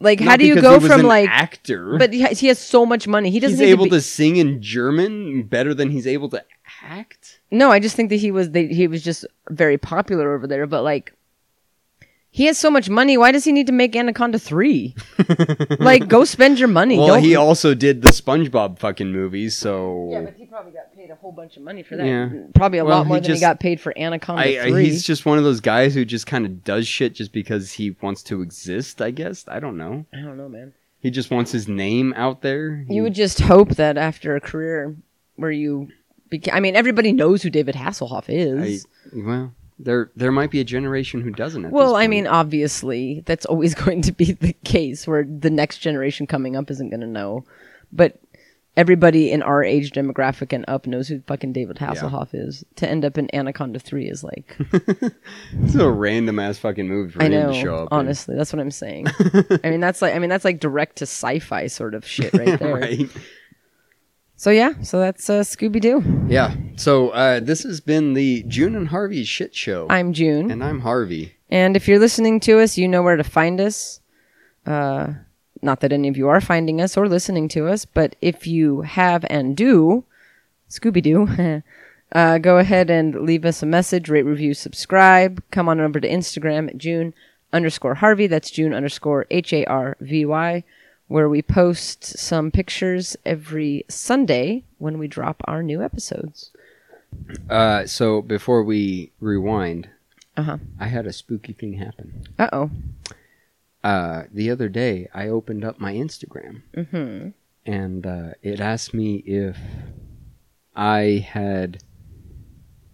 Speaker 5: like, how
Speaker 4: not
Speaker 5: do you
Speaker 4: because
Speaker 5: go
Speaker 4: he was
Speaker 5: from
Speaker 4: an
Speaker 5: like?
Speaker 4: actor?
Speaker 5: But he has, he has so much money. He doesn't
Speaker 4: he's
Speaker 5: need
Speaker 4: able
Speaker 5: to,
Speaker 4: to,
Speaker 5: be,
Speaker 4: sing in German better than he's able to act.
Speaker 5: No, I just think that he was that he was just very popular over there. But like, he has so much money. Why does he need to make Anaconda three? like, go spend your money.
Speaker 4: Well,
Speaker 5: Don't-
Speaker 4: he also did the SpongeBob fucking movies, so
Speaker 5: yeah, but he probably got paid a whole bunch of money for that.
Speaker 4: Yeah.
Speaker 5: Probably a
Speaker 4: Well,
Speaker 5: lot more
Speaker 4: he
Speaker 5: than
Speaker 4: just-
Speaker 5: he got paid for Anaconda
Speaker 4: I, I-
Speaker 5: three.
Speaker 4: he's just one of those guys who just kind of does shit just because he wants to exist. I guess I don't know.
Speaker 5: I don't know, man.
Speaker 4: He just wants his name out there. He-
Speaker 5: You would just hope that after a career where you, beca- I mean, everybody knows who David Hasselhoff
Speaker 4: I,
Speaker 5: is.
Speaker 4: well, there there might be a generation who doesn't. At this
Speaker 5: well, I
Speaker 4: point.
Speaker 5: mean, obviously, that's always going to be the case where the next generation coming up isn't going to know. But everybody in our age demographic and up knows who fucking David Hasselhoff is. To end up in Anaconda 3 is like,
Speaker 4: it's a random ass fucking movie for
Speaker 5: I
Speaker 4: him
Speaker 5: know.
Speaker 4: to show up. in.
Speaker 5: honestly, that's what I'm saying. I mean, that's like, I mean, that's like direct to sci fi sort of shit right there.
Speaker 4: right?
Speaker 5: So, yeah, so that's uh, Scooby Doo.
Speaker 4: Yeah. So uh, this has been the June and Harvey shit show,
Speaker 5: I'm June.
Speaker 4: and I'm Harvey.
Speaker 5: And if you're listening to us, you know where to find us. Uh, not that any of you are finding us or listening to us, but if you have and do, Scooby Doo, uh, go ahead and leave us a message, rate, review, subscribe. Come on over to Instagram at June underscore Harvey. That's June underscore H A R V Y, where we post some pictures every Sunday when we drop our new episodes.
Speaker 4: Uh, so before we rewind,
Speaker 5: Uh-huh.
Speaker 4: I had a spooky thing happen.
Speaker 5: Uh oh.
Speaker 4: Uh, the other day, I opened up my Instagram,
Speaker 5: Mm-hmm.
Speaker 4: and uh, it asked me if I had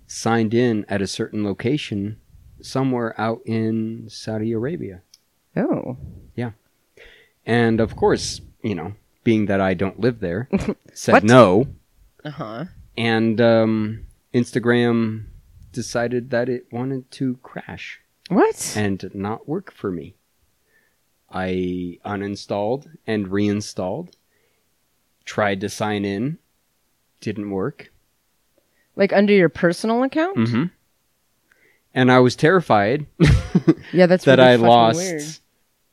Speaker 4: signed in at a certain location somewhere out in Saudi Arabia.
Speaker 5: Oh.
Speaker 4: And of course, you know, being that I don't live there, said
Speaker 5: What?
Speaker 4: no.
Speaker 5: Uh huh.
Speaker 4: And um, Instagram decided that it wanted to crash
Speaker 5: What?
Speaker 4: and not work for me. I uninstalled and reinstalled, tried to sign in, didn't work.
Speaker 5: Like under your personal account?
Speaker 4: Mm-hmm. And I was terrified
Speaker 5: Yeah, that's
Speaker 4: that
Speaker 5: really
Speaker 4: I
Speaker 5: fucking
Speaker 4: lost
Speaker 5: weird.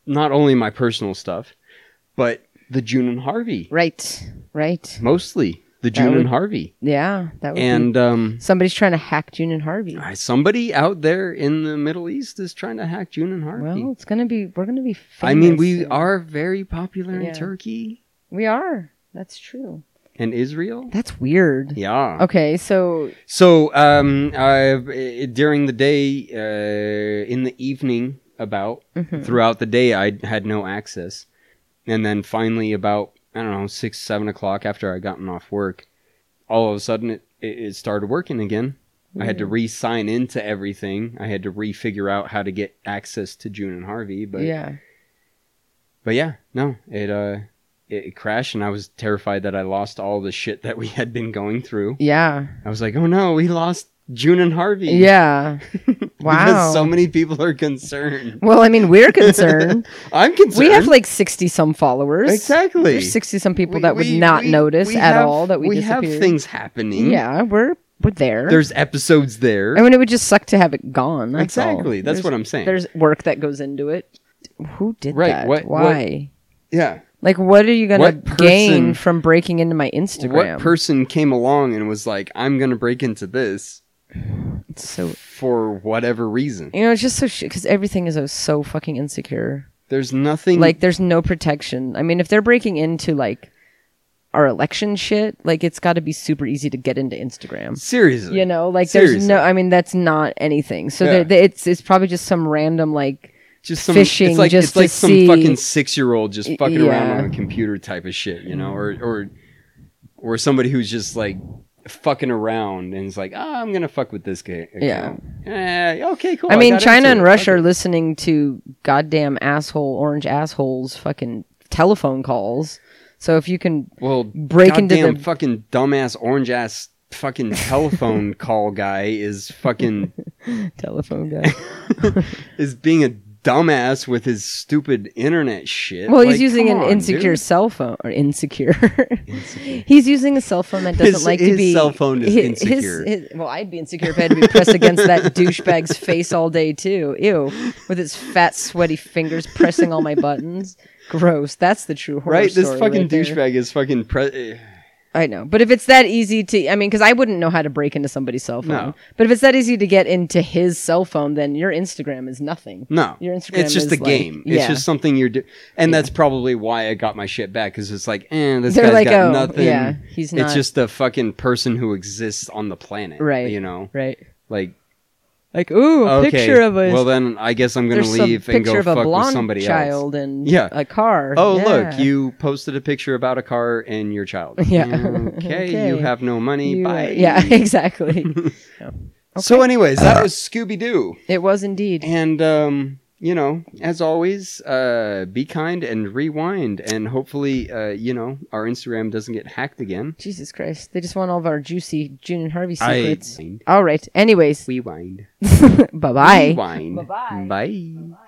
Speaker 4: not only my personal stuff, but the June and Harvey.
Speaker 5: Right, right.
Speaker 4: Mostly the June
Speaker 5: would-
Speaker 4: and Harvey.
Speaker 5: Yeah, that would
Speaker 4: and um,
Speaker 5: be somebody's trying to hack June and Harvey.
Speaker 4: somebody out there in the Middle East is trying to hack June and Harvey.
Speaker 5: Well, it's gonna be. We're gonna be. Famous
Speaker 4: I mean, we
Speaker 5: soon.
Speaker 4: are very popular
Speaker 5: Yeah.
Speaker 4: in Turkey
Speaker 5: We are. That's true.
Speaker 4: and Israel.
Speaker 5: That's weird.
Speaker 4: Yeah.
Speaker 5: Okay, so
Speaker 4: So um, I've, uh, during the day, uh, in the evening, about
Speaker 5: Hmm. mm-hmm.
Speaker 4: throughout the day, I had no access, and then finally, about I don't know six, seven o'clock after I gotten off work, all of a sudden it, it, it started working again. I had to
Speaker 5: Hmm.
Speaker 4: re-sign into everything. I had to re-figure out how to get access to June and Harvey, but
Speaker 5: yeah,
Speaker 4: but yeah, no, it uh, it, it crashed, and I was terrified that I lost all the shit that we had been going through.
Speaker 5: Yeah.
Speaker 4: I was like, oh no, we lost June and Harvey.
Speaker 5: Yeah. Wow.
Speaker 4: Because so many people are concerned.
Speaker 5: well, I mean, we're concerned.
Speaker 4: I'm concerned.
Speaker 5: we have like 60 some followers.
Speaker 4: Exactly.
Speaker 5: There's 60 some people
Speaker 4: We-
Speaker 5: that would
Speaker 4: we-
Speaker 5: not
Speaker 4: we-
Speaker 5: notice
Speaker 4: we
Speaker 5: at
Speaker 4: have-
Speaker 5: all that we,
Speaker 4: We have
Speaker 5: disappeared.
Speaker 4: things happening.
Speaker 5: Yeah, we're we're there.
Speaker 4: There's episodes there.
Speaker 5: I mean, it would just suck to have it gone. That's all.
Speaker 4: Exactly, that's
Speaker 5: There's-
Speaker 4: what I'm saying.
Speaker 5: There's work that goes into it. Who did
Speaker 4: Right,
Speaker 5: that?
Speaker 4: what- what-
Speaker 5: Why?
Speaker 4: yeah.
Speaker 5: like, what are you gonna
Speaker 4: What person-
Speaker 5: gain from breaking into my Instagram?
Speaker 4: What person came along and was like, I'm going to break into this
Speaker 5: It's so
Speaker 4: for whatever reason?
Speaker 5: you know, it's just so because everything is so fucking insecure.
Speaker 4: There's nothing
Speaker 5: Like, there's no protection. I mean, if they're breaking into like our election shit, like it's got to be super easy to get into Instagram.
Speaker 4: seriously.
Speaker 5: You know, like there's
Speaker 4: Seriously.
Speaker 5: no. I mean, that's not anything. So
Speaker 4: Yeah.
Speaker 5: there- there- it's it's probably just some random like
Speaker 4: just some
Speaker 5: fishing
Speaker 4: It's like
Speaker 5: just
Speaker 4: it's like
Speaker 5: to
Speaker 4: some
Speaker 5: see-
Speaker 4: fucking six year old just
Speaker 5: Y-
Speaker 4: fucking around
Speaker 5: yeah. Mm-hmm.
Speaker 4: on a computer type of shit, you know, or or or somebody who's just like fucking around and is like, oh, I'm gonna fuck with this guy.
Speaker 5: Yeah.
Speaker 4: Eh, okay. Cool.
Speaker 5: I mean,
Speaker 4: got
Speaker 5: China
Speaker 4: into
Speaker 5: and
Speaker 4: it.
Speaker 5: Russia
Speaker 4: Fuck
Speaker 5: are
Speaker 4: it.
Speaker 5: listening to goddamn asshole orange assholes fucking telephone calls. So if you can,
Speaker 4: well
Speaker 5: break into
Speaker 4: goddamn
Speaker 5: the-
Speaker 4: fucking dumbass orange ass fucking telephone call guy is fucking
Speaker 5: telephone guy.
Speaker 4: is being a dumbass with his stupid internet shit.
Speaker 5: Well,
Speaker 4: Like,
Speaker 5: he's using
Speaker 4: come
Speaker 5: an
Speaker 4: on,
Speaker 5: insecure
Speaker 4: dude.
Speaker 5: cell phone or insecure. he's using a cell phone that doesn't
Speaker 4: His-
Speaker 5: like to
Speaker 4: his
Speaker 5: be.
Speaker 4: cell phone is
Speaker 5: hi-
Speaker 4: insecure.
Speaker 5: his- well, I'd be insecure if I had to be pressed against that douchebag's face all day too. Ew, with his fat, sweaty fingers pressing all my buttons. Gross. That's the true horror
Speaker 4: Right, this
Speaker 5: story
Speaker 4: fucking
Speaker 5: right there.
Speaker 4: douchebag is fucking pre- eh,
Speaker 5: I know, but if it's that easy to, I mean, because I wouldn't know how to break into somebody's cell phone.
Speaker 4: No.
Speaker 5: But if it's that easy to get into his cell phone, then your Instagram is nothing.
Speaker 4: No,
Speaker 5: your Instagram.
Speaker 4: It's just
Speaker 5: is
Speaker 4: a
Speaker 5: like-
Speaker 4: game.
Speaker 5: Yeah.
Speaker 4: It's just something you're doing, and that's probably why I got my shit back because it's like, eh, this
Speaker 5: They're
Speaker 4: guy's
Speaker 5: like,
Speaker 4: got
Speaker 5: oh,
Speaker 4: nothing.
Speaker 5: yeah, he's not-
Speaker 4: It's just a fucking person who exists on the planet,
Speaker 5: Right.
Speaker 4: You know,
Speaker 5: right.
Speaker 4: like
Speaker 5: Like, ooh, a
Speaker 4: okay,
Speaker 5: picture of a
Speaker 4: well, then I guess I'm gonna
Speaker 5: there's some
Speaker 4: leave and
Speaker 5: picture
Speaker 4: go
Speaker 5: of a
Speaker 4: fuck with
Speaker 5: blonde
Speaker 4: somebody else.
Speaker 5: child and
Speaker 4: Yeah.
Speaker 5: a car.
Speaker 4: Oh,
Speaker 5: Yeah.
Speaker 4: look, you posted a picture about a car and your child.
Speaker 5: Yeah.
Speaker 4: Okay, you
Speaker 5: Okay.
Speaker 4: have no money.
Speaker 5: You, uh,
Speaker 4: Bye.
Speaker 5: Yeah, exactly.
Speaker 4: So, anyways, that was Scooby Doo.
Speaker 5: it was indeed.
Speaker 4: And um, you know, as always, uh, be kind and rewind, and hopefully, uh, you know, our Instagram doesn't get hacked again.
Speaker 5: Jesus Christ, they just want all of our juicy June and Harvey
Speaker 4: I-
Speaker 5: secrets. all right. Anyways,
Speaker 4: Rewind.
Speaker 5: bye bye.
Speaker 4: Rewind. Bye. Bye.